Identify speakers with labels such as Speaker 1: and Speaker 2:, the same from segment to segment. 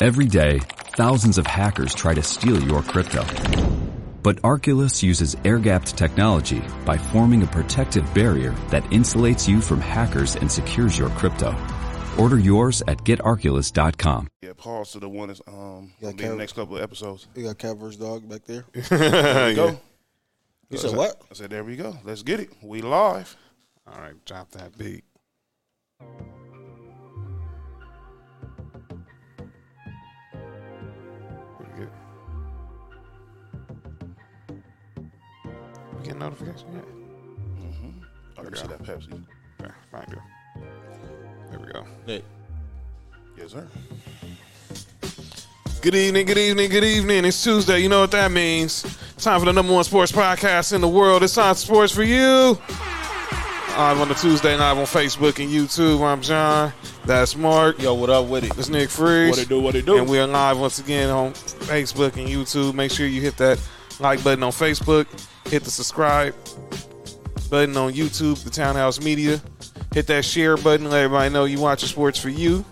Speaker 1: Every day, thousands of hackers try to steal your crypto. But Arculus uses air-gapped technology by forming a protective barrier that insulates you from hackers and secures your crypto. Order yours at getarculus.com.
Speaker 2: Yeah, pause to the one that's um
Speaker 3: Yeah,
Speaker 2: gonna be in the
Speaker 3: Kev.
Speaker 2: next couple of episodes.
Speaker 3: You got cat versus dog back there. You
Speaker 2: There we go.
Speaker 3: said what?
Speaker 2: I said, there we go. Let's get it. We live.
Speaker 4: All right, drop that beat. We get, we get notification yet?
Speaker 2: I can Oh, see that Pepsi.
Speaker 4: Yeah, fine, go. There we go.
Speaker 2: Yes, sir.
Speaker 4: Good evening, good evening, good evening. It's Tuesday. You know what that means. Time for the number one sports podcast in the world. It's on sports for you. Live on the Tuesday live on Facebook and YouTube. I'm John. That's Mark.
Speaker 3: Yo, what up with it?
Speaker 4: It's Nick Freeze.
Speaker 2: What it do, what it do.
Speaker 4: And we are live once again on Facebook and YouTube. Make sure you hit that like button on Facebook. Hit the subscribe button on YouTube, the Townhouse Media. Hit that share button. Let everybody know you watch sports for you.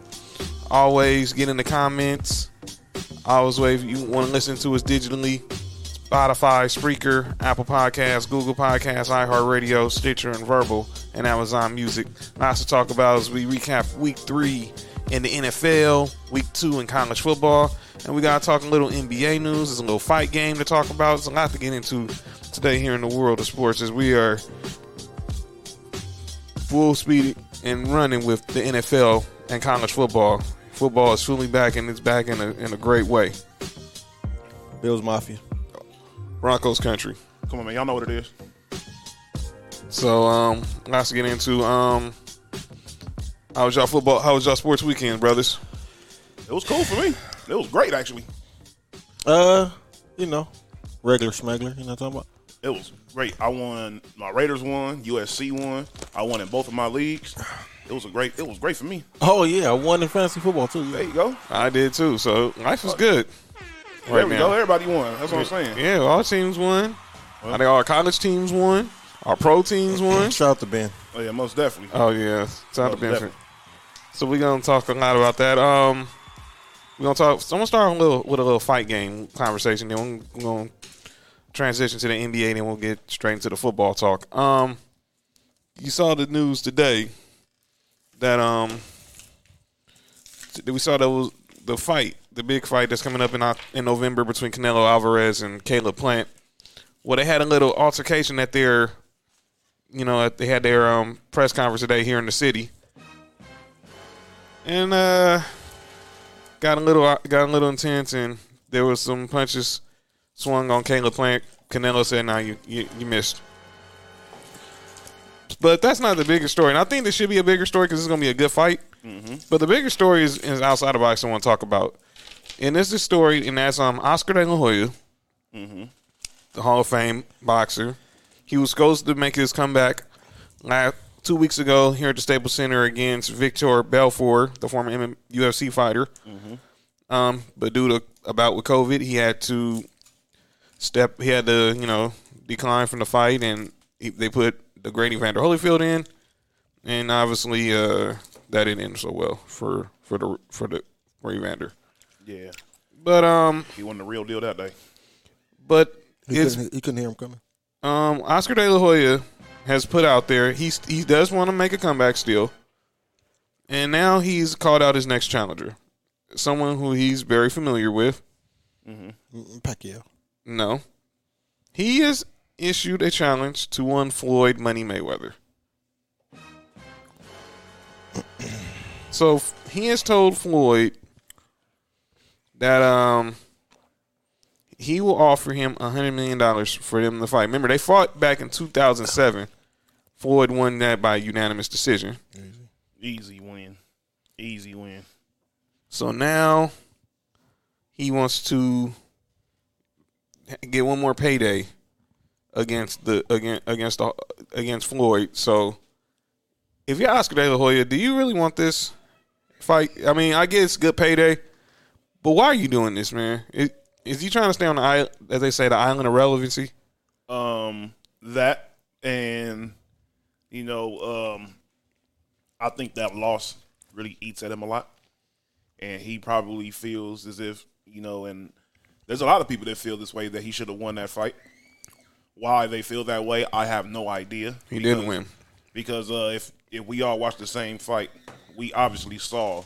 Speaker 4: Always get in the comments. Always, if you want to listen to us digitally, Spotify, Spreaker, Apple Podcasts, Google Podcasts, iHeartRadio, Stitcher, and Verbal, and Amazon Music. Lots to talk about as we recap week three in the NFL, week two in college football, and we got to talk a little NBA news. There's a little fight game to talk about. It's a lot to get into today here in the world of sports as we are full speed and running with the NFL and college football. Football is fully back, and it's back in a, in a great way.
Speaker 3: Bills Mafia.
Speaker 4: Broncos country.
Speaker 2: Come on, man. Y'all know what it is.
Speaker 4: So, um, lots to get into. Um, how was y'all football? How was y'all sports weekend, brothers?
Speaker 2: It was cool for me. It was great, actually.
Speaker 3: Uh, you know, regular smuggler. You know what I'm talking about?
Speaker 2: It was great. I won. My Raiders won. USC won. I won in both of my leagues. It was a great. It was great for me.
Speaker 3: Oh yeah, I won in fantasy football too.
Speaker 2: There
Speaker 3: Yeah.
Speaker 2: you go.
Speaker 4: I did too. So life was good.
Speaker 2: There we go. Everybody won. That's what I'm saying.
Speaker 4: Yeah, all teams won. I think our college teams won. Our pro teams won.
Speaker 3: Shout out to Ben.
Speaker 2: Oh yeah, most definitely.
Speaker 4: Oh yeah, shout out
Speaker 2: Most
Speaker 4: to Benford.
Speaker 2: definitely.
Speaker 4: So we're gonna talk a lot about that. Um, we're gonna talk. So I'm gonna start a little with a little fight game conversation. Then we're gonna transition to the NBA. Then we'll get straight into the football talk. Um, you saw the news today that um that we saw that was the fight, the big fight that's coming up in Oc- in November between Canelo Alvarez and Caleb Plant. Well, they had a little altercation at their you know, they had their um, press conference today here in the city, and uh, got a little uh, got a little intense, and there was some punches swung on Caleb Plant. Canelo said, "Now you, you you missed." But that's not the bigger story, and I think this should be a bigger story because it's going to be a good fight. But the bigger story is, is outside of boxing. I want to talk about, and this is the story, and that's um Oscar De La Hoya, the Hall of Fame boxer. He was supposed to make his comeback last, two weeks ago here at the Staples Center against Victor Belfort, the former MM UFC fighter. Um, but due to about with COVID, he had to step. He had to you know decline from the fight, and he, they put the Grady Vander Holyfield in, and obviously uh, that didn't end so well for for the for the for Evander.
Speaker 2: Yeah,
Speaker 4: But um,
Speaker 2: he won the real deal that day.
Speaker 4: but
Speaker 3: He
Speaker 4: it's
Speaker 3: couldn't, he couldn't hear him coming.
Speaker 4: um, Oscar De La Hoya has put out there he's, he does want to make a comeback still, and now he's called out his next challenger, someone who he's very familiar with.
Speaker 3: Mm, Pacquiao.
Speaker 4: No, he has issued a challenge to one Floyd Money Mayweather. So f- he has told Floyd that um he will offer him a hundred million dollars for them to fight. Remember, they fought back in two thousand seven. Floyd won that by unanimous decision.
Speaker 2: Easy win. Easy win.
Speaker 4: So now he wants to get one more payday against the against against the, against Floyd. So if you're Oscar De La Hoya, do you really want this fight? I mean, I guess good payday, but why are you doing this, man? Is, is he trying to stay on the island, as they say, the island of relevancy?
Speaker 2: um that and you know um i think that loss really eats at him a lot and he probably feels as if you know, and there's a lot of people that feel this way that he should have won that fight. Why they feel that way, I have no idea.
Speaker 4: He didn't win.
Speaker 2: because uh, if if we all watched the same fight, we obviously saw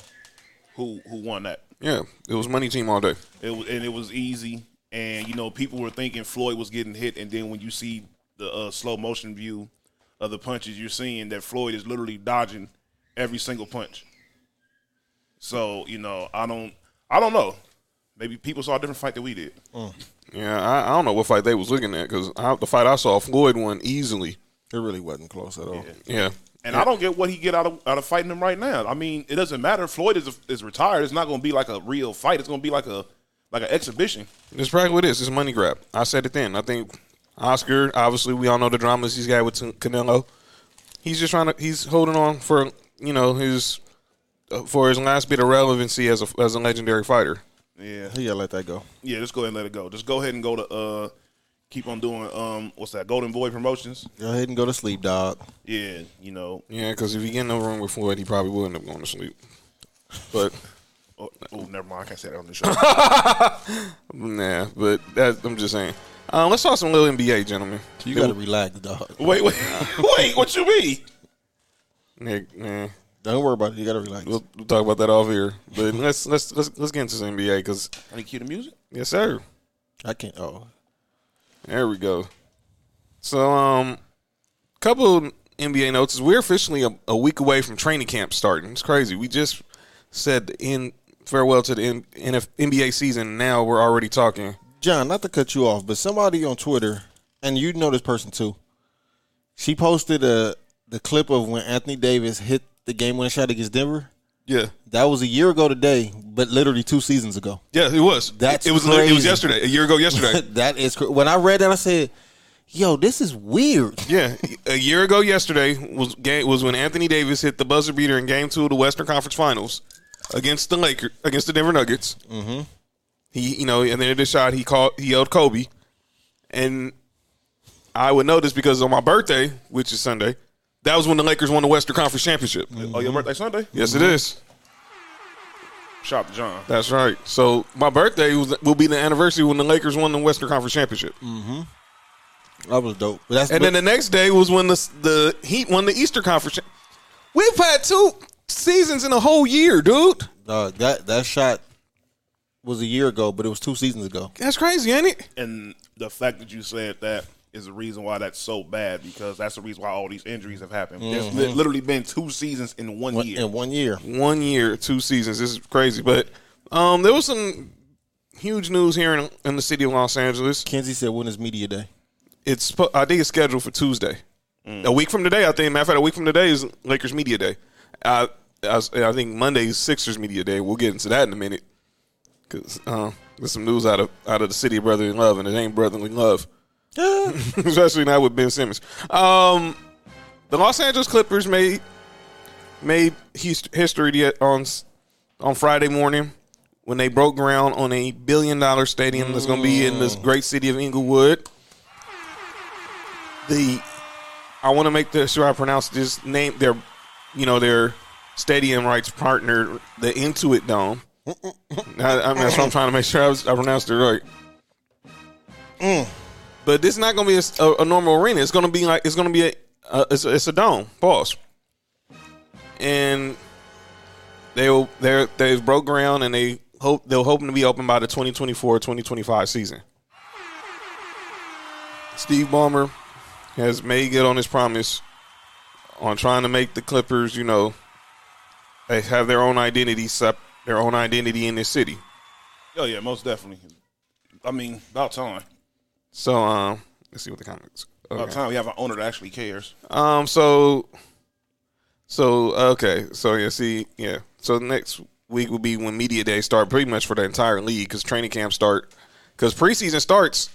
Speaker 2: who who won that.
Speaker 4: Yeah, it was money team all day.
Speaker 2: It was, and it was easy. And you know, people were thinking Floyd was getting hit, and then when you see the uh, slow motion view of the punches, you're seeing that Floyd is literally dodging every single punch. So you know, I don't, I don't know. Maybe people saw a different fight than we did.
Speaker 3: Mm.
Speaker 4: Yeah, I, I don't know what fight they was looking at because the fight I saw, Floyd won easily.
Speaker 3: It really wasn't close at all.
Speaker 4: Yeah,
Speaker 2: And I don't get what he get out of out of fighting him right now. I mean, it doesn't matter. Floyd is is retired. It's not going to be like a real fight. It's going to be like a like an exhibition.
Speaker 4: It's probably what it is. It's a money grab. I said it then. I think Oscar, obviously, we all know the dramas he's got with Canelo. He's just trying to. He's holding on for you know his uh, for his last bit of relevancy as a as a legendary fighter.
Speaker 2: Yeah,
Speaker 3: He gotta let that go.
Speaker 2: yeah. Just go ahead and let it go. Just go ahead and go to uh, keep on doing um, what's that? Golden Boy Promotions.
Speaker 3: Go ahead and go to sleep, dog.
Speaker 2: Yeah, you know,
Speaker 4: Yeah, because if he get in the room with Floyd, he probably will end up going to sleep. But
Speaker 2: Oh, oh, never mind. I can't say that on the show.
Speaker 4: nah, but that, I'm just saying. Uh, let's talk some little NBA, gentlemen.
Speaker 3: You gotta relax, dog.
Speaker 2: wait, wait, wait. What you mean?
Speaker 4: Nick, man.
Speaker 3: Don't worry about it. You gotta relax.
Speaker 4: We'll, we'll talk about that off here. But let's let's let's let's get into some NBA because
Speaker 2: I need to cue the music.
Speaker 4: yes, sir.
Speaker 3: I can't. Oh,
Speaker 4: There we go. So, um, couple NBA notes is we're officially a, a week away from training camp starting. It's crazy. We just said in farewell to the N, NF, NBA season. Now we're already talking.
Speaker 3: John, not to cut you off, but somebody on Twitter, and you know this person too. She posted a the clip of when Anthony Davis hit the game winning shot against Denver.
Speaker 4: Yeah,
Speaker 3: That was a year ago today, but literally two seasons ago.
Speaker 4: yeah, it was.
Speaker 3: That's
Speaker 4: it was. literally- It was
Speaker 3: crazy.
Speaker 4: yesterday, a year ago yesterday.
Speaker 3: that is cr- when I read that I said, "Yo, this is weird."
Speaker 4: yeah, a year ago yesterday was game, was when Anthony Davis hit the buzzer beater in Game Two of the Western Conference Finals against the Lakers against the Denver Nuggets. Mm-hmm. He, you know, and then this shot he called he yelled Kobe, and I would know this because on my birthday, which is Sunday, that was when the Lakers won the Western Conference Championship.
Speaker 2: Oh, your birthday Sunday?
Speaker 4: Yes, it is.
Speaker 2: Shop John.
Speaker 4: That's right. So my birthday was, will be the anniversary when the Lakers won the Western Conference Championship,
Speaker 3: That was dope. But that's
Speaker 4: and then the next day was when the the Heat won the Eastern Conference. Cha- We've had two seasons in a whole year, dude.
Speaker 3: dog, uh, that that shot was a year ago, but it was two seasons ago.
Speaker 4: That's crazy, ain't it?
Speaker 2: And the fact that you said that is the reason why that's so bad because that's the reason why all these injuries have happened. There's li- literally been two seasons in one
Speaker 3: One-
Speaker 2: year.
Speaker 3: In one year,
Speaker 4: one year, two seasons. This is crazy. But um, there was some huge news here in, in the city of Los Angeles.
Speaker 3: Kenzie said, "When is media day?"
Speaker 4: It's spo- I think it's scheduled for Tuesday, a week from today. I think. Matter of fact, a week from today is Lakers media day. I I, I think Monday is Sixers media day. We'll get into that in a minute. Cause uh, there's some news out of out of the city of brotherly love, and it ain't brotherly love, especially not with Ben Simmons. Um, the Los Angeles Clippers made made his- history the- on s- on Friday morning when they broke ground on a billion dollar stadium that's going to be in this great city of Inglewood. The I want to make the, sure I pronounce this name. Their you know their stadium rights partner, the Intuit Dome. I, I mean, that's what I'm trying to make sure I, was, I pronounced it right. But this is not going to be a s- a, a normal arena. It's going to be like it's going to be a, a it's, a it's a dome. Pause. And they'll they're they've broke ground and they hope they're hoping to be open by the 2024-2025 season. Steve Ballmer has made good on his promise on trying to make the Clippers, you know, they have their own identity, sep- their own identity in this city.
Speaker 2: oh yeah, most definitely. I mean, about time.
Speaker 4: So, um, let's see what the comments.
Speaker 2: About
Speaker 4: Okay.
Speaker 2: time we have an owner that actually cares.
Speaker 4: Um. So. So okay. So yeah. See. Yeah. So next week will be when media day start pretty much for the entire league because training camp start because preseason starts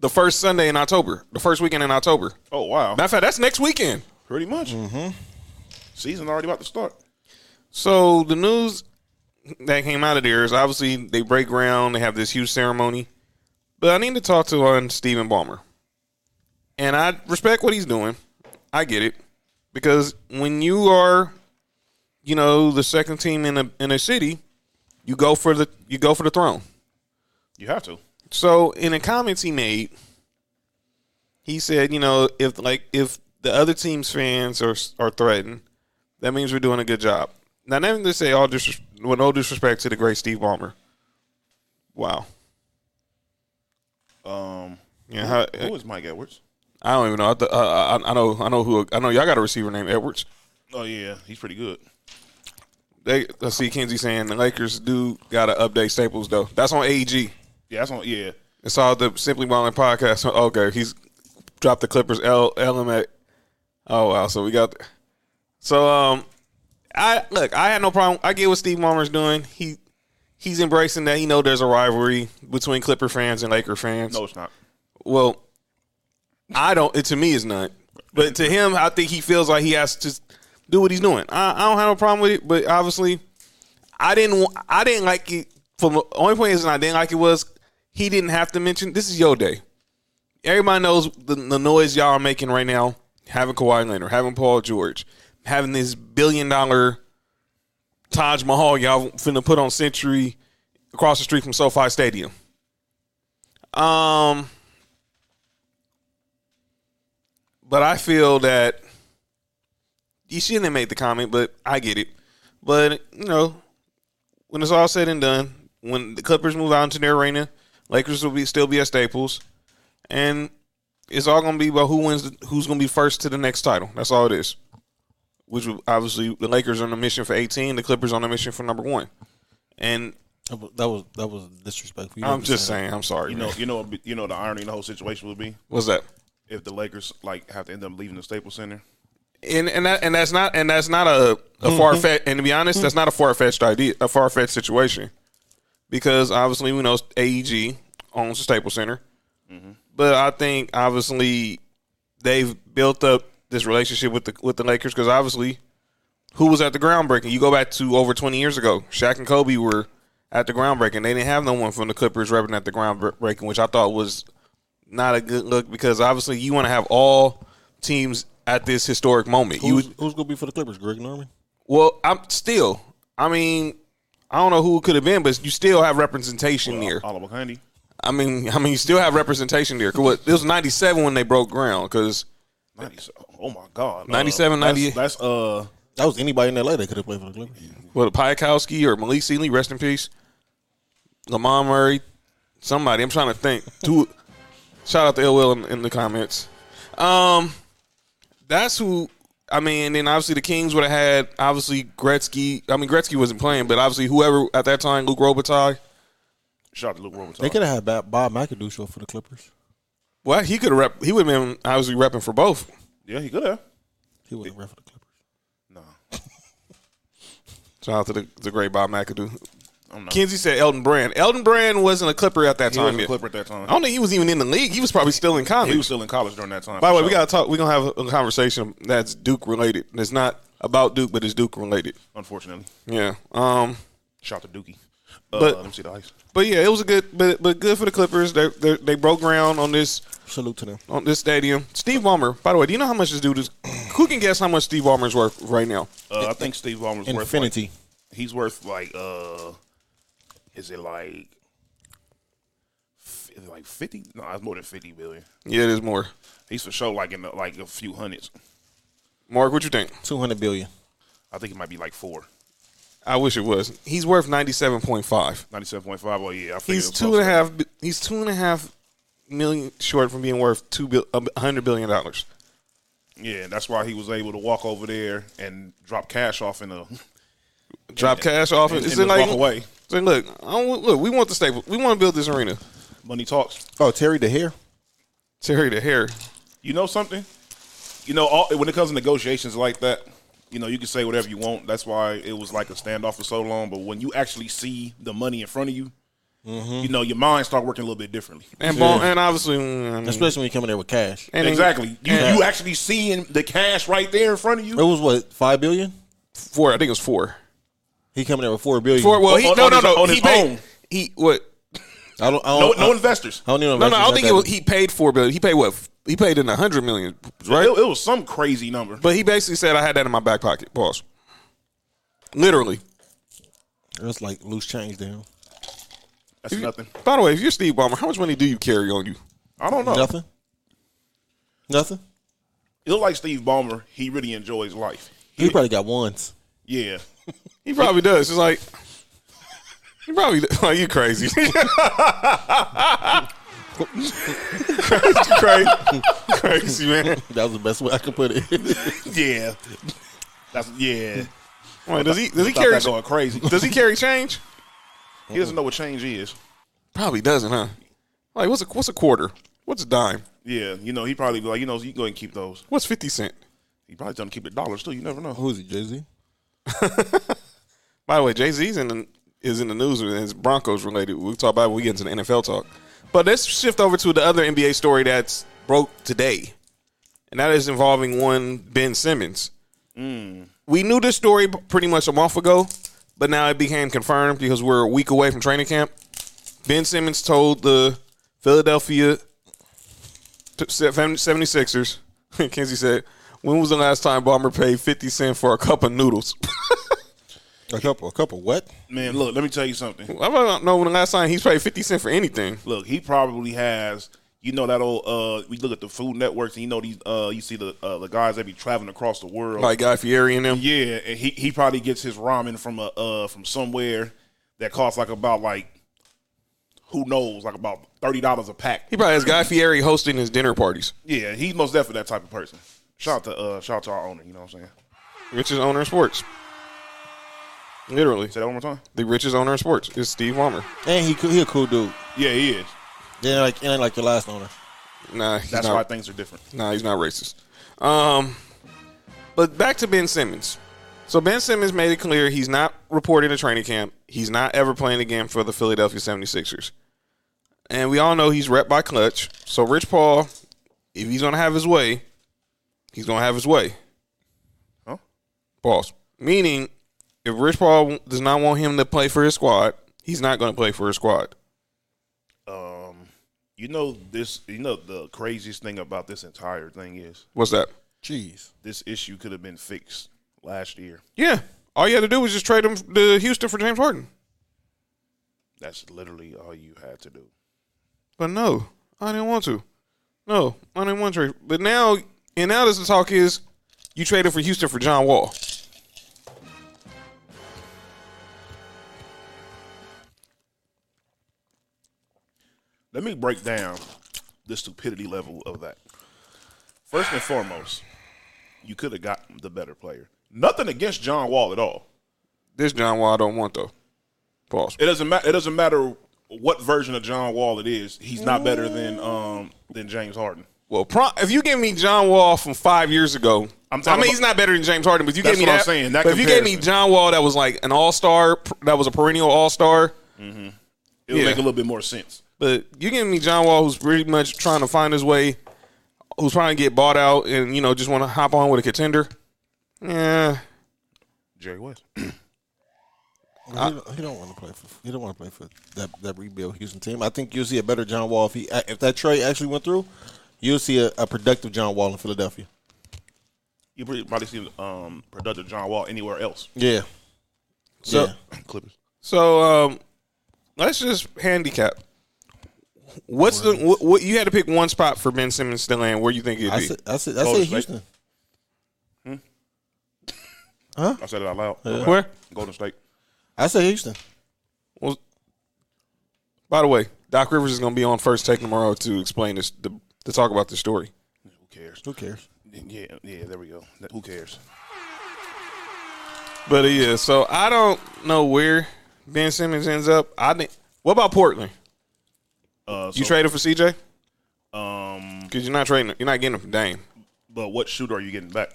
Speaker 4: the first Sunday in October, the first weekend in October.
Speaker 2: Oh wow,
Speaker 4: Matter of fact, that's next weekend.
Speaker 2: pretty much. Season already about to start.
Speaker 4: So the news that came out of there is obviously they break ground, they have this huge ceremony. But I need to talk to on Stephen Ballmer. And I respect what he's doing. I get it. Because when you are, you know, the second team in a in a city, You go for the you go for the throne.
Speaker 2: You have to.
Speaker 4: So in the comments he made, he said, you know, if like if the other team's fans are are threatened, that means we're doing a good job. Now, nothing to say all dis- with no disrespect to the great Steve Ballmer. Wow.
Speaker 2: Um,
Speaker 4: Yeah, how,
Speaker 2: who is Mike Edwards?
Speaker 4: I don't even know. I, th- I, I I know I know who I know. Y'all got a receiver named Edwards.
Speaker 2: Oh yeah, he's pretty good.
Speaker 4: They, I see Kenzie saying the Lakers do got to update Staples though. That's on AEG.
Speaker 2: Yeah, that's on. Yeah,
Speaker 4: It's all the Simply Balling podcast. Okay, he's dropped the Clippers L LMA. Oh wow, so we got so um I look, I had no problem. I get what Steve Ballmer's doing. He he's embracing that. He know there's a rivalry between Clipper fans and Laker fans.
Speaker 2: no, it's not.
Speaker 4: Well, I don't. It, to me, is none. But to him, I think he feels like he has to do what he's doing. I, I don't have no problem with it. But obviously, I didn't. wa- I didn't like it. From only point is I didn't like it was he didn't have to mention this is your day. Everybody knows the, the noise y'all are making right now. Having Kawhi Leonard, having Paul George, having this billion dollar Taj Mahal y'all finna put on Century across the street from SoFi Stadium. Um, but I feel that you shouldn't have made the comment, but I get it. But you know, when it's all said and done, when the Clippers move out into their arena, Lakers will be still be at Staples, and it's all gonna be about who wins, the, who's gonna be first to the next title. That's all it is. Which will- obviously the Lakers are on a mission for 18, the Clippers on a mission for number one, and
Speaker 3: That was- That was that was disrespectful. You
Speaker 4: I'm
Speaker 3: never
Speaker 4: just
Speaker 3: said
Speaker 4: saying, I'm sorry.
Speaker 2: You know, you know, you know. The irony in the whole situation would be
Speaker 4: what's that?
Speaker 2: if the Lakers like have to end up leaving the Staples Center.
Speaker 4: and and that and that's not and that's not a, a far fetched and to be honest, that's not a far fetched idea, a far fetched situation, because obviously we know AEG owns the Staples Center, but I think obviously they've built up this relationship with the with the Lakers because obviously who was at the groundbreaking? You go back to over twenty years ago, Shaq and Kobe were at the groundbreaking. They didn't have no one from the Clippers repping at the groundbreaking, which I thought was not a good look because obviously you want to have all teams at this historic moment.
Speaker 3: that.
Speaker 4: you
Speaker 3: Who's, who's gonna be for the Clippers? Greg Norman.
Speaker 4: well, I'm still. I mean, I don't know who it could have been, but you still have representation there.
Speaker 2: Oliver Candy.
Speaker 4: I mean, I mean, you still have representation there. 'Cause What it was '97 when they broke ground because
Speaker 2: 97. Oh my God.
Speaker 4: 97,
Speaker 2: that's-
Speaker 4: 98.
Speaker 2: That's, uh,
Speaker 3: That was anybody in LA that could have played for the Clippers.
Speaker 4: what Piakowski or Malik Sealy, rest in peace. Lamar Murray, somebody. I'm trying to think. Two, shout out to LL in, in the comments. Um, that's who. I mean, and then obviously the Kings would have had obviously Gretzky. I mean, Gretzky wasn't playing, but obviously whoever at that time, Luke Robitaille.
Speaker 2: shout out to Luke Robinson.
Speaker 3: They could have had Bob, Bob McAdoo show for the Clippers.
Speaker 4: Well, he could have rep. He would have been obviously repping for both.
Speaker 2: Yeah, he could have.
Speaker 3: He wasn't ref for the Clippers.
Speaker 2: No,
Speaker 4: Shout out to the, the great Bob McAdoo.
Speaker 2: I'm not.
Speaker 4: Kenzie said Elton Brand. Elton Brand wasn't a Clipper at that
Speaker 2: He
Speaker 4: time.
Speaker 2: was a
Speaker 4: yet.
Speaker 2: Clipper at that time.
Speaker 4: I don't think he was even in the league. He was probably still in college.
Speaker 2: He was still in college during that time.
Speaker 4: By the way,
Speaker 2: for
Speaker 4: we
Speaker 2: sure.
Speaker 4: gotta talk. We're gonna have a conversation that's Duke related. It's not about Duke, but it's Duke related.
Speaker 2: Unfortunately,
Speaker 4: Yeah. Um.
Speaker 2: shout out to Dookie. Uh,
Speaker 4: But-
Speaker 2: let me see the ice.
Speaker 4: But yeah, it was a good, but but good for the Clippers. They they, they broke ground on this
Speaker 3: Salute to them.
Speaker 4: on this stadium. Steve Ballmer. By the way, do you know how much this dude is? Who can guess how much Steve Ballmer's worth right now?
Speaker 2: Uh, I think Steve Ballmer's worth
Speaker 3: Infinity.
Speaker 2: Like, he's worth like uh, is it like, f- is it like fifty? No, it's more than fifty billion.
Speaker 4: Yeah, there's more.
Speaker 2: He's for sure like in the, like a few hundreds.
Speaker 4: Mark, what you think?
Speaker 3: Two hundred billion.
Speaker 2: I think it might be like four.
Speaker 4: I wish it was. He's worth ninety seven point five.
Speaker 2: 97.5. Oh, yeah. I figured
Speaker 4: He's
Speaker 2: it was
Speaker 4: two
Speaker 2: close.
Speaker 4: and a half. bi- He's two and a half million short from being worth two bil- a hundred billion dollars.
Speaker 2: Yeah, that's why he was able to walk over there and drop cash off in a.
Speaker 4: Drop cash off.
Speaker 2: and-
Speaker 4: Is
Speaker 2: and
Speaker 4: it like
Speaker 2: walk away.
Speaker 4: Say, look, I don't, look, we want the staple. We want to build this arena.
Speaker 2: Money talks.
Speaker 3: Oh, Terry the hair.
Speaker 4: Terry the hair.
Speaker 2: You know something? You know, all, when it comes to negotiations like that, you know, you can say whatever you want. That's why it was like a standoff for so long. But when you actually see the money in front of you,
Speaker 4: Mm-hmm.
Speaker 2: you know, your mind start working a little bit differently.
Speaker 4: And ball, and obviously, mm, I mean,
Speaker 3: Especially when you come in there with cash.
Speaker 4: and
Speaker 2: exactly. You,
Speaker 4: and
Speaker 2: you actually seeing the cash right there in front of you.
Speaker 3: It was what five billion.
Speaker 4: four. I think it was four.
Speaker 3: He coming there with four billion.
Speaker 4: Four. Well, he,
Speaker 2: On-
Speaker 4: no,
Speaker 2: on
Speaker 4: no,
Speaker 2: his-
Speaker 4: no.
Speaker 2: on
Speaker 4: he
Speaker 2: his
Speaker 4: paid.
Speaker 2: own.
Speaker 4: He what?
Speaker 3: I don't. I
Speaker 2: No,
Speaker 3: don't, I,
Speaker 2: no investors.
Speaker 3: I don't even.
Speaker 4: No, no. I don't think it was, he paid four billion. He paid what? He paid in a hundred million, right?
Speaker 2: It, it was some crazy number.
Speaker 4: But he basically said, "I had that in my back pocket." Pause. Literally,
Speaker 3: That's like loose change down.
Speaker 2: That's nothing.
Speaker 4: By the way, if you're Steve Ballmer, how much money do you carry on you?
Speaker 2: I don't
Speaker 4: Oh.
Speaker 2: know.
Speaker 3: Nothing. Nothing.
Speaker 2: You look like Steve Ballmer. He really enjoys life.
Speaker 3: He probably got ones.
Speaker 2: Yeah.
Speaker 4: He probably does. It's like he probably does. like you crazy. crazy, crazy man.
Speaker 3: That was the best way I could put it.
Speaker 2: Yeah. That's yeah.
Speaker 4: Wait, does he does he
Speaker 2: Stop
Speaker 4: carry
Speaker 2: that going crazy.
Speaker 4: does he carry change?
Speaker 2: He doesn't know what change is.
Speaker 4: Probably doesn't, huh? Like what's a what's a quarter? What's a dime?
Speaker 2: Yeah. You know, he probably be like, you know, you can go ahead and keep those.
Speaker 4: What's fifty cent?
Speaker 2: He probably trying to keep the dollars too. You never know.
Speaker 3: Who's he, Jay Z?
Speaker 4: By the way, Jay Z's in the, is in the news and it's Broncos related. We'll talk about it when we get into the NFL talk. But let's shift over to the other NBA story that's broke today, and that is involving one Ben Simmons. We knew this story b- pretty much a month ago, but now it became confirmed because we're a week away from training camp. Ben Simmons told the Philadelphia t- se- 76ers, Kenzie said, when was the last time Bomber paid 50 cents for a cup of noodles?
Speaker 3: A couple. A couple. What?
Speaker 2: Man, look, let me tell you something.
Speaker 4: I don't know when the last time he's paid fifty cent for anything.
Speaker 2: Look, he probably has you know that old uh we look at the food networks and you know these uh you see the uh, the guys that be traveling across the world.
Speaker 4: Like Guy Fieri and them.
Speaker 2: Yeah, and he, he probably gets his ramen from a uh from somewhere that costs like about like who knows, like about thirty dollars a pack.
Speaker 4: He probably has Guy Fieri hosting his dinner parties.
Speaker 2: Yeah, he's most definitely that type of person. Shout out to uh shout out to our owner, you know what I'm saying?
Speaker 4: Richest owner in sports. Literally,
Speaker 2: Say that one more time.
Speaker 4: the richest owner in sports is Steve Ballmer.
Speaker 3: And he cool- he a cool dude.
Speaker 2: Yeah, he is.
Speaker 3: Yeah, like ain't like your last owner.
Speaker 4: Nah, he's
Speaker 2: That's
Speaker 4: not,
Speaker 2: why things are different.
Speaker 4: Nah, he's not racist. Um, but back to Ben Simmons. So Ben Simmons made it clear he's not reporting to training camp. He's not ever playing again for the Philadelphia 76ers. And we all know he's rep by clutch. So Rich Paul, if he's going to have his way, he's going to have his way.
Speaker 2: Huh?
Speaker 4: Pause. Meaning, if Rich Paul does not want him to play for his squad, he's not going to play for his squad.
Speaker 2: Um you know this you know the craziest thing about this entire thing is
Speaker 4: What's that?
Speaker 3: Jeez.
Speaker 2: this issue could have been fixed last year.
Speaker 4: Yeah. All you had to do was just trade him to Houston for James Harden.
Speaker 2: That's literally all you had to do.
Speaker 4: But no, I didn't want to. No, I didn't want to trade. But now, and now this the talk is you traded for Houston for John Wall.
Speaker 2: Let me break down the stupidity level of that. First and foremost, you could have got the better player. Nothing against John Wall at all.
Speaker 4: This John Wall I don't want though. Pause.
Speaker 2: It doesn't matter. It doesn't matter what version of John Wall it is. He's not better than um than James Harden.
Speaker 4: Well, pro- if you give me John Wall from five years ago, i
Speaker 2: I'm
Speaker 4: mean
Speaker 2: talking
Speaker 4: he's
Speaker 2: about-
Speaker 4: not better than James Harden. But if you
Speaker 2: That's
Speaker 4: gave me
Speaker 2: what I'm
Speaker 4: that,
Speaker 2: saying, that
Speaker 4: but if you gave me
Speaker 2: comparison.
Speaker 4: John Wall that was like an All Star, that was a perennial All Star,
Speaker 2: It would
Speaker 4: Yeah.
Speaker 2: make a little bit more sense.
Speaker 4: But you give me John Wall, who's pretty much trying to find his way, who's trying to get bought out, and you know just want to hop on with a contender. Yeah,
Speaker 2: Jerry West.
Speaker 3: he, don't, he don't want to play for. He don't want to play for that that rebuild Houston team. I think you'll see a better John Wall if he if that trade actually went through. You'll see a, a productive John Wall in Philadelphia.
Speaker 2: You pretty- probably see um productive John Wall anywhere else.
Speaker 3: Yeah.
Speaker 4: So-
Speaker 3: yeah.
Speaker 2: Clippers.
Speaker 4: So um, let's just handicap. What's the what, what you had to pick one spot for Ben Simmons to land? Where you think it'd
Speaker 3: I
Speaker 4: be?
Speaker 3: said I said I said
Speaker 2: Golden State.
Speaker 3: Houston.
Speaker 2: I said it out loud.
Speaker 4: Where?
Speaker 2: Golden State.
Speaker 3: I said Houston.
Speaker 4: Well, by the way, Doc Rivers is going to be on first take tomorrow to explain this to, to talk about the story.
Speaker 2: Who cares?
Speaker 3: Who cares?
Speaker 2: Yeah, yeah. There we go. That- Who cares?
Speaker 4: But uh, yeah, so I don't know where Ben Simmons ends up. I didn't. What about Portland?
Speaker 2: Uh, so,
Speaker 4: You traded for CJ
Speaker 2: Um,
Speaker 4: because you're not trading. You're not getting him from Dame.
Speaker 2: but what shooter are you getting back?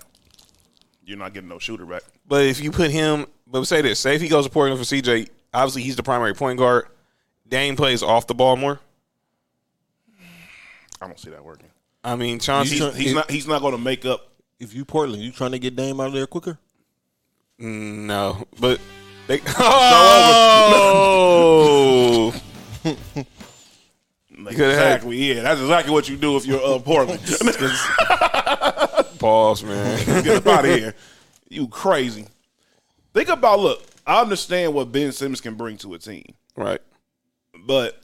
Speaker 2: You're not getting no shooter back.
Speaker 4: But if you put him, but say this: say if he goes to Portland for CJ, obviously he's the primary point guard. Dame plays off the ball more.
Speaker 2: I don't see that working.
Speaker 4: I mean,
Speaker 2: He's,
Speaker 4: Chauncey.
Speaker 3: try-
Speaker 2: he's not. He's not going to make up.
Speaker 3: If you Portland, you trying to get Dame out of there quicker?
Speaker 4: no, but they. Oh,
Speaker 2: Like,
Speaker 4: coulda had-
Speaker 2: exactly. Yeah, that's exactly what you do if you're uh, Portland.
Speaker 4: pause, man.
Speaker 2: Get up out of here. You crazy. Think about look. I understand what Ben Simmons can bring to a team,
Speaker 4: Right.
Speaker 2: but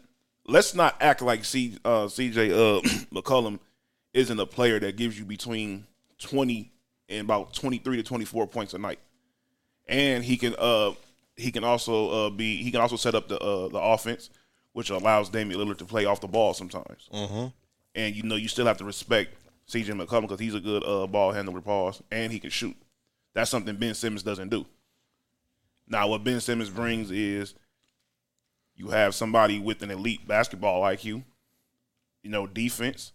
Speaker 2: let's not act like C, uh, CJ uh, McCollum isn't a player that gives you between 20 and about 23 to 24 points a night. And he can uh he can also uh be he can also set up the uh the offense, which allows Damian Lillard to play off the ball sometimes. Mm-hmm. And you know you still have to respect CJ McCollum because he's a good uh ball handler, pause, and he can shoot. That's something Ben Simmons doesn't do. Now, what Ben Simmons brings is you have somebody with an elite basketball IQ, you know, defense.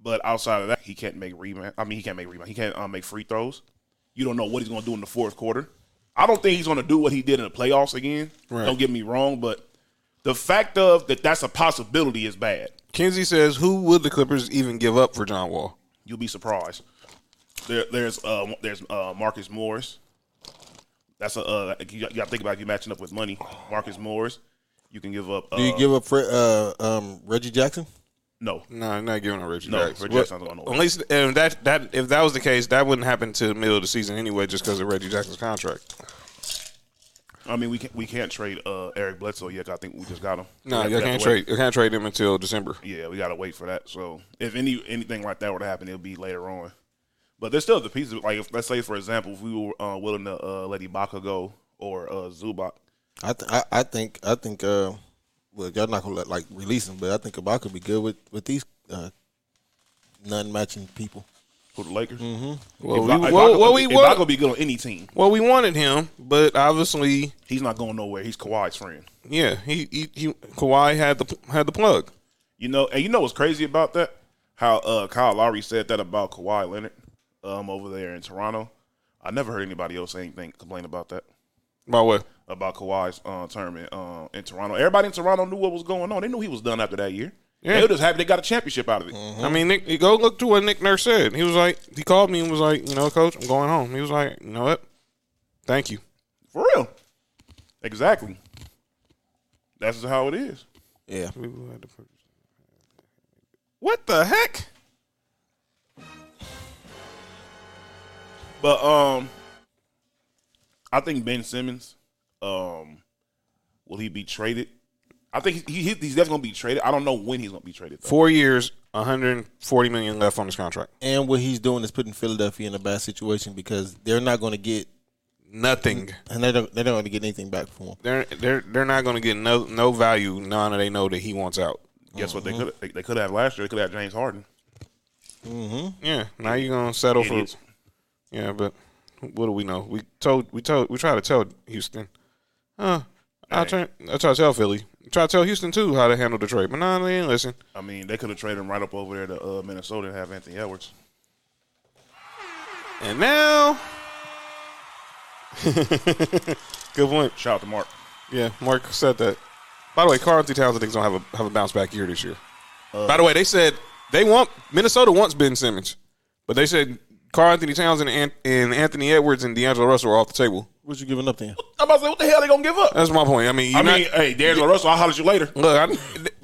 Speaker 2: But outside of that, he can't make rebound. I mean, he can't make rebound. He can't um, make free throws. You don't know what he's going to do in the fourth quarter. I don't think he's going to do what he did in the playoffs again. Don't get me wrong, but the fact of that that's a possibility is bad.
Speaker 4: Kenzie says, who would the Clippers even give up for John Wall?
Speaker 2: You'll be surprised. There, there's uh, there's uh, Marcus Morris. That's a uh, you, got- you got to think about if you matching up with money. Marcus Morris, you can give up. Uh,
Speaker 3: Do you give up Fre- uh, um, Reggie Jackson?
Speaker 2: no?
Speaker 4: No, I'm not giving up Reggie
Speaker 2: No,
Speaker 4: Jackson.
Speaker 2: Reggie
Speaker 4: What-
Speaker 2: Jackson's on the way.
Speaker 4: Unless and that that if that was the case, that wouldn't happen to the middle of the season anyway, just because of Reggie Jackson's contract.
Speaker 2: I mean, we can't we can't trade uh, Eric Bledsoe yet. 'cause I think we just got him.
Speaker 4: No,
Speaker 2: We
Speaker 4: you
Speaker 2: have to
Speaker 4: can't
Speaker 2: wait.
Speaker 4: trade. You can't trade him until December.
Speaker 2: Yeah, we got to wait for that. So if any anything like that were to happen, it'll be later on. But there's still the pieces. Like if, let's say for example, if we were uh, willing to uh, let Ibaka go or uh, Zubac,
Speaker 3: I, th- I I think I think uh, well y'all not gonna let, like release him, but I think Ibaka could be good with with these uh, non matching people.
Speaker 2: who the Lakers. Mm-hmm.
Speaker 4: Well, we, well, well, we,
Speaker 2: Ibaka
Speaker 4: well,
Speaker 2: would be good on any team.
Speaker 4: well, we wanted him, but obviously,
Speaker 2: He's not going nowhere. He's Kawhi's friend.
Speaker 4: yeah, he, he, he Kawhi had the had the plug.
Speaker 2: You know, and you know what's crazy about that? How uh, Kyle Lowry said that about Kawhi Leonard um, over there in Toronto. I never heard anybody else say anything complain about that.
Speaker 4: By what?
Speaker 2: about Kawhi's uh, term in, uh, in Toronto. Everybody in Toronto knew what was going on. They knew he was done after that year.
Speaker 4: Yeah. Mm-hmm.
Speaker 2: They were just happy they got a championship out of it.
Speaker 4: I mean, Nick, go look to what Nick Nurse said. He was like, he called me and was like, you know, coach, I'm going home. He was like, you know what? Thank you.
Speaker 2: For real. Exactly. That's just how it is.
Speaker 3: Yeah,
Speaker 4: What the heck?
Speaker 2: But um, I think Ben Simmons, um, will he be traded? I think he, he, he's definitely going to be traded. I don't know when he's going to be traded. Though.
Speaker 4: Four years, 140 million left on his contract.
Speaker 3: and what he's doing is putting Philadelphia in a bad situation because they're not going to get
Speaker 4: Nothing.
Speaker 3: and they don't they're not going to get anything back from him.
Speaker 4: They're they're they're not going to get no no value. None that they know that he wants out.
Speaker 2: Guess what? They
Speaker 4: Mm-hmm.
Speaker 2: could they, they could have last year. They could have James Harden.
Speaker 4: Yeah. Now you're going to settle for.
Speaker 2: Idiots.
Speaker 4: Yeah, but what do we know? We told we told we try to tell Houston. Huh. I try I try to tell Philly. Try to tell Houston too how to handle the trade, but nah, they ain't listen.
Speaker 2: I mean, they could have traded him right up over there to uh, Minnesota and have Anthony Edwards.
Speaker 4: And now, good point.
Speaker 2: Shout out to Mark.
Speaker 4: Yeah, Mark said that. By the way, Carl Anthony Towns I think is gonna have a have a bounce back year this year.
Speaker 2: Uh.
Speaker 4: By the way, they said they want Minnesota wants Ben Simmons, but they said Carl Anthony Towns and, An- and Anthony Edwards and D'Angelo Russell are off the table.
Speaker 3: What you giving up then?
Speaker 2: I'm about to say, what the hell they going to give up?
Speaker 4: That's my point. I mean, you're
Speaker 2: I
Speaker 4: not-
Speaker 2: mean, hey, there's Russell. I'll holler at you later.
Speaker 4: look, I,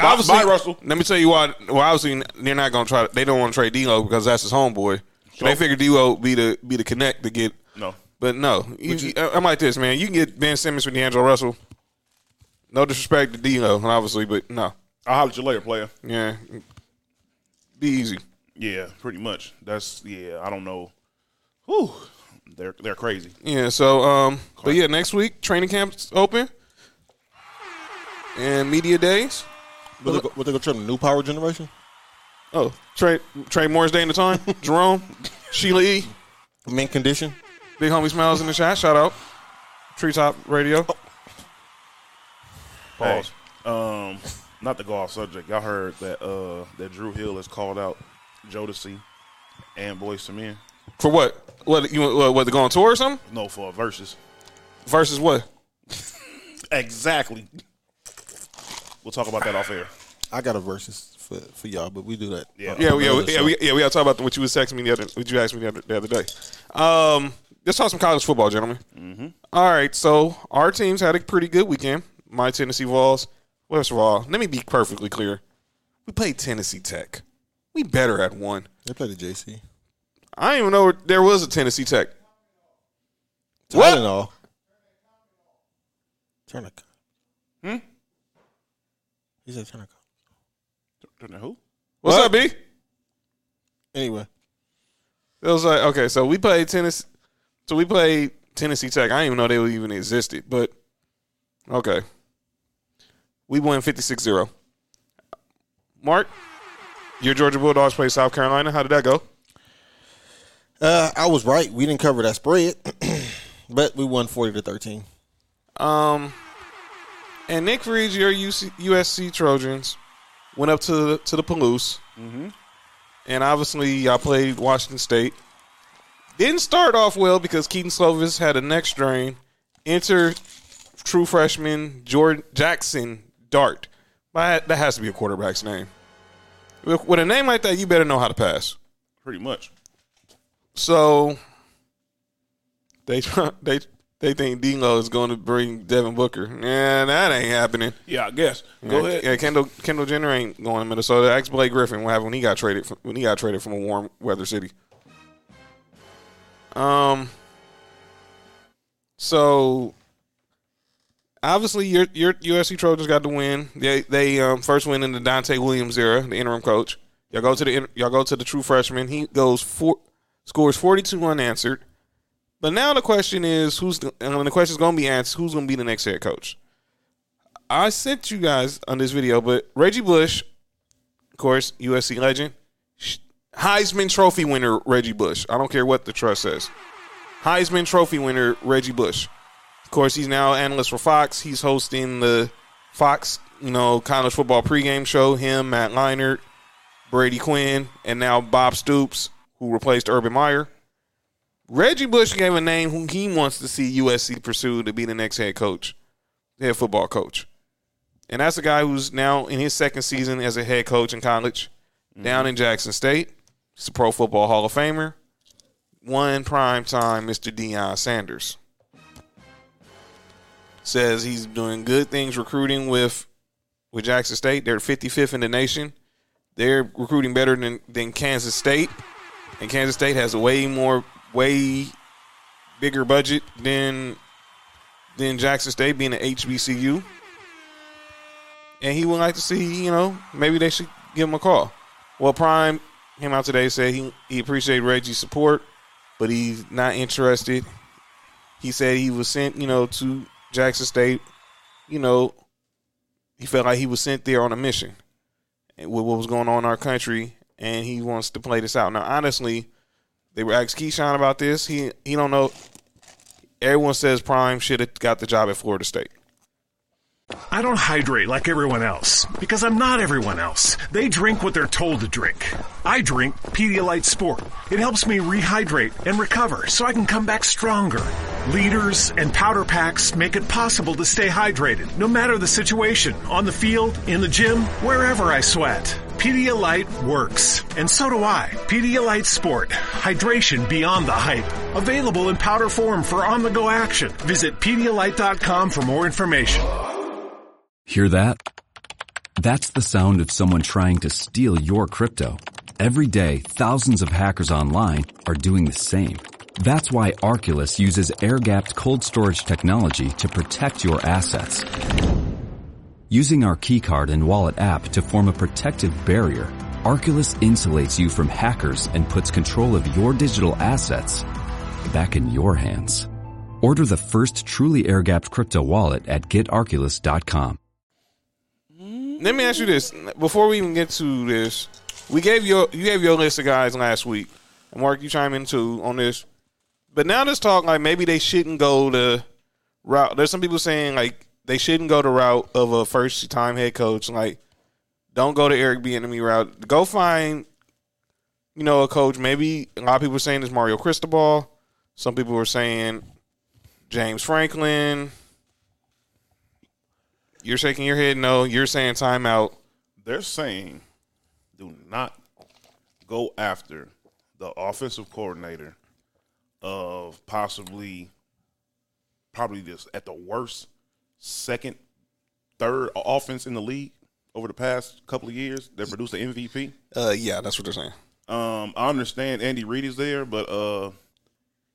Speaker 4: obviously,
Speaker 2: bye, Russell.
Speaker 4: Let me tell you why. Well, obviously, they're not gonna try. To, they don't want to trade D'Lo because that's his homeboy. And They
Speaker 2: Sure.
Speaker 4: figure D'Lo be the be the connect to get.
Speaker 2: No.
Speaker 4: But no, you, I- I'm like this, man. You can get Ben Simmons with D'Angelo Russell. No disrespect to D'Lo, obviously, but no.
Speaker 2: I'll holler at you later, player.
Speaker 4: Yeah. Be easy.
Speaker 2: Yeah, pretty much. That's yeah. I don't know. Whew. They're they're crazy.
Speaker 4: Yeah, so um but yeah, next week training camp's open. And media days.
Speaker 3: What they go- what they going to try the new power generation?
Speaker 4: Oh, Trey Trey Moore's Day in the Time, Jerome, Sheila E.
Speaker 3: Mint condition.
Speaker 4: Big homie smiles in the chat. Shout out. Treetop Radio.
Speaker 2: Pause. Um, not to go off subject. Y'all heard that uh that Drew Hill has called out Jodeci and Boys to Men.
Speaker 4: For what? What you what, what to go on tour or something?
Speaker 2: No, for a versus.
Speaker 4: Versus what?
Speaker 2: Exactly. We'll talk about that off air.
Speaker 3: I got a versus for, for y'all, but we do that.
Speaker 2: Yeah.
Speaker 3: on
Speaker 4: Yeah, we, yeah,
Speaker 3: another
Speaker 4: we, yeah,
Speaker 3: show.
Speaker 4: we, yeah, we gotta talk about what you was texting me the other, what you asked me the other, the other day. Um, let's talk some college football, gentlemen. All right, so our teams had a pretty good weekend. My Tennessee Vols. First of all, let me be perfectly clear. We played Tennessee Tech. We better at one.
Speaker 3: They play the JC.
Speaker 4: I didn't even know there was a Tennessee Tech. What?
Speaker 3: Tylenol. Turner. Hmm? He said Turner.
Speaker 2: Turner who?
Speaker 4: What's
Speaker 3: What?
Speaker 4: up, B?
Speaker 3: Anyway.
Speaker 4: It was like okay, so we played tennis. So we played Tennessee Tech. I didn't even know they even existed, but okay. We won 56-0. Mark, your Georgia Bulldogs play South Carolina. How did that go?
Speaker 3: Uh, I was right. We didn't cover that spread, but we won forty to thirteen.
Speaker 4: Um, and Nick Freeze, your UC, USC Trojans, went up to the, to the Palouse, and obviously I played Washington State. Didn't start off well because Keaton Slovis had a neck strain. Enter true freshman Jordan Jackson Dart. But that has to be a quarterback's name. With with a name like that, you better know how to pass.
Speaker 2: Pretty much.
Speaker 4: So they try, they they think D'Lo is going to bring Devin Booker. Yeah, that ain't happening.
Speaker 2: Yeah, I guess. Go
Speaker 4: yeah,
Speaker 2: ahead.
Speaker 4: Yeah, Kendall Kendall Jenner ain't going to Minnesota. Ask Blake Griffin what happened when he got traded from, when he got traded from a warm weather city. Um. So obviously, your your USC Trojans got the win. They they um, first win in the Dante Williams era, the interim coach. Y'all go to the in- y'all go to the true freshman. He goes four scores forty two unanswered. But now the question is who's the, and the question's going to be asked who's going to be the next head coach. I sent you guys on this video, but Reggie Bush, of course, USC legend, sh- Heisman Trophy winner Reggie Bush. I don't care what the trust says. Heisman Trophy winner Reggie Bush. Of course, he's now analyst for Fox. He's hosting the Fox, you know, college football pregame show. Him, Matt Leinart, Brady Quinn, and now Bob Stoops, who replaced Urban Meyer. Reggie Bush gave a name who he wants to see USC pursue to be the next head coach, head football coach. And that's a guy who's now in his second season as a head coach in college down in Jackson State. He's a Pro Football Hall of Famer. One prime time, Mr. Deion Sanders. Says he's doing good things recruiting with with Jackson State. They're 55th in the nation. They're recruiting better than, than Kansas State. And Kansas State has a way more, way bigger budget than than Jackson State being an HBCU and he would like to see, you know, maybe they should give him a call. Well, Prime came out today said he he appreciated Reggie's support, but he's not interested. He said he was sent, you know, to Jackson State. You know, he felt like he was sent there on a mission and with what was going on in our country, and he wants to play this out. Now, honestly, they were asked Keyshawn about this. He he don't know. Everyone says Prime should have got the job at Florida State.
Speaker 5: I don't hydrate like everyone else because I'm not everyone else. They drink what they're told to drink. I drink Pedialyte Sport. It helps me rehydrate and recover so I can come back stronger. Leaders and powder packs make it possible to stay hydrated no matter the situation, on the field, in the gym, wherever I sweat. Pedialyte works, and so do I. Pedialyte Sport, hydration beyond the hype. Available in powder form for on-the-go action. Visit Pedialyte.com for more information.
Speaker 1: Hear that? That's the sound of someone trying to steal your crypto. Every day, thousands of hackers online are doing the same. That's why Arculus uses air-gapped cold storage technology to protect your assets. Using our keycard and wallet app to form a protective barrier, Arculus insulates you from hackers and puts control of your digital assets back in your hands. Order the first truly air-gapped crypto wallet at getarculus.com.
Speaker 4: Let me ask you this before we even get to this. We gave your you gave your list of guys last week, and Mark, you chime in too on this. But now this talk like maybe they shouldn't go the route. There's some people saying like they shouldn't go the route of a first time head coach. Like don't go to Eric Bieniemy route. Go find you know a coach. Maybe a lot of people are saying it's Mario Cristobal. Some people are saying James Franklin. You're shaking your head no. You're saying timeout.
Speaker 2: They're saying do not go after the offensive coordinator of possibly probably this at the worst second third offense in the league over the past couple of years that produced the MVP.
Speaker 4: Uh, yeah, that's what they're saying.
Speaker 2: Um, I understand Andy Reid is there, but uh,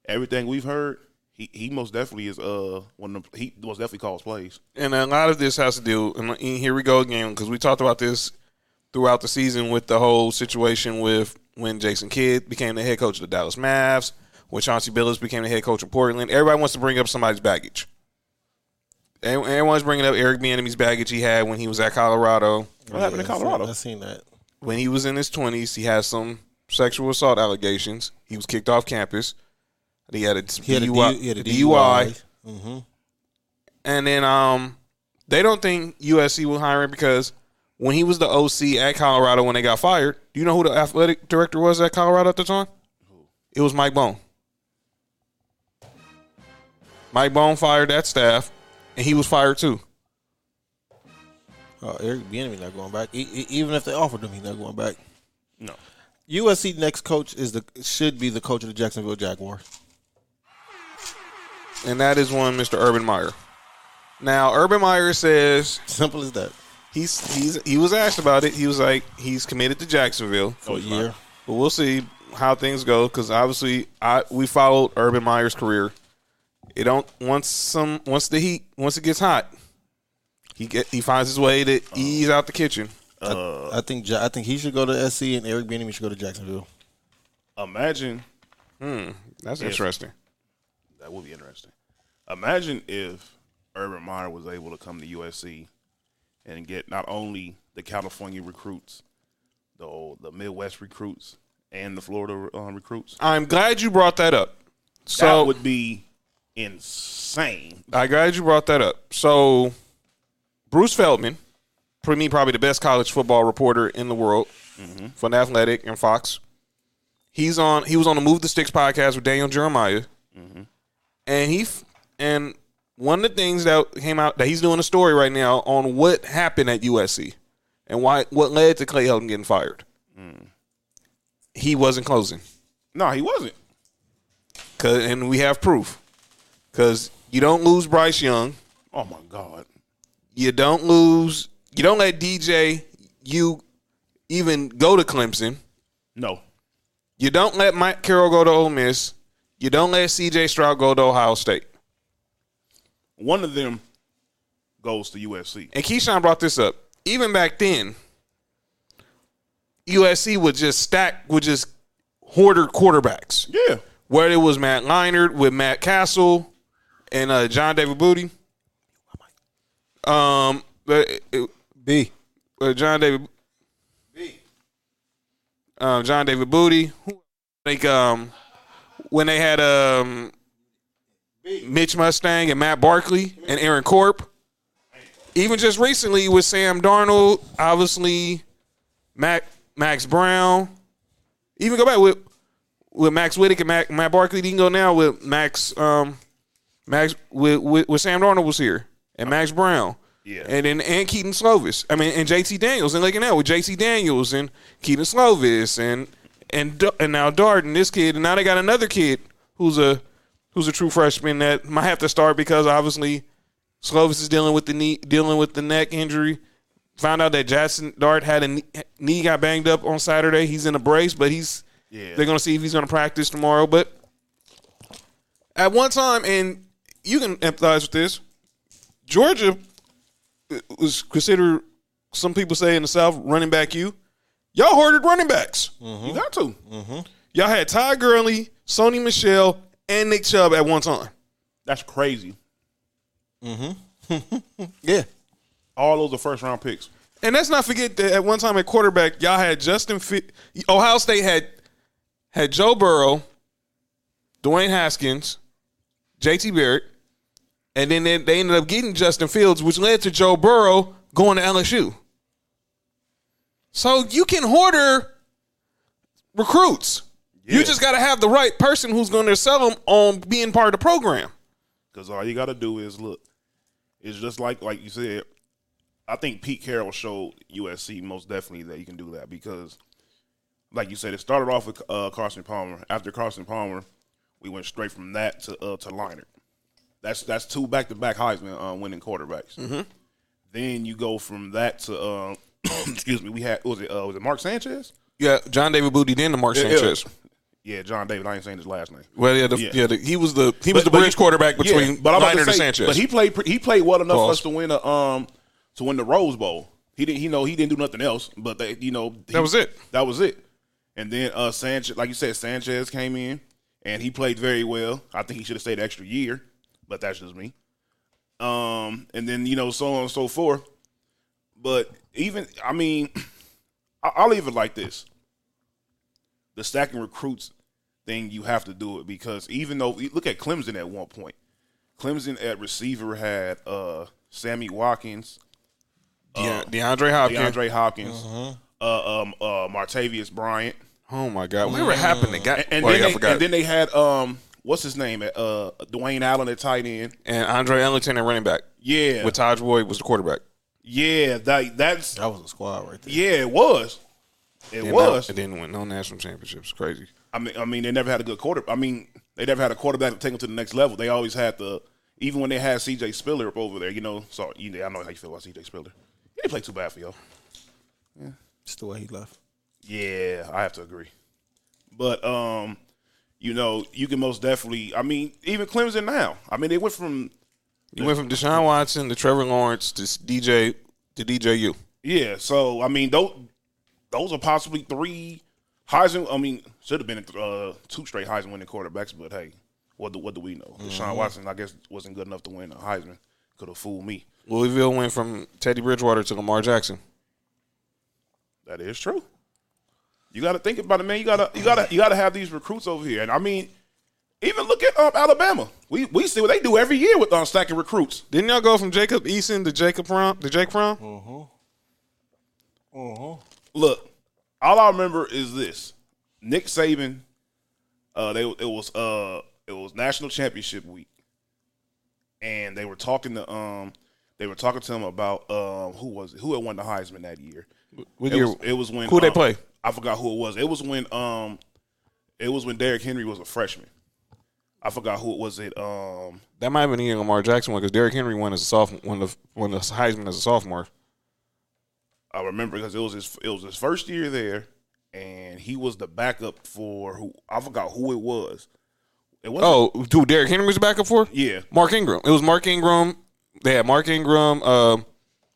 Speaker 2: everything we've heard, He he most definitely is uh one of the, he most definitely calls plays.
Speaker 4: and a lot of this has to do. And and here we go again because we talked about this throughout the season with the whole situation with when Jason Kidd became the head coach of the Dallas Mavs, when Chauncey Billups became the head coach of Portland. Everybody wants to bring up somebody's baggage. Every- Everyone's bringing up Eric Bieniemy's baggage he had when he was at Colorado.
Speaker 2: What happened in Colorado?
Speaker 3: I seen that.
Speaker 4: When he was in his twenties, he had some sexual assault allegations. He was kicked off campus. He had a
Speaker 3: He had,
Speaker 4: DUI.
Speaker 3: a DU, he had a
Speaker 4: DUI.
Speaker 3: DUI. Mm-hmm.
Speaker 4: And then um, they don't think USC will hire him because when he was the OC at Colorado when they got fired, do you know who the athletic director was at Colorado at the time? It was Mike Bone. Mike Bone fired that staff, and he was fired too.
Speaker 3: Oh, Eric Bieniemy not going back. E- e- even if they offered him, he's not going back.
Speaker 2: No.
Speaker 3: USC next coach is the should be the coach of the Jacksonville Jaguars.
Speaker 4: And that is one Mr. Urban Meyer. Now, Urban Meyer says
Speaker 3: Simple as that.
Speaker 4: he's he's he was asked about it. He was like he's committed to Jacksonville.
Speaker 3: For a year,
Speaker 4: But we'll see how things go because obviously I we followed Urban Meyer's career. It don't once some once the heat once it gets hot, he get he finds his way to ease out the kitchen.
Speaker 3: I think Ja- I think he should go to SC and Eric Bieniemy should go to Jacksonville.
Speaker 2: Imagine
Speaker 4: That's interesting.
Speaker 2: that would be interesting. Imagine if Urban Meyer was able to come to USC and get not only the California recruits, the the Midwest recruits, and the Florida um, recruits.
Speaker 4: I'm glad you brought that up. So
Speaker 2: that would be insane.
Speaker 4: I'm glad you brought that up. So, Bruce Feldman, for me, probably the best college football reporter in the world for The Athletic and Fox. He's on. He was on the Move the Sticks podcast with Daniel Jeremiah, and he f- and one of the things that came out that he's doing a story right now on what happened at USC and why what led to Clay Helton getting fired. He wasn't closing.
Speaker 2: No, he wasn't.
Speaker 4: 'Cause- and we have proof because you don't lose Bryce Young.
Speaker 2: Oh my God.
Speaker 4: you don't lose. You don't let DJ you even go to Clemson.
Speaker 2: No.
Speaker 4: You don't let Mike Carroll go to Ole Miss. You don't let CJ Stroud go to Ohio State.
Speaker 2: One of them goes to USC.
Speaker 4: And Keyshawn brought this up. Even back then, USC would just stack, would just hoarder quarterbacks.
Speaker 2: Yeah.
Speaker 4: Whether it was Matt Leinart with Matt Castle and uh, John David Booty. Um, but it-
Speaker 3: B.
Speaker 4: uh, John David. Um, John David Booty. Who- Like um, when they had um, Mitch Mustang and Matt Barkley and Aaron Corp. Even just recently with Sam Darnold, obviously, Mac Max Brown. Even go back with with Max Whittick and Mac, Matt Barkley. You can go now with Max um, Max with, with with Sam Darnold was here and Max Brown.
Speaker 2: Yeah.
Speaker 4: And then and Keaton Slovis. I mean and JT Daniels and like now with JT Daniels and Keaton Slovis and and D- and now Darden this kid and now they got another kid who's a who's a true freshman that might have to start because obviously Slovis is dealing with the knee dealing with the neck injury. Found out that Jackson Dart had a knee, knee got banged up on Saturday. He's in a brace, but he's
Speaker 2: Yeah.
Speaker 4: they're gonna see if he's gonna practice tomorrow. But at one time, and you can empathize with this, Georgia was considered some people say in the South running back you. Y'all hoarded running backs.
Speaker 2: You got to.
Speaker 4: Y'all had Ty Gurley, Sony Michelle, and Nick Chubb at one time.
Speaker 2: That's crazy.
Speaker 3: Yeah.
Speaker 2: All those are first round picks.
Speaker 4: And let's not forget that at one time at quarterback, y'all had Justin. Fi- Ohio State had had Joe Burrow, Dwayne Haskins, J.T. Barrett, and then they, they ended up getting Justin Fields, which led to Joe Burrow going to LSU. So you can hoarder recruits. You
Speaker 2: Yeah.
Speaker 4: just got to have the right person who's going to sell them on being part of the program.
Speaker 2: Because all you got to do is look. It's just like like you said. I think Pete Carroll showed USC most definitely that you can do that because, like you said, it started off with uh, Carson Palmer. After Carson Palmer, we went straight from that to uh, to Leinart. That's that's two back to back Heisman uh, winning quarterbacks. Then you go from that to uh, excuse me. We had was it uh, was it Mark Sanchez?
Speaker 4: Yeah, John David Booty, then the Mark Sanchez.
Speaker 2: Yeah. Yeah, John David. I ain't saying his last name.
Speaker 6: Well, yeah, the, yeah.
Speaker 2: Yeah.
Speaker 6: the, he was the he was the
Speaker 2: but
Speaker 6: bridge
Speaker 2: he-
Speaker 6: quarterback between
Speaker 2: yeah, but I'm about
Speaker 6: Leonard
Speaker 2: to
Speaker 6: and
Speaker 2: say,
Speaker 6: Sanchez.
Speaker 2: But he played pre- he played well enough for
Speaker 6: Pause.
Speaker 2: us to win a um to win the Rose Bowl. He didn't you know he didn't do nothing else, but they, you know he-
Speaker 4: That was it.
Speaker 2: That was it. And then uh Sanchez, like you said, Sanchez came in and he played very well. I think he should have stayed an extra year, but that's just me. Um, and then you know so on and so forth. But even I mean, I- I'll leave it like this: the stacking recruits thing, you have to do it because even though look at Clemson at one point, Clemson at receiver had uh, Sammy Watkins,
Speaker 4: Yeah, DeAndre Hopkins.
Speaker 2: Uh, DeAndre Hopkins, uh, um, uh, Martavius Bryant,
Speaker 4: Oh my God, whatever happened to guy?
Speaker 2: and, and
Speaker 6: Boy, I
Speaker 2: then they,
Speaker 6: forgot.
Speaker 2: and then they had um, what's his name at uh, Dwayne Allen at tight end.
Speaker 4: And Andre Ellington at running back.
Speaker 2: Yeah,
Speaker 4: With Taj Boyd was the quarterback.
Speaker 2: yeah, that that's
Speaker 3: That was a squad right there.
Speaker 2: yeah, it was. It
Speaker 4: And
Speaker 2: was.
Speaker 4: It didn't win no national championships. Crazy.
Speaker 2: I mean, I mean, they never had a good quarter. I mean, they never had a quarterback to take them to the next level. They always had the even when they had C.J. Spiller up over there. You know, sorry, you know, I know how you feel about C.J. Spiller. He didn't play too bad for y'all.
Speaker 3: Just the way he left.
Speaker 2: Yeah, I have to agree. But um, you know, you can most definitely. I mean, even Clemson now. I mean, they went from
Speaker 4: You went from Deshaun Watson to Trevor Lawrence to s- DJ to DJU.
Speaker 2: yeah. So I mean, those those are possibly three Heisman. I mean, should have been uh, two straight Heisman winning quarterbacks. But hey, what do what do we know? Deshaun Watson, I guess, wasn't good enough to win a Heisman. Could have fooled me.
Speaker 4: Louisville went from Teddy Bridgewater to Lamar Jackson.
Speaker 2: That is true. You got to think about it, man. You gotta, you gotta, you gotta have these recruits over here. And I mean, even look at um, Alabama. We we see what they do every year with um, stacking recruits.
Speaker 4: Didn't y'all go from Jacob Eason to Jacob Prom to Jake Prom?
Speaker 2: Mm. Look, all I remember is this: Nick Saban. Uh, they it was uh it was national championship week, and they were talking to um they were talking to him about um who was it? who had won the Heisman that year.
Speaker 4: What
Speaker 2: it,
Speaker 4: year-
Speaker 2: was, it was when
Speaker 4: Who'd they
Speaker 2: um,
Speaker 4: play?
Speaker 2: I forgot who it was. It was when um, it was when Derrick Henry was a freshman. I forgot who it was. It um,
Speaker 4: That might have been the year Lamar Jackson one because Derrick Henry won as a sophomore, won the won the Heisman as a sophomore.
Speaker 2: I remember because it was his it was his first year there, and he was the backup for who I forgot who it was. It was
Speaker 4: Oh, who Derrick Henry was backup for?
Speaker 2: yeah,
Speaker 4: Mark Ingram. It was Mark Ingram. They had Mark Ingram, uh,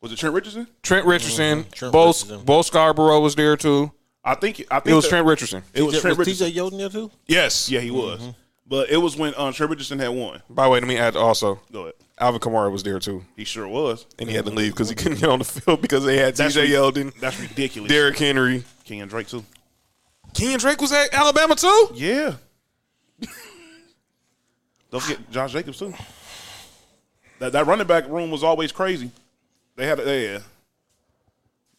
Speaker 2: was it Trent Richardson?
Speaker 4: Trent Richardson,
Speaker 3: Mm-hmm. Trent
Speaker 4: Bo,
Speaker 3: Richardson.
Speaker 4: Bo Scarborough was there too.
Speaker 2: I think I think
Speaker 4: It was
Speaker 2: that-
Speaker 4: Trent Richardson.
Speaker 2: It was
Speaker 3: Was
Speaker 2: Trent Richardson.
Speaker 3: TJ Yoden there too?
Speaker 4: Yes.
Speaker 2: Yeah, he was.
Speaker 4: Mm-hmm.
Speaker 2: But it was when um, Trent Richardson had won.
Speaker 4: By the way, let me add also,
Speaker 2: Go ahead.
Speaker 4: Alvin Kamara was there too,
Speaker 2: He sure was.
Speaker 4: and he had to leave because he couldn't get on the field because they had
Speaker 2: That's
Speaker 4: T.J.
Speaker 2: re-
Speaker 4: Yeldon,
Speaker 2: That's ridiculous.
Speaker 4: Derrick Henry,
Speaker 2: King and Drake too.
Speaker 4: Ken Drake was at Alabama too.
Speaker 2: Yeah. Don't forget Josh Jacobs too. That that running back room was always crazy. They had a yeah.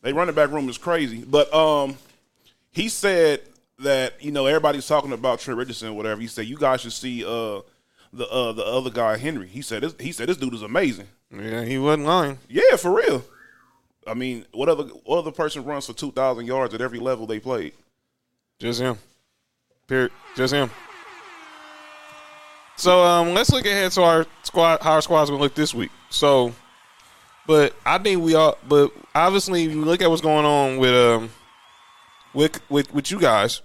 Speaker 2: They running back room is crazy. But um he said that, you know, everybody's talking about Trent Richardson or whatever. He said, You guys should see uh the uh the other guy, Henry. He said this he said this dude is amazing.
Speaker 4: Yeah, he wasn't lying.
Speaker 2: Yeah, for real. I mean, what other what other person runs for two thousand yards at every level they played?
Speaker 4: Just him. Period. Just him. So um, let's look ahead to our squad. How our squad's gonna look this week. So, but I think we all. But obviously, you look at what's going on with um, with with with you guys.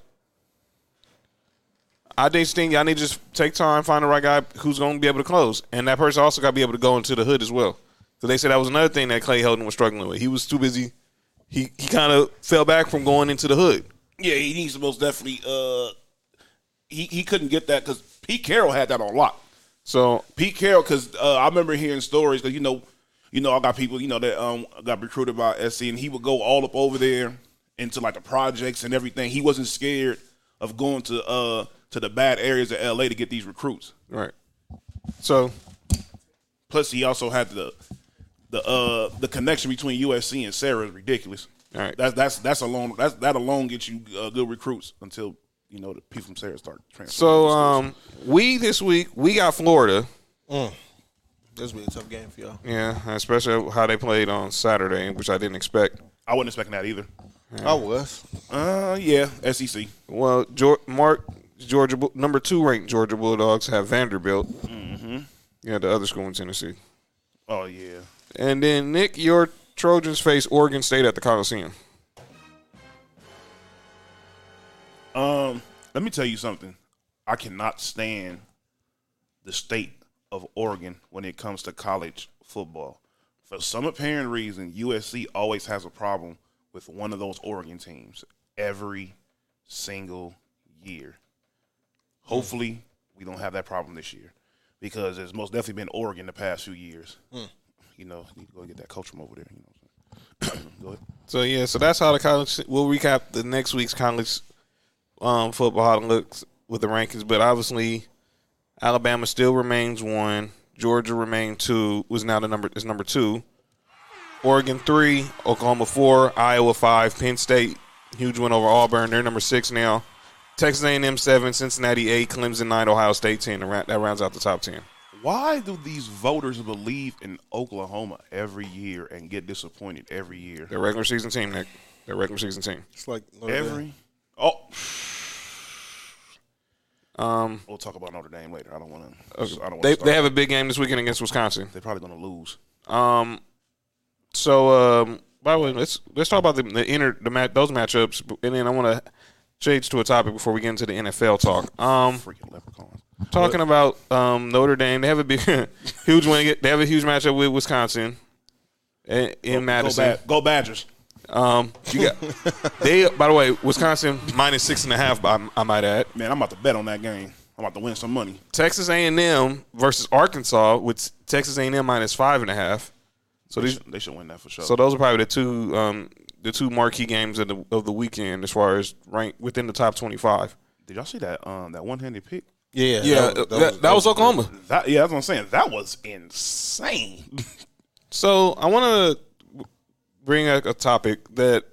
Speaker 4: I just think y'all need to just take time, find the right guy who's going to be able to close, and that person also got to be able to go into the hood as well. Because they said that was another thing that Clay Helton was struggling with. He was too busy. He he kind of fell back from going into the hood.
Speaker 2: Yeah, he needs to most definitely. Uh, he he couldn't get that because Pete Carroll had that on lock.
Speaker 4: So
Speaker 2: Pete Carroll, because uh, I remember hearing stories because you know, you know, I got people you know that um got recruited by SC, and he would go all up over there into like the projects and everything. He wasn't scared of going to uh to the bad areas of LA to get these recruits.
Speaker 4: Right. So
Speaker 2: Plus, he also had the the uh the connection between USC and Sarah is ridiculous.
Speaker 4: All right.
Speaker 2: that's that's that's alone that's that alone gets you uh, good recruits until you know the people from Sarah start transferring.
Speaker 4: so um we this week we got Florida.
Speaker 3: This will Mm. be a tough game for y'all.
Speaker 4: Yeah, especially how they played on Saturday, which I didn't expect.
Speaker 2: I wasn't expecting that either.
Speaker 3: I was.
Speaker 2: Uh, yeah, SEC.
Speaker 4: Well, Geor Mark Georgia Bull- number two ranked Georgia Bulldogs have Vanderbilt. Mm-hmm. Yeah, the other school in Tennessee,
Speaker 2: Oh yeah,
Speaker 4: and then Nick, your Trojans face Oregon State at the Coliseum.
Speaker 2: Um, Let me tell you something. I cannot stand the state of Oregon when it comes to college football. For some apparent reason, USC always has a problem with one of those Oregon teams every single year. Hopefully, we don't have that problem this year because it's most definitely been Oregon the past few years. You know, need to go get that coach from over there. You know, what I'm saying? go ahead.
Speaker 4: So yeah, so that's how the college. We'll recap the next week's college um, football how it looks with the rankings, but obviously Alabama still remains one. Georgia remained two. Was now the number is number two. Oregon three, Oklahoma four, Iowa five, Penn State huge win over Auburn. They're number six now. Texas A&M seven, Cincinnati eight, Clemson nine, Ohio State ten. That ra- that rounds out the top ten.
Speaker 2: Why do these voters believe in Oklahoma every year and get disappointed every year?
Speaker 4: Their regular season team, Nick. Their regular season team.
Speaker 3: It's like Notre Dame.
Speaker 2: Every oh. Um, we'll talk about Notre Dame later. I don't want to. I don't want
Speaker 4: They
Speaker 2: to.
Speaker 4: they have a big game this weekend against Wisconsin.
Speaker 2: They're probably going to lose.
Speaker 4: Um, so um, by the way, let's let's talk about the, the inner the mat, those matchups, and then I want to change to a topic before we get into the NFL talk. Um,
Speaker 2: Freaking leprechauns.
Speaker 4: talking about um, Notre Dame, they have a big, huge win. They have a huge matchup with Wisconsin in, in
Speaker 2: Go,
Speaker 4: Madison.
Speaker 2: Bad- go Badgers.
Speaker 4: Um, you got they. By the way, Wisconsin minus six and a half. I, I might add.
Speaker 2: Man, I'm about to bet on that game. I'm about to win some money.
Speaker 4: Texas A and M versus Arkansas with Texas A and M minus five and a half. So
Speaker 2: They
Speaker 4: these
Speaker 2: should, they should win that for sure.
Speaker 4: So those are probably the two um, the two marquee games of the of the weekend as far as rank within the top twenty five.
Speaker 2: Did y'all see that um that one handed pick?
Speaker 3: Yeah,
Speaker 4: Yeah, that, that, was Oklahoma.
Speaker 2: That yeah, that's what I'm saying. That was insane.
Speaker 4: So I want to bring up a topic that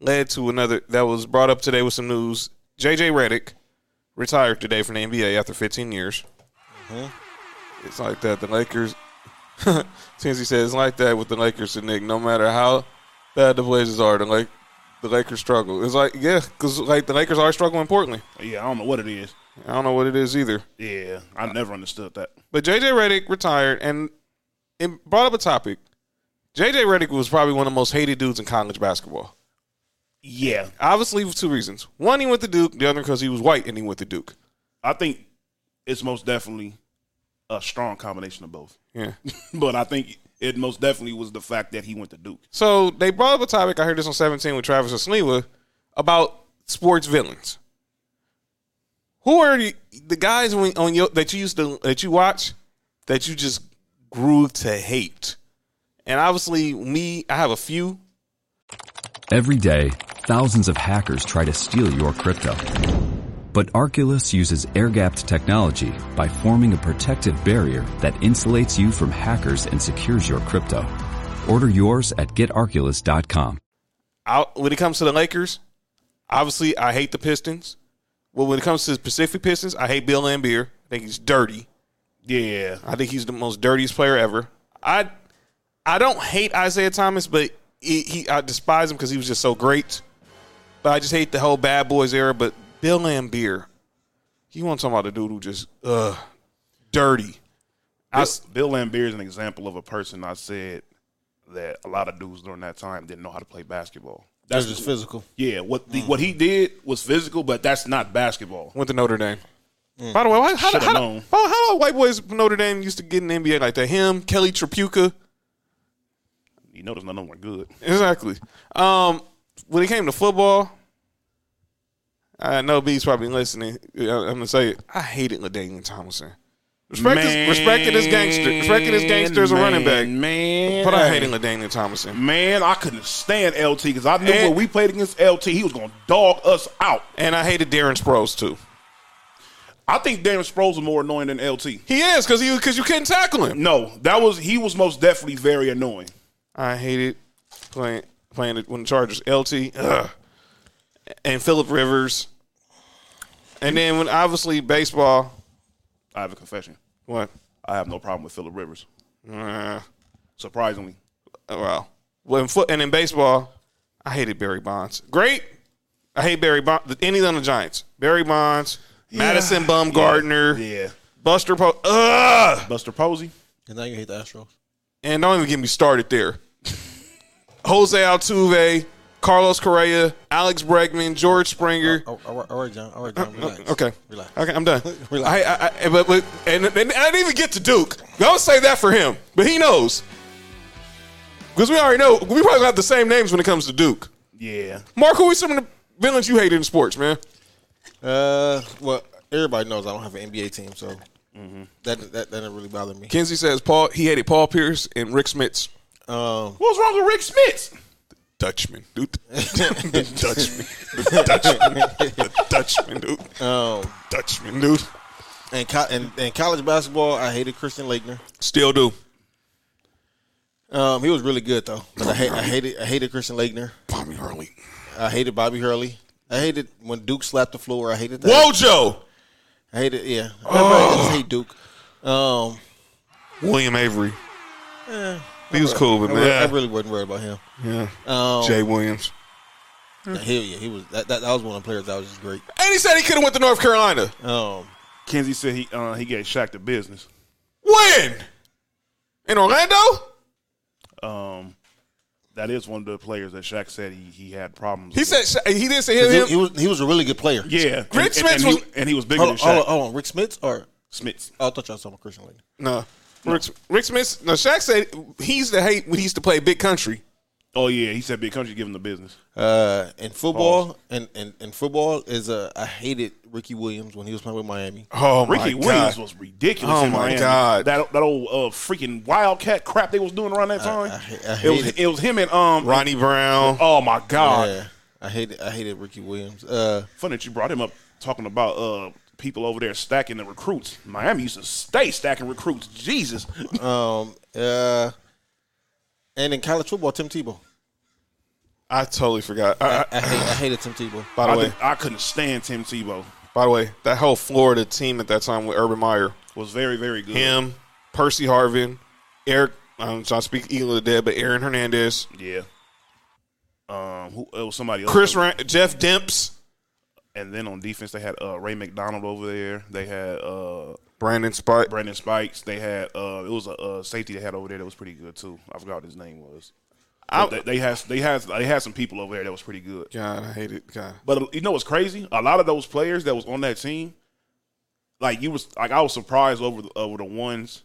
Speaker 4: led to another that was brought up today with some news. JJ Reddick retired today from the NBA after 15 years. It's like that. The Lakers, Tinsy says, it's like that with the Lakers and Nick. No matter how bad the Blazers are, the Lake, the Lakers struggle. It's like yeah, because like the Lakers are struggling Portland.
Speaker 2: yeah, I don't know what it is.
Speaker 4: I don't know what it is either.
Speaker 2: Yeah, I never understood that.
Speaker 4: But JJ Redick retired and it brought up a topic. JJ Redick was probably one of the most hated dudes in college basketball.
Speaker 2: Yeah,
Speaker 4: Obviously, for two reasons. One, he went to Duke. The other, because he was white and he went to Duke.
Speaker 2: I think it's most definitely a strong combination of both.
Speaker 4: Yeah.
Speaker 2: but I think it most definitely was the fact that he went to Duke.
Speaker 4: So they brought up a topic. I heard this on 17 with Travis Osniwa about sports villains. Who are the, the guys when, on your, that you used to that you watch that you just grew to hate? And obviously, me, I have a few.
Speaker 1: Every day, thousands of hackers try to steal your crypto. But Arculus uses air gapped technology by forming a protective barrier that insulates you from hackers and secures your crypto. Order yours at getarculus.com.
Speaker 4: I, when it comes to the Lakers, obviously I hate the Pistons. Well, when it comes to the Pacific Pistons, I hate Bill Lambier. I think he's dirty.
Speaker 2: Yeah,
Speaker 4: I think he's the most dirtiest player ever. I I don't hate Isaiah Thomas, but he, he I despise him because he was just so great. But I just hate the whole bad boys era. But Bill Lambier, you want to talk about a dude who just uh dirty. I
Speaker 2: Bill,
Speaker 4: s-
Speaker 2: Bill Lambier is an example of a person I said that a lot of dudes during that time didn't know how to play basketball. Mm.
Speaker 3: That's just physical.
Speaker 2: Yeah, what the, what he did was physical, but that's not basketball.
Speaker 4: went to Notre Dame. By the way, why, how, how,
Speaker 2: Shoulda
Speaker 4: how,
Speaker 2: known.
Speaker 4: how, how do white boys from Notre Dame used to get in the NBA like that? Him, Kelly Trapuka.
Speaker 2: You know, there's none of them are good.
Speaker 4: Exactly. Um, when it came to football, I know B's probably listening. Yeah, I'm gonna say it. I hated Ladainian Thompson. Respect
Speaker 2: Man,
Speaker 4: his, respected his gangster. Respected his gangster as a running back.
Speaker 2: man.
Speaker 4: But I hated Ladainian Thompson.
Speaker 2: Man, I couldn't stand LT because I knew
Speaker 4: And-
Speaker 2: when we played against LT, he was going to dog us out.
Speaker 4: And I hated Darren Sproles too.
Speaker 2: I think Darren Sproles was more annoying than LT.
Speaker 4: He is because you because you couldn't tackle him.
Speaker 2: No, that was he was most definitely very annoying.
Speaker 4: I hated playing playing it when the Chargers LT ugh. and Philip Rivers. And then when obviously baseball,
Speaker 2: I have a confession.
Speaker 4: what?
Speaker 2: I have no problem with Phillip Rivers.
Speaker 4: Uh,
Speaker 2: Surprisingly,
Speaker 4: well, when foot and in baseball, I hated Barry Bonds. Great, I hate Barry Bonds. Any of the Giants, Barry Bonds, Madison Bumgarner,
Speaker 2: yeah.
Speaker 4: Buster Po. Ugh.
Speaker 2: Buster Posey.
Speaker 3: And now you hate the Astros.
Speaker 4: and don't even get me started there. Jose Altuve, Carlos Correa, Alex Bregman, George Springer.
Speaker 3: All all right, all right, John. All right, John. Relax.
Speaker 4: Uh, Okay.
Speaker 3: Relax.
Speaker 4: Okay, I'm done.
Speaker 3: Relax.
Speaker 4: I, I, I, but, but, and, and I didn't even get to Duke. Don't say that for him, but he knows. Because we already know, we probably have the same names when it comes to Duke.
Speaker 2: Yeah.
Speaker 4: Mark, who are some of the villains you hated in sports, man?
Speaker 3: Uh, well, everybody knows I don't have an NBA team, so
Speaker 4: Mm-hmm.
Speaker 3: that, that that didn't really bother me.
Speaker 4: Kenzie says Paul. he hated Paul Pierce and Rick Smits.
Speaker 3: Um,
Speaker 2: What's wrong with Rick Smith?
Speaker 4: Dutchman, dude. the Dutchman. The Dutchman. The Dutchman, dude. Dutchman, dude.
Speaker 3: um, and, co- and and college basketball, I hated Christian Laettner.
Speaker 4: Still do.
Speaker 3: Um, he was really good though, but I, ha- I hated I hated Christian Laettner.
Speaker 4: Bobby Hurley.
Speaker 3: I hated Bobby Hurley. I hated when Duke slapped the floor. I hated that.
Speaker 4: Wojo.
Speaker 3: I hated yeah. I just hate Duke. Um,
Speaker 4: William Avery. he was cool, but
Speaker 3: I, re- I
Speaker 4: man.
Speaker 3: really wasn't worried about him.
Speaker 4: yeah.
Speaker 3: Um,
Speaker 4: Jay Williams.
Speaker 3: Hell yeah, he was. That, that that was one of the players that was just great.
Speaker 4: And he said he could have went to North Carolina.
Speaker 3: Um,
Speaker 2: Kenzie said he uh, he gave Shaq the business.
Speaker 4: When? In Orlando?
Speaker 2: Um, that is one of the players that Shaq said he, he had problems.
Speaker 4: He
Speaker 2: with.
Speaker 4: said Sha- he didn't say him.
Speaker 3: he,
Speaker 4: him.
Speaker 3: he was he was a really good player.
Speaker 2: yeah. And-
Speaker 4: Rick
Speaker 2: and,
Speaker 4: Smith
Speaker 2: and
Speaker 4: was-
Speaker 2: he, and he was bigger
Speaker 3: Hold on,
Speaker 2: than Shaq.
Speaker 3: hold on, uh, hold on. Rick Smith or
Speaker 2: Smith.
Speaker 3: oh, I thought y'all saw my Christian Laettner.
Speaker 4: no. Rick, Rick Smith. No, Shaq said he used to hate when he used to play big country.
Speaker 2: Oh yeah, he said big country give him the business.
Speaker 3: Uh, in football, and, and, and football is uh, I hated Ricky Williams when he was playing with Miami.
Speaker 4: Oh,
Speaker 2: Ricky Williams was ridiculous.
Speaker 4: Oh,
Speaker 2: in
Speaker 4: my
Speaker 2: Miami.
Speaker 4: God.
Speaker 2: That that old uh, freaking wildcat crap they was doing around that time.
Speaker 3: I- I hate
Speaker 2: it was
Speaker 3: it.
Speaker 2: it was him and um.
Speaker 4: Ronnie Brown.
Speaker 2: Oh my God!
Speaker 3: Yeah, I hated I hated Ricky Williams. Uh,
Speaker 2: Funny that you brought him up talking about uh people over there stacking the recruits. Miami used to stay stacking recruits. Jesus.
Speaker 3: um, uh, and in college football, Tim Tebow.
Speaker 4: I totally forgot. I, I,
Speaker 3: I, hate, I hated Tim Tebow.
Speaker 4: by the
Speaker 2: I,
Speaker 4: way,
Speaker 2: did, I couldn't stand Tim Tebow.
Speaker 4: by the way, that whole Florida team at that time with Urban Meyer,
Speaker 2: Was very very good.
Speaker 4: him, Percy Harvin, Eric. I'm trying to speak Eagle of the Dead, but Aaron Hernandez,
Speaker 2: Yeah. Um, who it was somebody else?
Speaker 4: Chris, Ran- Jeff Demps,
Speaker 2: and then on defense they had uh, Ray McDonald over there. They had uh,
Speaker 4: Brandon Spike.
Speaker 2: Brandon Spikes. They had uh, it was a, uh safety they had over there that was pretty good too. I forgot what his name was. But they, they had they had they had some people over there that was pretty good.
Speaker 4: God, I hate it. God.
Speaker 2: But uh, you know what's crazy? A lot of those players that was on that team, like you was like I was surprised over the, over the ones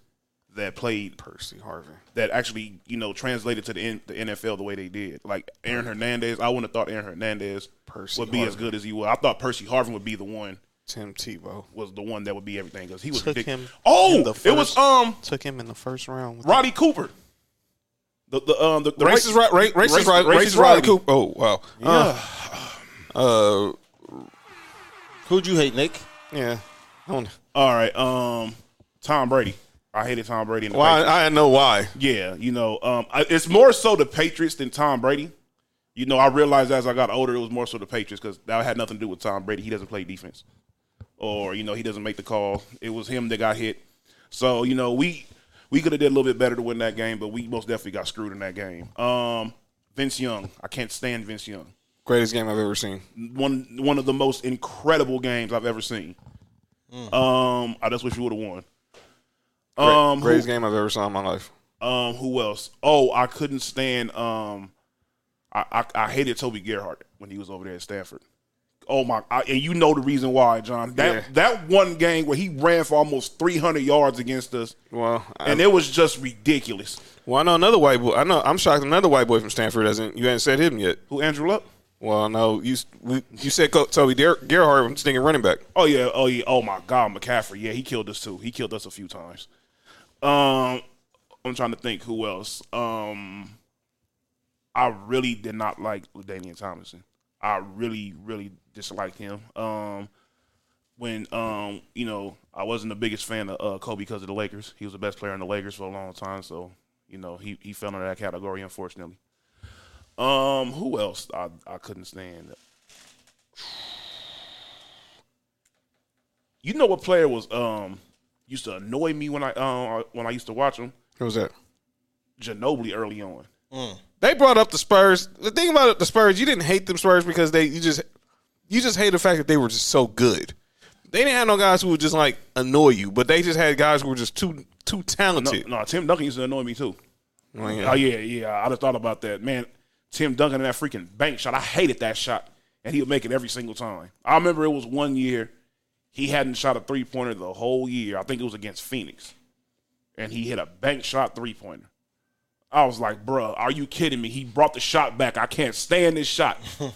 Speaker 2: that played
Speaker 4: Percy Harvin.
Speaker 2: that actually you know translated to the, N, the NFL the way they did. Like Aaron Hernandez, I wouldn't have thought Aaron Hernandez
Speaker 4: Percy
Speaker 2: would be as
Speaker 4: Harvin.
Speaker 2: good as he was. I thought Percy Harvin would be the one
Speaker 4: Tim Tebow.
Speaker 2: was the one that would be everything because he was
Speaker 4: Took
Speaker 2: ridic-
Speaker 4: him
Speaker 2: Oh,
Speaker 4: in the
Speaker 2: it was
Speaker 4: first-
Speaker 2: um
Speaker 4: Took him in the first round. With
Speaker 2: Roddy Cooper. The the um the, the
Speaker 4: racist,
Speaker 2: right
Speaker 4: right, right, racist, right, racist, Roddy Cooper. Oh wow. Uh, uh,
Speaker 3: Who'd you hate, Nick?
Speaker 4: yeah. I don't.
Speaker 2: All right, um, Tom Brady. I hated Tom Brady. In the
Speaker 4: Why?
Speaker 2: Patriots.
Speaker 4: I know why.
Speaker 2: Yeah, you know, um, I, it's more so the Patriots than Tom Brady. You know, I realized as I got older, it was more so the Patriots because that had nothing to do with Tom Brady. He doesn't play defense, or you know, he doesn't make the call. It was him that got hit. So you know, we we could have did a little bit better to win that game, but we most definitely got screwed in that game. Um, Vince Young, I can't stand Vince Young.
Speaker 4: Greatest game I've ever seen.
Speaker 2: One one of the most incredible games I've ever seen.
Speaker 4: Hmm.
Speaker 2: Um, I just wish we would have won.
Speaker 4: Great-
Speaker 2: Um, who-
Speaker 4: greatest game I've ever saw in my life.
Speaker 2: um, who else? Oh, I couldn't stand. Um, I, I I hated Toby Gerhardt when he was over there at Stanford. Oh my! I, and you know the reason why, John. That
Speaker 4: Yeah.
Speaker 2: that one game where he ran for almost three hundred yards against us,
Speaker 4: Well, I,
Speaker 2: and it was just ridiculous.
Speaker 4: well, I know another white boy. I know. I'm shocked. Another white boy from Stanford hasn't. You haven't said him yet.
Speaker 2: Who Andrew Luck?
Speaker 4: Well, no. You we, you said Co- Toby Der- Gerhart. I'm just thinking running back.
Speaker 2: Oh yeah, oh yeah, oh my God, McCaffrey. Yeah, he killed us too. He killed us a few times. Um, I'm trying to think who else. Um, I really did not like Damian Thomason. I really, really disliked him. Um, when um, you know, I wasn't the biggest fan of uh, Kobe because of the Lakers. He was the best player in the Lakers for a long time, so you know he he fell into that category, unfortunately. Um, who else I I couldn't stand. You know what player was um used to annoy me when I um when I used to watch him?
Speaker 4: Who was that?
Speaker 2: Ginobili early on.
Speaker 4: They brought up the Spurs. The thing about the Spurs, you didn't hate them Spurs because they you just you just hate the fact that they were just so good. They didn't have no guys who would just like annoy you, but they just had guys who were just too too
Speaker 2: No,
Speaker 4: talented.
Speaker 2: no, Tim Duncan used to annoy me too.
Speaker 4: Well, yeah.
Speaker 2: Oh yeah, yeah. I just thought about that, man. Tim Duncan in that freaking bank shot. I hated that shot, and he would make it every single time. I remember it was one year he hadn't shot a three pointer the whole year. I think it was against Phoenix, and he hit a bank shot three pointer. I was like, "Bruh, are you kidding me?" He brought the shot back. I can't stand this shot.
Speaker 4: Kids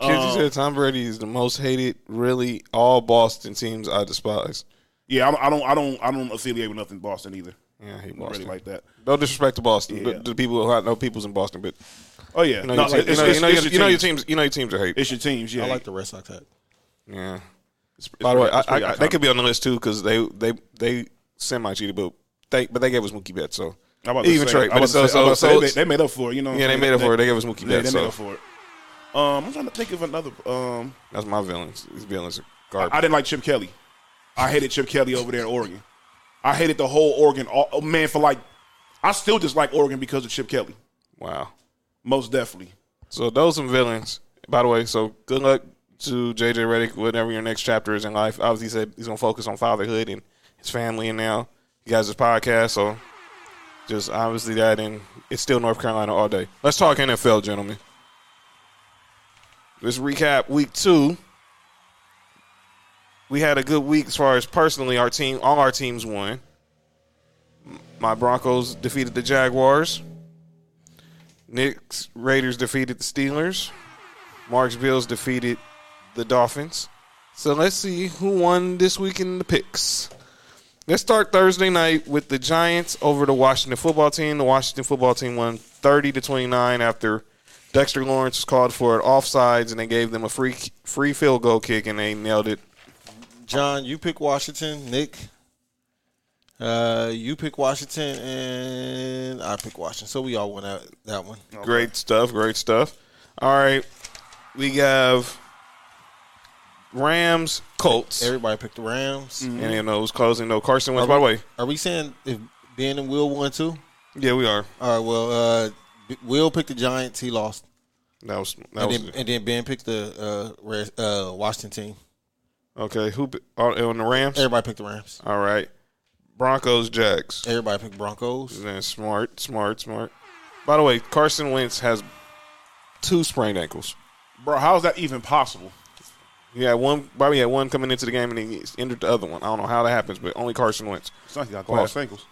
Speaker 2: Uh,
Speaker 4: you said Tom Brady is the most hated. Really, all Boston teams I despise.
Speaker 2: yeah, I, I don't, I don't, I don't affiliate with nothing Boston either.
Speaker 4: Yeah, I hate
Speaker 2: Really
Speaker 4: Boston.
Speaker 2: like that.
Speaker 4: No disrespect to Boston,
Speaker 2: Yeah.
Speaker 4: but the people who I know people's in Boston, but
Speaker 2: Oh yeah,
Speaker 4: you know,
Speaker 2: No,
Speaker 4: your,
Speaker 2: like,
Speaker 4: team, you
Speaker 2: it's-
Speaker 4: know, you
Speaker 2: it's-
Speaker 4: know,
Speaker 2: it's
Speaker 4: your,
Speaker 2: your
Speaker 4: you know your
Speaker 2: teams.
Speaker 4: teams, you know your teams are hate.
Speaker 2: It's your teams. Yeah,
Speaker 3: I like the Red Sox hat.
Speaker 4: Yeah. By the way,
Speaker 2: pretty- it's
Speaker 4: I,
Speaker 2: pretty
Speaker 4: I, they
Speaker 2: iconic.
Speaker 4: could be on the list too because they they they semi cheated, but they but they gave us Mookie Bet, so
Speaker 2: I'm about to
Speaker 4: even
Speaker 2: say-
Speaker 4: trade.
Speaker 2: I'm about
Speaker 4: But
Speaker 2: to
Speaker 4: so,
Speaker 2: say-
Speaker 4: so,
Speaker 2: oh,
Speaker 4: so
Speaker 2: they, made,
Speaker 4: it's-
Speaker 2: they made up for it. You know, what
Speaker 4: yeah,
Speaker 2: I'm
Speaker 4: they
Speaker 2: saying?
Speaker 4: made up for it. They gave us Mookie
Speaker 2: They,
Speaker 4: Bet,
Speaker 2: they made
Speaker 4: so
Speaker 2: up for it. Um, I'm trying to think of another. Um,
Speaker 4: that's my villains. These villains are
Speaker 2: I
Speaker 4: garbage.
Speaker 2: didn't like Chip Kelly. I hated Chip Kelly over there in Oregon. I hated the whole Oregon. all- oh, man, for like, I still dislike Oregon because of Chip Kelly.
Speaker 4: wow.
Speaker 2: Most definitely.
Speaker 4: So those some villains. By the way, so good luck to JJ Redick, whatever your next chapter is in life. Obviously, he said he's gonna focus on fatherhood and his family, and now he has his podcast. So just obviously that, and it's still North Carolina all day. Let's talk NFL, gentlemen. Let's recap week two. We had a good week as far as personally our team. All our teams won. My Broncos defeated the Jaguars. Knicks Raiders defeated the Steelers. Mark's Bills defeated the Dolphins. So let's see who won this week in the picks. Let's start Thursday night with the Giants over the Washington football team. The Washington football team won 30 to 29 after Dexter Lawrence was called for it offsides and they gave them a free free field goal kick and they nailed it.
Speaker 3: John, you pick Washington. Nick, uh, you pick Washington, and I pick Washington. So we all went out that one.
Speaker 4: Great stuff. Great stuff. All right. We have Rams, Colts.
Speaker 3: Everybody picked the Rams.
Speaker 4: And you know, it was closing though. Carson Wentz. By the way,
Speaker 3: Are we saying if Ben and Will won too?
Speaker 4: yeah, we are.
Speaker 3: All right. Well, uh, B- Will picked the Giants. He lost.
Speaker 4: That was that
Speaker 3: And
Speaker 4: was
Speaker 3: then, and then Ben picked the uh, Red, uh, Washington team.
Speaker 4: okay. Who be- on on the Rams?
Speaker 3: Everybody picked the Rams.
Speaker 4: All right, Broncos, Jags.
Speaker 3: Everybody picked Broncos.
Speaker 4: Then smart, smart, smart. By the way, Carson Wentz has two sprained ankles.
Speaker 2: Bro, how is that even possible?
Speaker 4: He had one. Bobby had one coming into the game, and he injured the other one. I don't know how that happens, but only Carson Wentz.
Speaker 2: It's like he got
Speaker 4: Wow.
Speaker 2: glass ankles.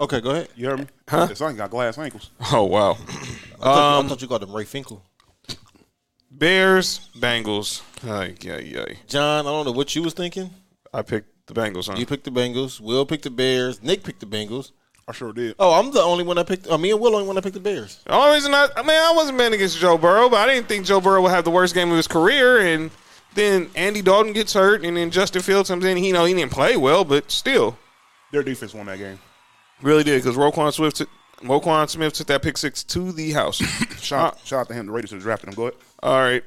Speaker 3: Okay, go ahead.
Speaker 2: You heard me?
Speaker 4: Huh?
Speaker 2: It's like he got glass ankles.
Speaker 4: Oh wow.
Speaker 3: I thought,
Speaker 4: Um,
Speaker 3: I thought you called him Ray Finkel.
Speaker 4: Bears, Bengals. Ay, ay, ay.
Speaker 3: John, I don't know what you was thinking.
Speaker 4: I picked the Bengals. Huh?
Speaker 3: You picked the Bengals. Will picked the Bears. Nick picked the Bengals.
Speaker 2: I sure did.
Speaker 3: Oh, I'm the only one that picked. Oh, me and Will only one that picked the Bears.
Speaker 4: The only reason I, I mean, I wasn't betting against Joe Burrow, but I didn't think Joe Burrow would have the worst game of his career. And then Andy Dalton gets hurt, and then Justin Fields comes in. He you know he didn't play well, but still,
Speaker 2: Their defense won that game.
Speaker 4: really did because Roquan Swift, took, Roquan Smith took that pick six to the house.
Speaker 2: Shout, shout out to him. The Raiders have drafted him. Go ahead.
Speaker 4: Uh, All right,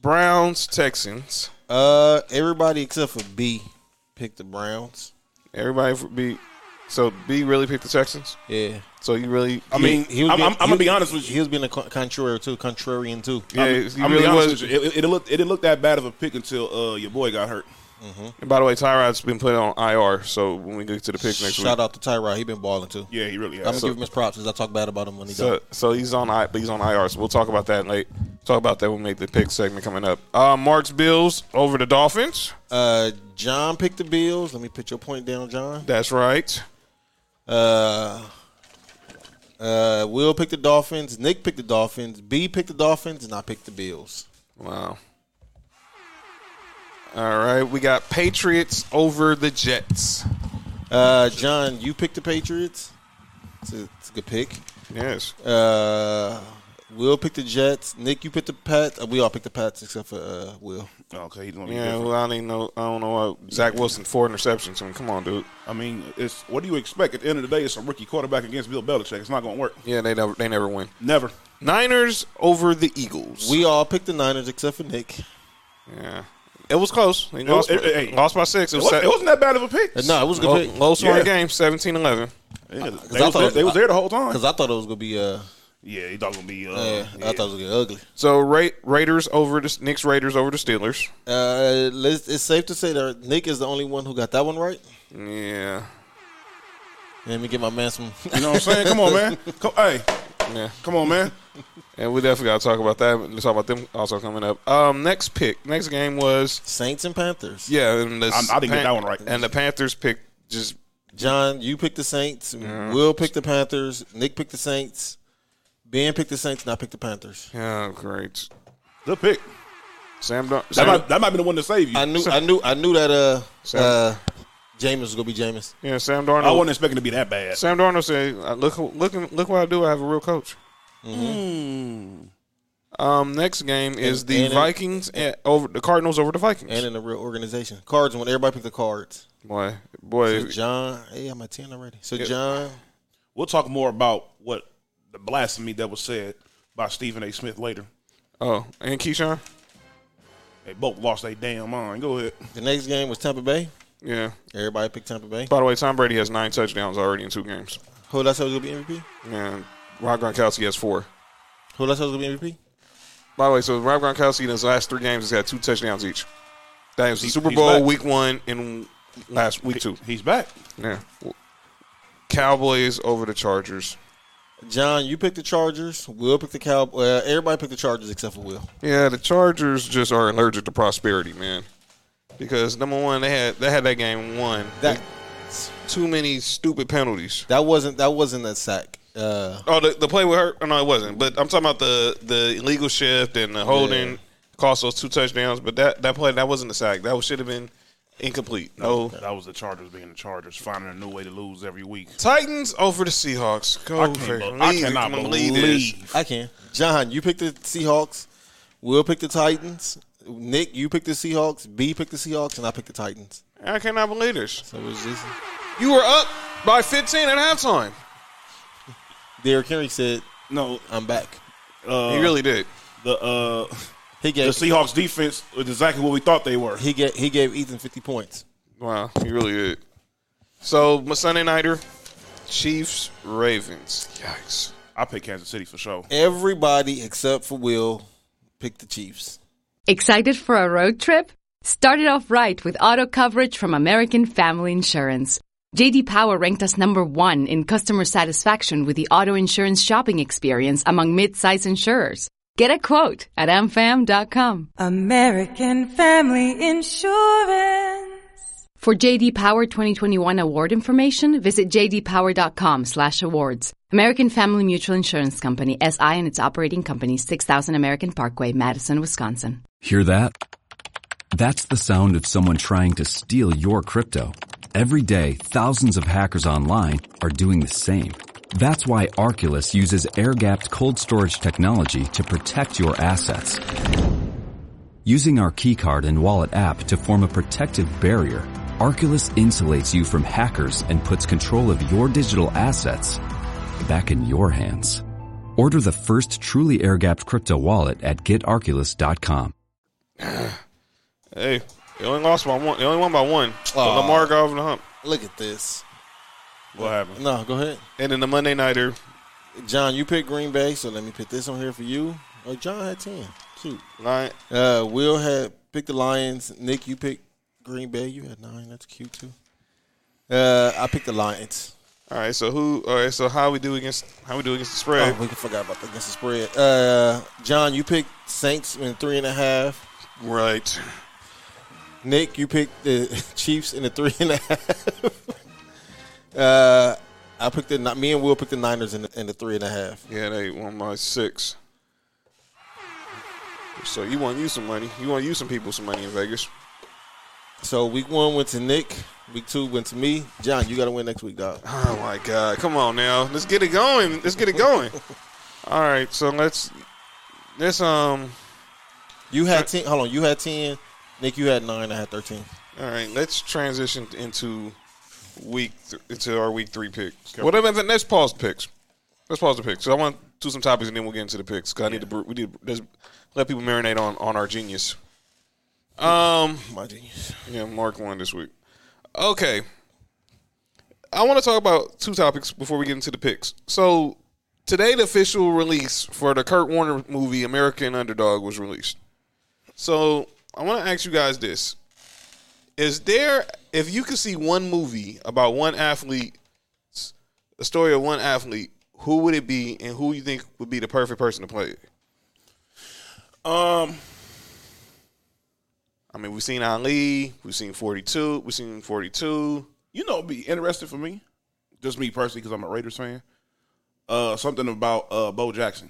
Speaker 4: Browns, Texans.
Speaker 3: Uh, everybody except for B picked the Browns.
Speaker 4: Everybody for B. So B really picked the Texans.
Speaker 3: Yeah.
Speaker 4: So you really,
Speaker 2: I mean,
Speaker 3: He was
Speaker 2: I'm,
Speaker 3: being-
Speaker 2: I'm, I'm
Speaker 3: he
Speaker 2: gonna
Speaker 3: was-
Speaker 2: be honest with you.
Speaker 3: He was being a con- contrary too, contrarian too.
Speaker 4: yeah,
Speaker 2: I'm,
Speaker 4: you
Speaker 2: I'm gonna
Speaker 4: really
Speaker 2: be honest
Speaker 4: was.
Speaker 2: with you. It, it, it looked it didn't look that bad of a pick until uh, your boy got hurt.
Speaker 4: And by the way, Tyrod's been put on IR. So when we get to the pick next week,
Speaker 3: Shout out to Tyrod. He been balling too.
Speaker 2: Yeah, he really
Speaker 3: I'm gonna
Speaker 2: has.
Speaker 3: give him his props because I talk bad about him when he does.
Speaker 4: So, so he's on I, but he's on IR. So we'll talk about that late. Talk about that when we make the pick segment coming up. Uh, Mark's Bills over the Dolphins.
Speaker 3: Uh, John picked the Bills. Let me put your point down, John.
Speaker 4: That's right.
Speaker 3: Uh, uh, Will picked the Dolphins. Nick picked the Dolphins. B picked the Dolphins, and I picked the Bills.
Speaker 4: Wow. All right, we got Patriots over the Jets.
Speaker 3: Uh, John, you picked the Patriots. It's a, it's a good pick.
Speaker 4: Yes.
Speaker 3: Uh, Will picked the Jets. Nick, you picked the Pats. Uh, we all picked the Pats except for uh, Will.
Speaker 2: oh, okay, he's gonna be
Speaker 4: Yeah.
Speaker 2: different.
Speaker 4: Well, I don't even know. I don't know. Why Zach Wilson four interceptions. I mean, come on, dude.
Speaker 2: I mean, it's what do you expect? At the end of the day, it's a rookie quarterback against Bill Belichick. It's not going to work.
Speaker 4: Yeah, they never. They never win.
Speaker 2: Never.
Speaker 4: Niners over the Eagles.
Speaker 3: We all picked the Niners except for Nick.
Speaker 4: yeah. It was close. They lost,
Speaker 2: was-
Speaker 4: by-
Speaker 2: it- hey.
Speaker 4: lost by six. It
Speaker 2: It,
Speaker 4: was,
Speaker 2: was, not
Speaker 4: se-
Speaker 2: that bad of a pick.
Speaker 3: Uh, No, it was a
Speaker 4: low,
Speaker 3: good pick.
Speaker 4: low scoring
Speaker 2: Yeah.
Speaker 4: game, 17-11.
Speaker 2: Yeah, they,
Speaker 3: I
Speaker 2: was
Speaker 3: thought-
Speaker 2: there, they was there the whole time.
Speaker 3: Because I thought it was gonna be uh,
Speaker 2: Yeah, he thought it was gonna be. Uh,
Speaker 3: yeah, I
Speaker 2: yeah.
Speaker 3: thought it was gonna get ugly.
Speaker 4: So Ra- Raiders over the Knicks. Raiders over the Steelers.
Speaker 3: Uh, let's, it's safe to say that Nick is the only one who got that one right.
Speaker 4: Yeah.
Speaker 3: Let me get my man some.
Speaker 2: You know what I'm saying? Come on, man. Come, hey,
Speaker 4: Yeah.
Speaker 2: Come on, man.
Speaker 4: And we definitely got to talk about that. Let's talk about them also coming up. Um, next pick, next game was
Speaker 3: Saints and Panthers.
Speaker 4: yeah. And the
Speaker 2: I'm- I didn't get that one right.
Speaker 4: And the Panthers pick just
Speaker 3: John, you picked the Saints. Will picked the Panthers. Nick picked the Saints. Ben picked the Saints, and I picked the Panthers.
Speaker 4: yeah, oh, great.
Speaker 2: Good pick.
Speaker 4: Sam, Dun-
Speaker 2: That
Speaker 4: Sam
Speaker 2: might, that might be the one to save you.
Speaker 3: I
Speaker 2: I,
Speaker 3: knew, I knew, I knew that uh,
Speaker 4: Sam.
Speaker 3: uh, Jameis was gonna be Jameis.
Speaker 4: yeah, Sam Darnold.
Speaker 2: wasn't expecting to be that bad.
Speaker 4: Sam Darnold said, uh, "Look, look, look what I do. I have a real coach."
Speaker 2: Mm-hmm.
Speaker 4: Um, next game is
Speaker 3: And-
Speaker 4: the
Speaker 3: and it-
Speaker 4: Vikings and over the Cardinals over the Vikings.
Speaker 3: And in a real organization, cards. When everybody picked the cards,
Speaker 4: boy, boy,
Speaker 3: so John. Hey, I'm at ten already. So John,
Speaker 2: We'll talk more about what the blasphemy that was said by Stephen A. Smith later.
Speaker 4: oh, and Keyshawn,
Speaker 2: They both lost their damn mind. Go ahead.
Speaker 3: the next game was Tampa Bay.
Speaker 4: yeah.
Speaker 3: Everybody picked Tampa Bay.
Speaker 4: By the way, Tom Brady has nine touchdowns already in two games,
Speaker 3: Who did I say was gonna be MVP?
Speaker 4: and Rob Gronkowski has four.
Speaker 3: Who did I say was gonna be MVP?
Speaker 4: By the way, so Rob Gronkowski in his last three games has had two touchdowns each. That was the
Speaker 2: He-
Speaker 4: Super
Speaker 2: he's
Speaker 4: Bowl,
Speaker 2: back.
Speaker 4: Week One, and last Week Two.
Speaker 2: He's back.
Speaker 4: Yeah, Cowboys over the Chargers.
Speaker 3: John, you picked the Chargers. Will picked the Cow. Uh, everybody picked the Chargers except for Will.
Speaker 4: Yeah, the Chargers just are allergic to prosperity, man. Because number one, they had they had that game won.
Speaker 3: That
Speaker 4: too many stupid penalties.
Speaker 3: that wasn't that wasn't a sack. Uh,
Speaker 4: Oh, the, the play with her? No, it wasn't. But I'm talking about the the illegal shift and the holding
Speaker 3: Yeah.
Speaker 4: cost those two touchdowns. But that that play that wasn't a sack. That was- should have been incomplete. No.
Speaker 2: That was the Chargers being the Chargers, finding a new way to lose every week.
Speaker 4: Titans over the Seahawks. Go
Speaker 2: I can't
Speaker 4: for it.
Speaker 2: bel- I
Speaker 4: Lead it.
Speaker 2: cannot
Speaker 4: Come on, lead this.
Speaker 2: believe.
Speaker 3: I can. John, you picked the Seahawks. Will picked the Titans. Nick, you picked the Seahawks. B picked the Seahawks, and I picked the Titans.
Speaker 4: I cannot believe this.
Speaker 3: So it was just
Speaker 4: You were up by 15 at halftime.
Speaker 3: Derrick Henry said,
Speaker 2: No,
Speaker 3: "I'm back."
Speaker 2: Uh,
Speaker 4: you really did.
Speaker 2: the uh,
Speaker 3: He
Speaker 2: the
Speaker 3: gave
Speaker 2: Seahawks defense was exactly what we thought they were.
Speaker 3: he gave he gave Ethan 50 points.
Speaker 4: Wow, you really did. So my Sunday nighter, Chiefs Ravens. Yikes.
Speaker 2: I picked Kansas City for sure.
Speaker 3: Everybody except for Will picked the Chiefs.
Speaker 6: Excited for a road trip? Start it off right with auto coverage from American Family Insurance. JD Power ranked us number one in customer satisfaction with the auto insurance shopping experience among mid-size insurers. Get a quote at amfam.com.
Speaker 7: American Family Insurance.
Speaker 6: For JD Power 2021 award information, visit jdpower.com/awards. American Family Mutual Insurance Company SI and its operating company 6000 American Parkway, Madison, Wisconsin.
Speaker 1: Hear that? That's the sound of someone trying to steal your crypto. Every day, thousands of hackers online are doing the same. That's why Arculus uses air-gapped cold storage technology to protect your assets. Using our keycard and wallet app to form a protective barrier, Arculus insulates you from hackers and puts control of your digital assets back in your hands. Order the first truly air-gapped crypto wallet at getarculus.com.
Speaker 4: Hey, they only lost by one. They only won by one. But
Speaker 3: Aw.
Speaker 4: Lamar got over the hump.
Speaker 3: Look at this.
Speaker 2: What happened?
Speaker 3: No, go ahead.
Speaker 4: And then the Monday nighter,
Speaker 3: John, you picked Green Bay, so let me put this on here for you. Oh, John had 10. Cute.
Speaker 4: Lion,
Speaker 3: Uh, Will had picked the Lions. Nick, you picked Green Bay. You had nine. That's cute too. Uh, I picked the Lions.
Speaker 4: All right, so who? All right, so how we do against how we do against the spread?
Speaker 3: Oh, we forgot about the against the spread. Uh, John, you picked Saints in three and a half.
Speaker 4: Right.
Speaker 3: Nick, you picked the Chiefs in the three and a half. uh, I picked the me and Will picked the Niners in the, in the three and a half.
Speaker 4: Yeah, they won by six. So you want you some money? You want you some people some money in Vegas?
Speaker 3: So week one went to Nick. Week two went to me. John, you got to win next week, dog.
Speaker 4: Oh my God! Come on now, let's get it going. Let's get it going. All right, so let's let's um.
Speaker 3: You had ten. Hold on, you had ten. Nick, you had nine. I had thirteen.
Speaker 4: All right, let's transition into week th- into our week three picks. What about the let's pause the picks? Let's pause the picks. So I want to do some topics and then we'll get into the picks. 'cause I need to bre- we need to let's let people marinate on on our genius. Um,
Speaker 3: My genius.
Speaker 4: yeah, Mark won this week. Okay, I want to talk about two topics before we get into the picks. So today, the official release for the Kurt Warner movie American Underdog was released. So I want to ask you guys this: Is there, if you could see one movie about one athlete, a story of one athlete, who would it be, and who you think would be the perfect person to play it?
Speaker 2: Um,
Speaker 4: I mean, we've seen Ali, we've seen 42, we've seen 42.
Speaker 2: you know, it'd be interesting for me, just me personally, because I'm a Raiders fan. Uh, something about uh Bo Jackson.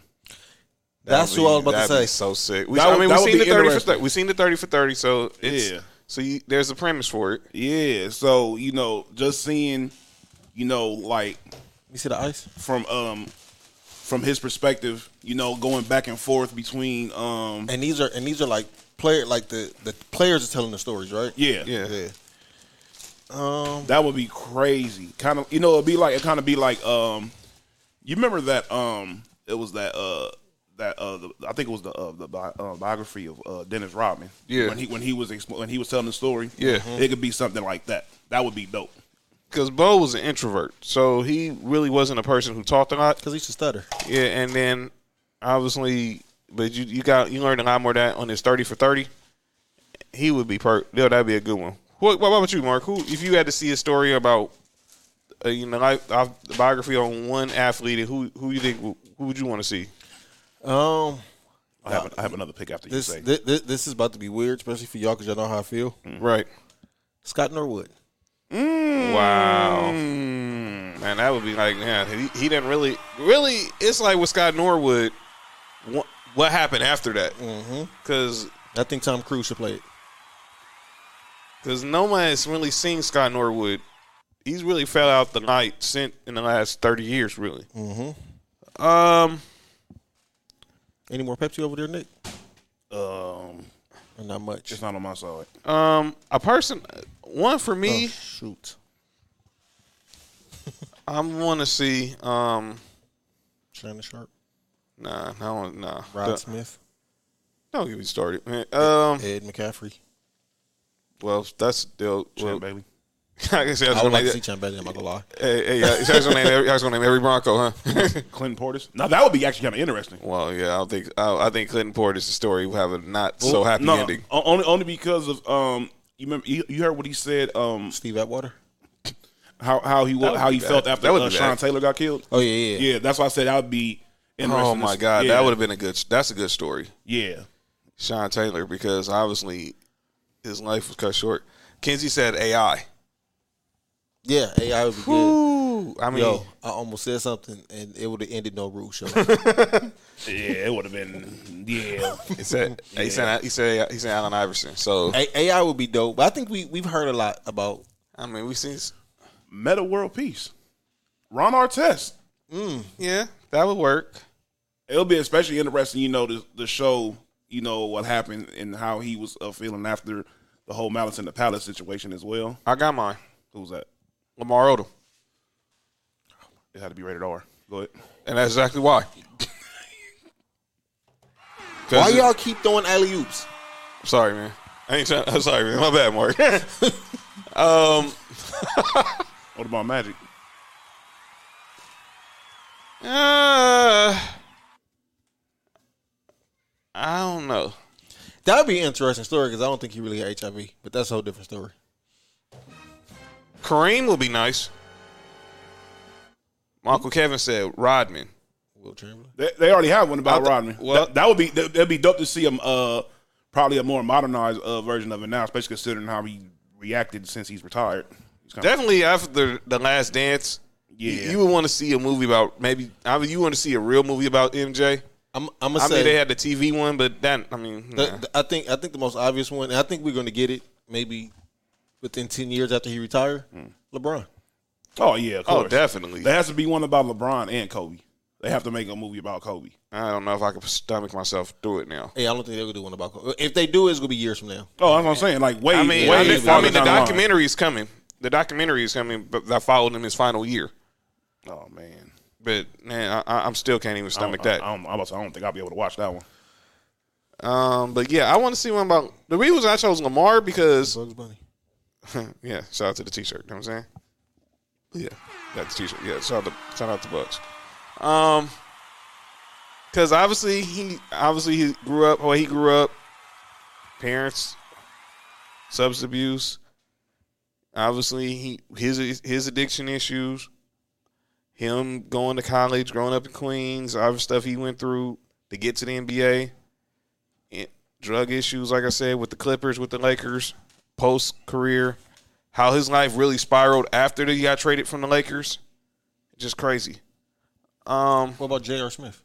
Speaker 3: That's who I was about to
Speaker 4: That'd be
Speaker 3: say.
Speaker 4: so sick. We,
Speaker 2: That
Speaker 4: I
Speaker 2: would-
Speaker 4: mean,
Speaker 2: that
Speaker 4: we've
Speaker 2: would
Speaker 4: seen
Speaker 2: be
Speaker 4: the thirty for
Speaker 2: interesting.
Speaker 4: thirty. We've seen the thirty for thirty. So it's,
Speaker 2: Yeah.
Speaker 4: So you, there's a premise for it.
Speaker 2: Yeah, so you know, just seeing, you know, like
Speaker 3: You see the ice?
Speaker 2: from um from his perspective, you know, going back and forth between um
Speaker 3: And these are and these are like player like the the players are telling the stories, right?
Speaker 2: yeah,
Speaker 4: Yeah.
Speaker 3: Yeah.
Speaker 2: that would be crazy. Kind of, you know, it'd be like it kind of be like um you remember that um it was that uh that uh the, I think it was the uh, the bi- uh, biography of uh, Dennis Rodman.
Speaker 4: Yeah.
Speaker 2: When he when he was expo- when he was telling the story. Mm-hmm.
Speaker 4: Yeah. Mhm.
Speaker 2: It could be something like that. That would be dope.
Speaker 4: Because Bo was an introvert, so he really wasn't a person who talked a lot.
Speaker 3: Because he should stutter.
Speaker 4: Yeah, and then obviously, but you you got you learned a lot more of that on his thirty for thirty. He would be per. Yeah, that'd be a good one. What, what about you, Mark? Who, if you had to see a story about, uh, you know, like uh, the biography on one athlete, who who you think who would you want to see?
Speaker 3: Um,
Speaker 2: I have, a, I have another pick after
Speaker 3: this
Speaker 2: you say.
Speaker 3: this, this this is about to be weird, especially for y'all because y'all know how I feel.
Speaker 4: Right.
Speaker 3: Scott Norwood.
Speaker 4: Wow. Hmm. Man, that would be like, yeah, he, he didn't really, really. It's like with Scott Norwood, what, what happened after that? Because
Speaker 3: I think Tom Cruise should play it.
Speaker 4: because no one has really seen Scott Norwood. He's really fell out the light since in the last thirty years, really.
Speaker 3: Mm.
Speaker 4: Mm-hmm. Um,
Speaker 3: Any more Pepsi over there, Nick?
Speaker 2: um,
Speaker 3: Or not much.
Speaker 2: it's not on my side.
Speaker 4: um, a person, one for
Speaker 3: Oh,
Speaker 4: me,
Speaker 3: shoot.
Speaker 4: I want to see. Um,
Speaker 3: Shannon Sharp.
Speaker 4: nah, no, nah,
Speaker 3: Rod
Speaker 4: Don't-
Speaker 3: Smith.
Speaker 4: Don't get me started, man. Um,
Speaker 3: Ed McCaffrey.
Speaker 4: well, that's still.
Speaker 2: Champ
Speaker 4: Well,
Speaker 2: Bailey.
Speaker 4: I guess that's
Speaker 3: I would
Speaker 4: what
Speaker 3: like
Speaker 4: they-
Speaker 3: to see Champ Bailey. I'm not gonna lie.
Speaker 4: Hey, hey, y'all- y'all gonna name every, y'all gonna name every Bronco, huh?
Speaker 2: Clinton Portis. Now that would be actually kind of interesting.
Speaker 4: well, yeah, I don't think I, I think Clinton Portis' story will have a not so happy
Speaker 2: no,
Speaker 4: ending.
Speaker 2: o- only only because of um. You remember you, you heard what he said um
Speaker 3: Steve Atwater.
Speaker 2: how how he
Speaker 4: would
Speaker 2: wa- how
Speaker 4: be
Speaker 2: he
Speaker 4: bad.
Speaker 2: felt after
Speaker 4: That would
Speaker 2: uh,
Speaker 4: be
Speaker 2: Sean
Speaker 4: bad.
Speaker 2: Taylor got killed.
Speaker 3: Oh yeah, yeah.
Speaker 2: Yeah, that's why I said that would be interesting.
Speaker 4: Oh
Speaker 2: to
Speaker 4: my
Speaker 2: s-
Speaker 4: God,
Speaker 2: yeah,
Speaker 4: that would have been a good. That's a good story,
Speaker 2: yeah.
Speaker 4: Sean Taylor, because obviously his life was cut short. Kenzie said AI.
Speaker 3: Yeah, AI would be good.
Speaker 4: Ooh, I mean,
Speaker 3: Yo, I almost said something and it would have ended no rule show.
Speaker 2: Yeah, it would have been yeah.
Speaker 4: he said he said he said he said Allen Iverson. So
Speaker 3: A- AI would be dope. But I think we we've heard a lot about
Speaker 4: I mean, we seen. s-
Speaker 2: Meta world peace. Ron Artest.
Speaker 4: Mm, Yeah, that would work.
Speaker 2: It'll be especially interesting, you know, the the show, you know, what happened and how he was uh, feeling after the whole Malice in the Palace situation as well.
Speaker 4: I got mine.
Speaker 2: Who's that?
Speaker 4: Lamar Odom,
Speaker 2: It had to be rated R. Go ahead.
Speaker 4: and that's exactly why. 'Cause
Speaker 3: why
Speaker 4: it-
Speaker 3: y'all keep throwing alley oops.
Speaker 4: Sorry, man. I ain't trying. I'm sorry, man. My bad, Mark. um,
Speaker 2: What about Magic?
Speaker 4: uh, I don't know.
Speaker 3: That'd be an interesting story because I don't think he really had HIV, but that's a whole different story.
Speaker 4: Kareem will be nice. My Uncle Kevin said Rodman.
Speaker 3: Will Chamberlain.
Speaker 2: They, they already have one
Speaker 4: I
Speaker 2: about
Speaker 4: th-
Speaker 2: Rodman.
Speaker 4: well-
Speaker 2: that, that would be that, that'd be dope to see him. Uh, probably a more modernized uh, version of it now, especially considering how he reacted since he's retired. He's kinda-
Speaker 4: Definitely after the Last Dance. you-
Speaker 2: Yeah.
Speaker 4: You would want to see a movie about maybe. I mean, you want to see a real movie about MJ.
Speaker 3: I'm I'm gonna
Speaker 4: I
Speaker 3: say
Speaker 4: mean, they had the TV one, but that. I mean,
Speaker 3: the-
Speaker 4: nah.
Speaker 3: the- I think I think the most obvious one, and I think we're gonna get it maybe within ten years after he retired.
Speaker 4: Hmm.
Speaker 3: LeBron.
Speaker 2: oh yeah, of
Speaker 4: oh,
Speaker 2: course.
Speaker 4: definitely.
Speaker 2: There has to be one about LeBron and Kobe. They have to make a movie about Kobe.
Speaker 4: I don't know if I could stomach myself through it now.
Speaker 3: Hey, I don't think they're gonna do one about. Kobe. If they do, it's gonna be years from now.
Speaker 2: Oh, that's what I'm saying. Like way,
Speaker 4: I mean,
Speaker 2: way
Speaker 4: I mean,
Speaker 2: farther
Speaker 4: I mean, the
Speaker 2: down line.
Speaker 4: documentary is coming. The documentary is coming, but that followed him his final year.
Speaker 2: Oh man,
Speaker 4: But man, I, I, I'm still can't even
Speaker 2: I don't,
Speaker 4: stomach
Speaker 2: I,
Speaker 4: that.
Speaker 2: don't, I'm about to say, I don't think I'll be able to watch that one.
Speaker 4: Um, but yeah, I want to see one about the reason I chose Lamar because
Speaker 3: Bugs Bunny.
Speaker 4: yeah, shout out to the T-shirt. You know what I'm saying? Yeah, got the T-shirt. Yeah, shout out to shout out to Bucks. Um, because obviously he obviously he grew up well he grew up parents substance abuse. Obviously he his his addiction issues. him going to college, growing up in Queens, other stuff he went through to get to the NBA, and drug issues, like I said, with the Clippers, with the Lakers, post career, how his life really spiraled after that he got traded from the Lakers, just crazy. Um,
Speaker 3: What about J.R. Smith?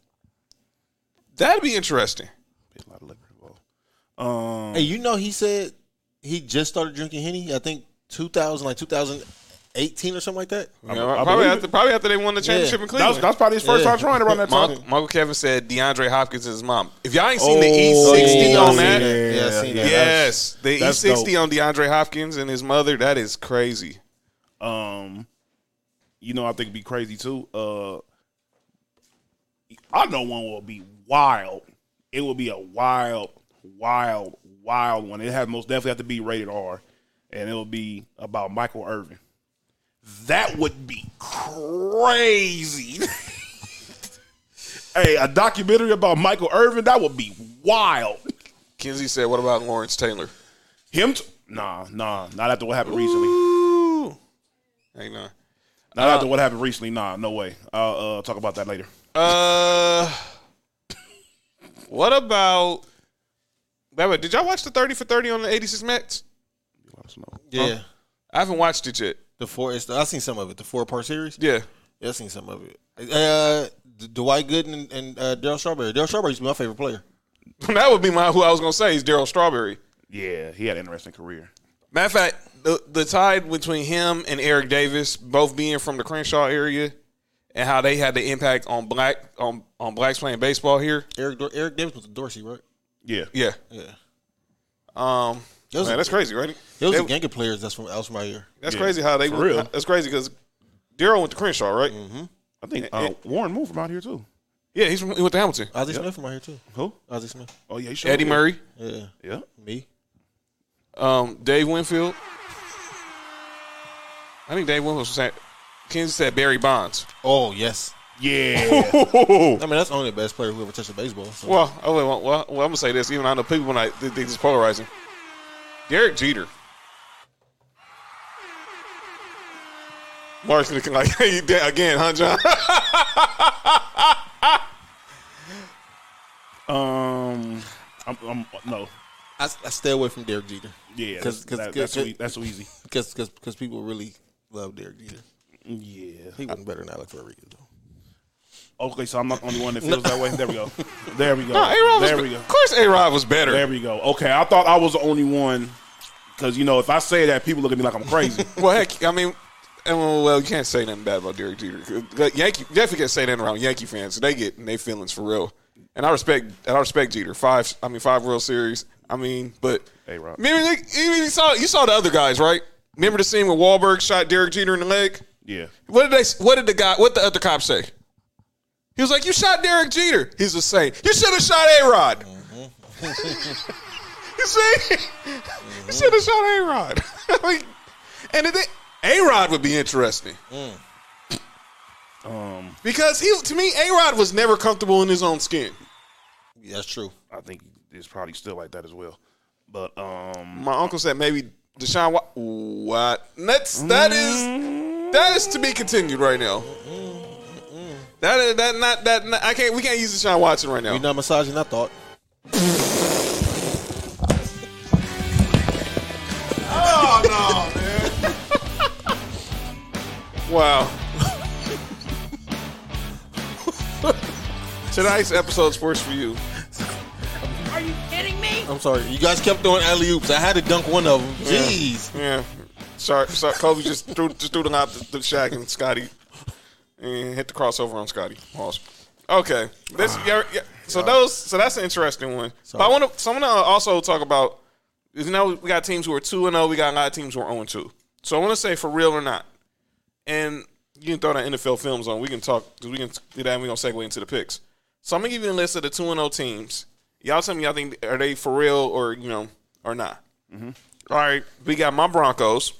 Speaker 4: that'd be interesting.
Speaker 2: A lot of liquor involved.
Speaker 4: Hmm.
Speaker 2: Um,
Speaker 3: Hey, you know he said he just started drinking henny. I think 2000, like 2018 or something like that.
Speaker 4: You know, probably
Speaker 2: believe
Speaker 4: after probably after they won the championship in
Speaker 2: that
Speaker 4: Cleveland.
Speaker 2: was, that's probably his first
Speaker 3: Yeah.
Speaker 2: time trying around that
Speaker 4: My
Speaker 2: time.
Speaker 4: uncle, my uncle Kevin said DeAndre Hopkins and his mom. If y'all ain't seen the E
Speaker 2: Oh,
Speaker 4: sixty
Speaker 2: yeah,
Speaker 4: on
Speaker 2: I seen
Speaker 4: that,
Speaker 2: that.
Speaker 3: Yeah, I seen that.
Speaker 4: yes, the E
Speaker 2: that's
Speaker 4: sixty
Speaker 2: dope.
Speaker 4: on DeAndre Hopkins and his mother. That is crazy.
Speaker 2: Um, you know, I think it'd be crazy too. Uh, I know one will be wild. It will be a wild, wild, wild one. It had most definitely have to be rated R, and it'll be about Michael Irvin. That would be crazy. hey, a documentary about Michael Irvin that would be wild.
Speaker 4: Kinsey said, "What about Lawrence Taylor?"
Speaker 2: Him? T- nah, nah. Not after what happened recently.
Speaker 4: Ooh, ain't none.
Speaker 2: Not after what happened recently. Nah, no way. I'll uh, talk about that later.
Speaker 4: Uh, what about? Wait, wait, did y'all watch the thirty for thirty on the eighty six Mets?
Speaker 3: Yeah,
Speaker 4: I haven't watched it yet.
Speaker 3: the four. It's I seen some of it. The four part series.
Speaker 4: Yeah,
Speaker 3: Yeah, I seen some of it. Uh, D- Dwight Gooden and, and uh, Daryl Strawberry. Daryl Strawberry used to be my favorite player.
Speaker 4: that would be my who I was gonna say is Daryl Strawberry.
Speaker 2: Yeah, he had an interesting career.
Speaker 4: Matter of fact, the the tide between him and Eric Davis, both being from the Crenshaw area, and how they had the impact on black on on blacks playing baseball here.
Speaker 3: Eric Dor- Eric Davis was the Dorsey, right?
Speaker 2: Yeah.
Speaker 4: Yeah,
Speaker 3: Yeah,
Speaker 4: um,
Speaker 3: It was
Speaker 4: man,
Speaker 3: a-
Speaker 4: that's crazy, right?
Speaker 3: it was
Speaker 4: They-
Speaker 3: a gang of players. That's from that was from my year.
Speaker 4: that's crazy how they
Speaker 2: for real. Mm-hmm.
Speaker 4: That's crazy because Daryl went to Crenshaw, right?
Speaker 2: I think uh, Warren moved from out here too.
Speaker 4: Yeah, he's from, he went to Hamilton.
Speaker 3: Ozzie Smith from my here too.
Speaker 2: Who?
Speaker 3: Ozzie Smith.
Speaker 2: Oh yeah, he sure
Speaker 4: Eddie
Speaker 2: did.
Speaker 4: Murray,
Speaker 3: Yeah,
Speaker 2: Yeah.
Speaker 3: me.
Speaker 4: um, Dave Winfield. I think Dave Winfield said. Kansas said Barry Bonds.
Speaker 3: Oh yes.
Speaker 2: Yeah.
Speaker 3: I mean that's only the best player who ever touched the baseball. So.
Speaker 4: Well, oh, wait, well, well, well, I'm gonna say this. Even I know people when I think this is polarizing. Derek Jeter. Mark's looking like hey, da- again, huh, John?
Speaker 2: um, I'm, I'm no.
Speaker 3: I, I stay away from Derek Jeter.
Speaker 2: Yeah,
Speaker 3: because
Speaker 2: that's, that, that's, too, e- that's too easy.
Speaker 3: because people really love Derek Jeter.
Speaker 2: Yeah.
Speaker 3: He wasn't better than Alex Rodriguez though.
Speaker 2: Okay, so I'm not the only one that feels that way. There we go. There we go.
Speaker 4: No, A-Rod was
Speaker 2: there
Speaker 4: be-
Speaker 2: we go.
Speaker 4: Of course, A Rod was better.
Speaker 2: There we go. Okay, I thought I was the only one because you know if I say that people look at me like I'm crazy.
Speaker 4: Well, heck, I mean, and, well, well, you can't say nothing bad about Derek Jeter. Uh, Yankee definitely can't say that around Yankee fans. So they get in their feelings for real. And I respect, and I respect Jeter. Five, I mean, five World Series. I mean, but
Speaker 2: Hey, Rob.
Speaker 4: Remember, like, even you saw you saw the other guys, right? Remember the scene when Wahlberg shot Derek Jeter in the leg?
Speaker 2: yeah.
Speaker 4: What did they? What did the guy? What the other cop say? He was like, "You shot Derek Jeter." He's just saying, "You should have shot A Rod." you see, you should have shot A Rod. I mean, and the thing, A Rod would be interesting
Speaker 2: Um,
Speaker 4: because he, to me, A Rod was never comfortable in his own skin.
Speaker 3: Yeah, that's true.
Speaker 2: I think it's probably still like that as well. But um,
Speaker 4: My uncle said maybe Deshaun. Wa- what? That's that is that is to be continued right now. That is that not that not, I can't we can't use Deshaun Watson right now.
Speaker 3: You're not massaging. I thought.
Speaker 4: Wow. Tonight's episode Sports for You.
Speaker 3: I'm sorry. You guys kept doing alley oops. I had to dunk one of them. Jeez.
Speaker 4: Yeah. Sorry, sorry Kobe just threw just threw the lob to, to Shaq and Scotty and hit the crossover on Scotty. Awesome. Okay. This yeah, Ah. yeah. so those so that's an interesting one. But I want to so I want to also talk about you know we got teams who are 2 and 0, we got a lot of teams who are 0 and 2. So I want to say for real or not. And you can throw that NFL films on. We can talk cuz we can do that and we're going to segue into the picks. So I'm going to give you a list of the 2 and 0 teams. Y'all tell me y'all think are they for real or you know or not. All right, we got my Broncos.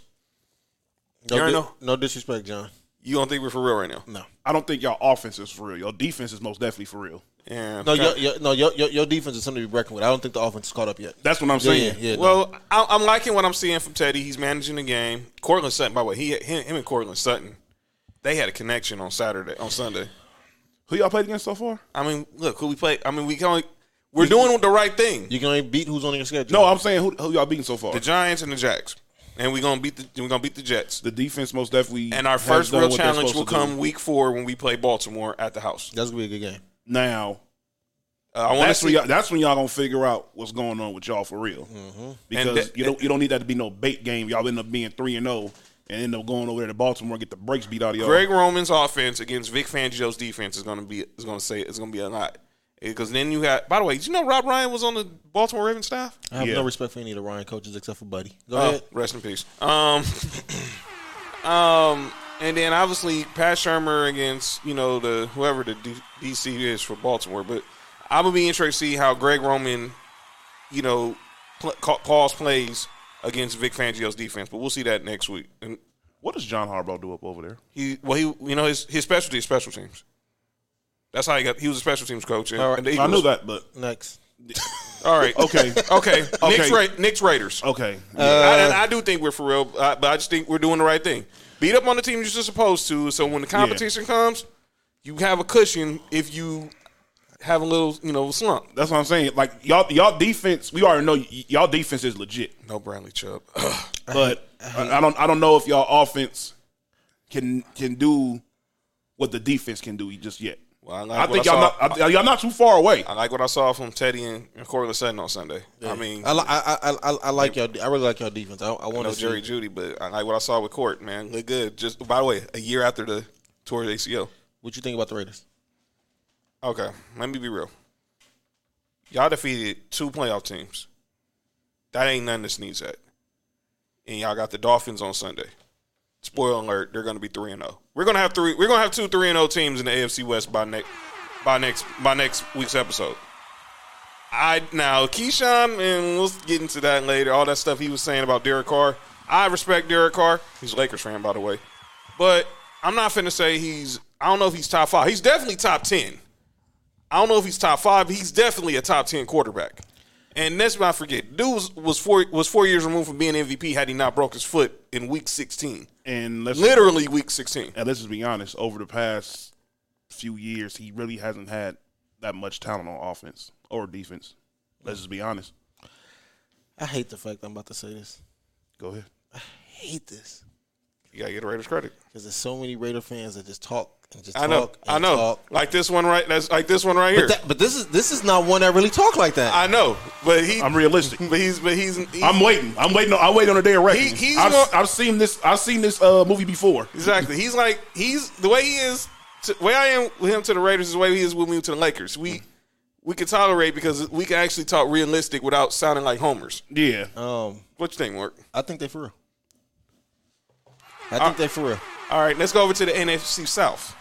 Speaker 3: No,
Speaker 4: You're
Speaker 3: di-
Speaker 4: no-
Speaker 3: no disrespect, John.
Speaker 4: You don't think we're for real right now?
Speaker 3: No.
Speaker 2: I don't think y'all offense is for real. Y'all defense is most definitely for real.
Speaker 4: Yeah.
Speaker 3: No, your, your, no, your, your, your defense is something to be reckoned with. I don't think the offense is caught up yet.
Speaker 2: That's what I'm
Speaker 3: Yeah,
Speaker 2: saying.
Speaker 3: yeah, yeah. no.
Speaker 4: well, I, I'm liking what I'm seeing from Teddy. He's managing the game. Cortland Sutton, by the way, he him, him and Cortland Sutton, They had a connection on Saturday, on Sunday.
Speaker 2: Who y'all played against so far?
Speaker 4: I mean, look who we play. I mean, we can only, we're doing the right thing.
Speaker 3: You can only beat who's on your schedule.
Speaker 2: No, I'm saying who, who y'all beating so far.
Speaker 4: The
Speaker 2: The,
Speaker 4: Giants and the Jacks, and we're gonna beat the we're gonna beat the Jets.
Speaker 2: defense most definitely.
Speaker 4: And our
Speaker 2: has
Speaker 4: first
Speaker 2: done
Speaker 4: real
Speaker 2: what they're
Speaker 4: challenge will
Speaker 2: supposed to
Speaker 4: come
Speaker 2: do.
Speaker 4: week four when we play Baltimore at the house.
Speaker 3: That's gonna be a good game.
Speaker 2: now.
Speaker 4: Uh, I want to
Speaker 2: That's when,
Speaker 4: see.
Speaker 2: y'all, that's when y'all gonna figure out what's going on with y'all for real, because
Speaker 4: Mm-hmm. And that-
Speaker 2: you don't you don't need that to be no bait game. Y'all end up being three and zero, and end up going over there to Baltimore and get the brakes beat out of y'all.
Speaker 4: Greg Roman's offense against Vic Fangio's defense is gonna be is gonna say it's gonna be a lot because then you got. By the way, did you know Rob Ryan was on the Baltimore Ravens staff?
Speaker 3: I have
Speaker 2: Yeah.
Speaker 3: no respect for any of the Ryan coaches except for Buddy. Go
Speaker 4: Oh,
Speaker 3: ahead.
Speaker 4: rest in peace. Um, um, and then obviously Pat Shermer against you know the whoever the D- DC is for Baltimore, but I'm gonna be interested to see how Greg Roman, you know, pl- ca- calls plays against Vic Fangio's defense. But we'll see that next week. And
Speaker 2: What does John Harbaugh do up over there?
Speaker 4: he, well, he, you know, his his specialty is special teams. That's how he got. He was a special teams coach. And,
Speaker 3: All right.
Speaker 4: and the
Speaker 2: I
Speaker 4: Eagles-
Speaker 2: knew that, but
Speaker 3: Next.
Speaker 4: All right.
Speaker 2: Okay.
Speaker 4: okay. Knicks,
Speaker 2: Okay. Uh,
Speaker 4: Ra- Knicks Raiders.
Speaker 2: okay,
Speaker 4: I, and I do think we're for real, I, but I just think we're doing the right thing. Beat up on the team you're supposed to. So when the competition comes, you have a cushion if you have a little, you know, slump.
Speaker 2: that's what I'm saying. Like y'all y'all defense, we already know y- y'all defense is legit,
Speaker 4: No Bradley Chubb.
Speaker 2: but I, I don't I don't know if y'all offense can can do what the defense can do just yet.
Speaker 4: Well, I like
Speaker 2: I
Speaker 4: what
Speaker 2: think
Speaker 4: I
Speaker 2: y'all
Speaker 4: saw.
Speaker 2: not I, y'all not too far away.
Speaker 4: I like what I saw from Teddy and, and Corey Sutton on Sunday. I mean,
Speaker 3: I, li- I, I, I, I like y'all. I really like y'all defense. I, I want
Speaker 4: no
Speaker 3: to
Speaker 4: Jerry
Speaker 3: see.
Speaker 4: Judy, but I like what I saw with Court. Man, look good. Just by the way, a year after the tour ACL.
Speaker 3: What you think about the Raiders?
Speaker 4: Okay, let me be real. Y'all defeated two playoff teams. That ain't nothing to sneeze at. And y'all got the Dolphins on Sunday. Spoiler alert, they're gonna be three and zero. We're gonna have three. We're gonna have two three and zero teams in the AFC West by next by next by next week's episode. I now Keyshawn, and we'll get into that later. All that stuff he was saying about Derek Carr. I respect Derek Carr. He's a Lakers fan, by the way. But I'm not finna say he's. I don't know if he's top five. He's definitely top ten. I don't know if he's top five. But he's definitely a top ten quarterback. And that's what I forget. Dude was, was four was four years removed from being MVP had he not broke his foot in week 16.
Speaker 2: And let's
Speaker 4: Literally week 16.
Speaker 2: and let's just be honest, over the past few years, he really hasn't had that much talent on offense or defense. Let's just be honest.
Speaker 3: I hate the fact I'm about to say this.
Speaker 2: Go ahead.
Speaker 3: hate this
Speaker 4: You gotta get the Raiders credit.
Speaker 3: because there's so many Raider fans that just talk and just
Speaker 4: I know.
Speaker 3: talk. And
Speaker 4: I know.
Speaker 3: Talk.
Speaker 4: Like this one right. That's like this one right here.
Speaker 3: But, that, but this is this is not one that really talk like that.
Speaker 4: I know. But he.
Speaker 2: I'm realistic.
Speaker 4: But he's. But he's. he's
Speaker 2: I'm waiting. I'm waiting. On, I'm waiting on a day of reckoning.
Speaker 4: He- he's
Speaker 2: I've,
Speaker 4: gonna-
Speaker 2: I've seen this. I've seen this uh, movie before.
Speaker 4: Exactly. He's like he's the way he is. To, the way I am with him to the Raiders is the way he is with me to the Lakers. We we can tolerate because we can actually talk realistic without sounding like homers.
Speaker 2: Yeah.
Speaker 3: um,
Speaker 4: What you think, Mark?
Speaker 3: I think they for real. I think they for real.
Speaker 4: All right, let's go over to the NFC South.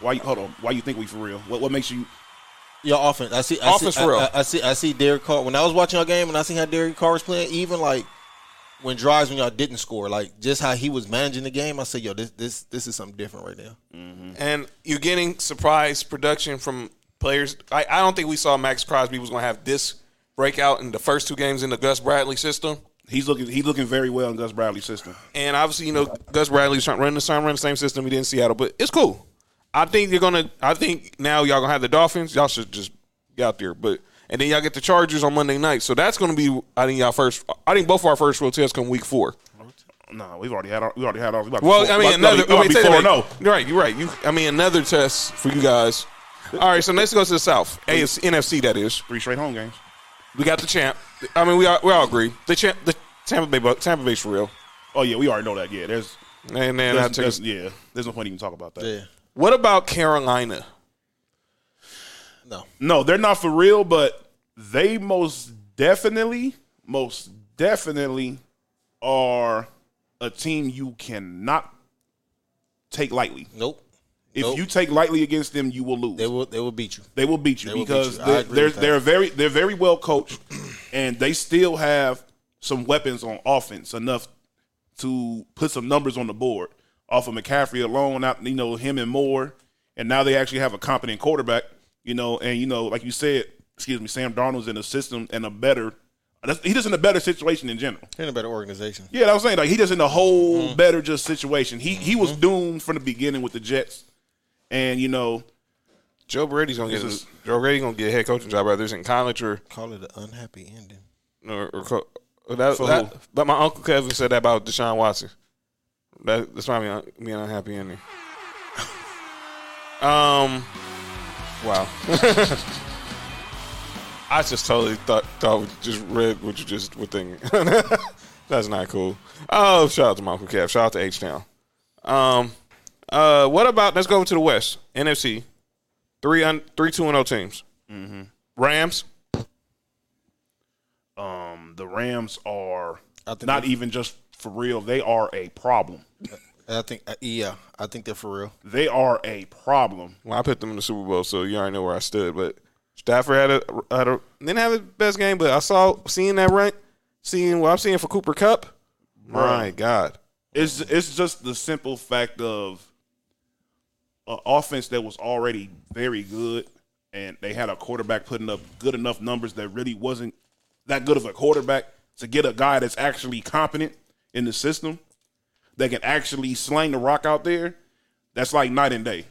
Speaker 2: Why you hold on? Why you think we for real? What what makes you?
Speaker 3: Your offense, I see. I
Speaker 4: Offense
Speaker 3: see,
Speaker 4: for real.
Speaker 3: I, I, I see. I see Derek Carr. When I was watching your game, and I see how Derek Carr was playing, even like when drives when y'all didn't score, like just how he was managing the game. I said, "Yo, this this this is something different right now."
Speaker 4: And you're getting surprise production from players. I, I don't think we saw Max Crosby was going to have this breakout in the first two games in the Gus Bradley system.
Speaker 2: He's looking. He's looking very well in Gus Bradley's system.
Speaker 4: And obviously, you know, Gus Bradley's trying running the same run the same system he did in Seattle, but it's cool. I think you're gonna. I think now y'all gonna have the Dolphins. Y'all should just get out there, but and then y'all get the Chargers on Monday night. So that's gonna be. I think y'all first. I think both of our first road tests come week four.
Speaker 2: Nah, we've already had. Our, we already had. Our, we about to
Speaker 4: Well,
Speaker 2: four-
Speaker 4: I
Speaker 2: we
Speaker 4: mean,
Speaker 2: about- we
Speaker 4: another.
Speaker 2: about
Speaker 4: I
Speaker 2: to
Speaker 4: mean,
Speaker 2: be four
Speaker 4: take
Speaker 2: and
Speaker 4: no.
Speaker 2: oh.
Speaker 4: You're right. You're right. You. I mean, another test for you guys. All right. So let's go to the South AFC, NFC. That is.
Speaker 2: Three straight home games.
Speaker 4: We got the champ. I mean, we all, we all agree. The champ. The Tampa Bay. Buc- Tampa Bay's for real.
Speaker 2: Oh yeah, we already know that. Yeah, there's.
Speaker 4: And then I
Speaker 2: there's,
Speaker 4: took.
Speaker 2: there's yeah, there's no point even talk about that.
Speaker 3: Yeah,
Speaker 4: What about Carolina?
Speaker 3: no,
Speaker 2: No, they're not for real, but they most definitely, most definitely are a team you cannot take lightly.
Speaker 3: nope.
Speaker 2: If
Speaker 3: Nope.
Speaker 2: you take lightly against them, you will lose.
Speaker 3: They will they will beat you.
Speaker 2: They will beat you
Speaker 3: They will beat
Speaker 2: because
Speaker 3: you. I
Speaker 2: they're-
Speaker 3: agree
Speaker 2: they're
Speaker 3: with that.
Speaker 2: they're very they're very well coached, and they still have some weapons on offense enough to put some numbers on the board off of McCaffrey alone. Out you know him and Moore, and now they actually have a competent quarterback. You know, and you know, like you said, excuse me, Sam Darnold's in a system and a better That's- He just in a better situation in general.
Speaker 3: They're in a better organization.
Speaker 2: Yeah, I was saying like he just in a whole
Speaker 3: Mm-hmm.
Speaker 2: better just situation. He he was doomed from the beginning with the Jets, and you know
Speaker 4: Joe Brady's gonna get
Speaker 2: This is-
Speaker 4: Joe Brady gonna get a head coaching job, whether it's in college or
Speaker 3: Call it an unhappy ending.
Speaker 4: or, or co- that,
Speaker 2: For
Speaker 4: that-
Speaker 2: who?
Speaker 4: but my uncle Kevin said that about Deshaun Watson. That, that's why I'm being unhappy in there. Um, wow. I just totally thought thought we just read what you just were thinking. that's not cool. Oh, shout out to my uncle Kev. Shout out to H Town. Um, uh, what about let's go over to the West NFC three un, three two and zero teams.
Speaker 2: Mm-hmm.
Speaker 4: Rams,
Speaker 2: um, the Rams are
Speaker 3: I think
Speaker 2: not
Speaker 3: they-
Speaker 2: even just for real. They are a problem.
Speaker 3: And I think, uh, yeah, I think they're for real.
Speaker 2: They are a problem.
Speaker 4: Well, I put them in the Super Bowl, so you already know where I stood. But Stafford had a, had a didn't have his best game, but I saw seeing that rank, seeing what I'm seeing for Cooper Cup. My God,
Speaker 2: It's it's just the simple fact of an offense that was already very good, and they had a quarterback putting up good enough numbers that really wasn't that good of a quarterback to get a guy that's actually competent in the system that can actually sling the rock out there. That's like night and day,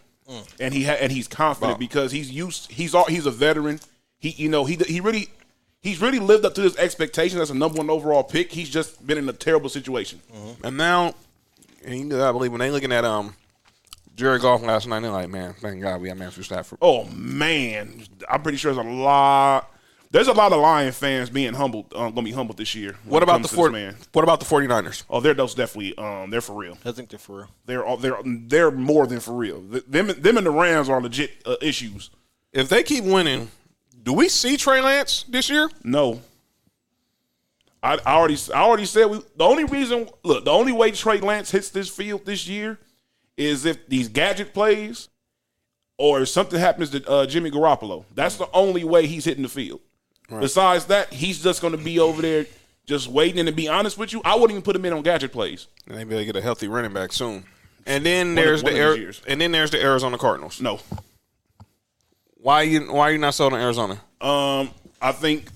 Speaker 2: and he ha- and he's confident because he's used. He's all he's a veteran. He you know he he really. He's really lived up to his expectations as a number one overall pick. He's just been in a terrible situation.
Speaker 4: and now and you know I believe when they looking at um Jared Goff last night, they're like, man, thank God we have Matthew Stafford.
Speaker 2: Oh man, I'm pretty sure there's a lot. There's a lot of Lion fans being humbled. Um, gonna be humbled this year. when
Speaker 4: what
Speaker 2: it
Speaker 4: about the
Speaker 2: comes to
Speaker 4: four,
Speaker 2: this man?
Speaker 4: What about the 49ers?
Speaker 2: Oh, they're those definitely. Um, they're for real.
Speaker 3: I think they're for real.
Speaker 2: They're all, they're they're more than for real. Th- Them them and the Rams are legit uh, issues.
Speaker 4: If they keep winning, do we see Trey Lance this year?
Speaker 2: No. I, I already I already said we, the only reason look the only way Trey Lance hits this field this year is if these gadget plays or if something happens to uh, Jimmy Garoppolo. That's the only way he's hitting the field. Besides that, he's just going to be over there just waiting. And to be honest with you, I wouldn't even put him in on gadget plays.
Speaker 4: And they better get a healthy running back soon. And then
Speaker 2: of-
Speaker 4: there's
Speaker 2: one
Speaker 4: the
Speaker 2: of these
Speaker 4: Ari-
Speaker 2: years.
Speaker 4: and then there's the Arizona Cardinals.
Speaker 2: No,
Speaker 4: Why you why you not sold on Arizona?
Speaker 2: Um, I think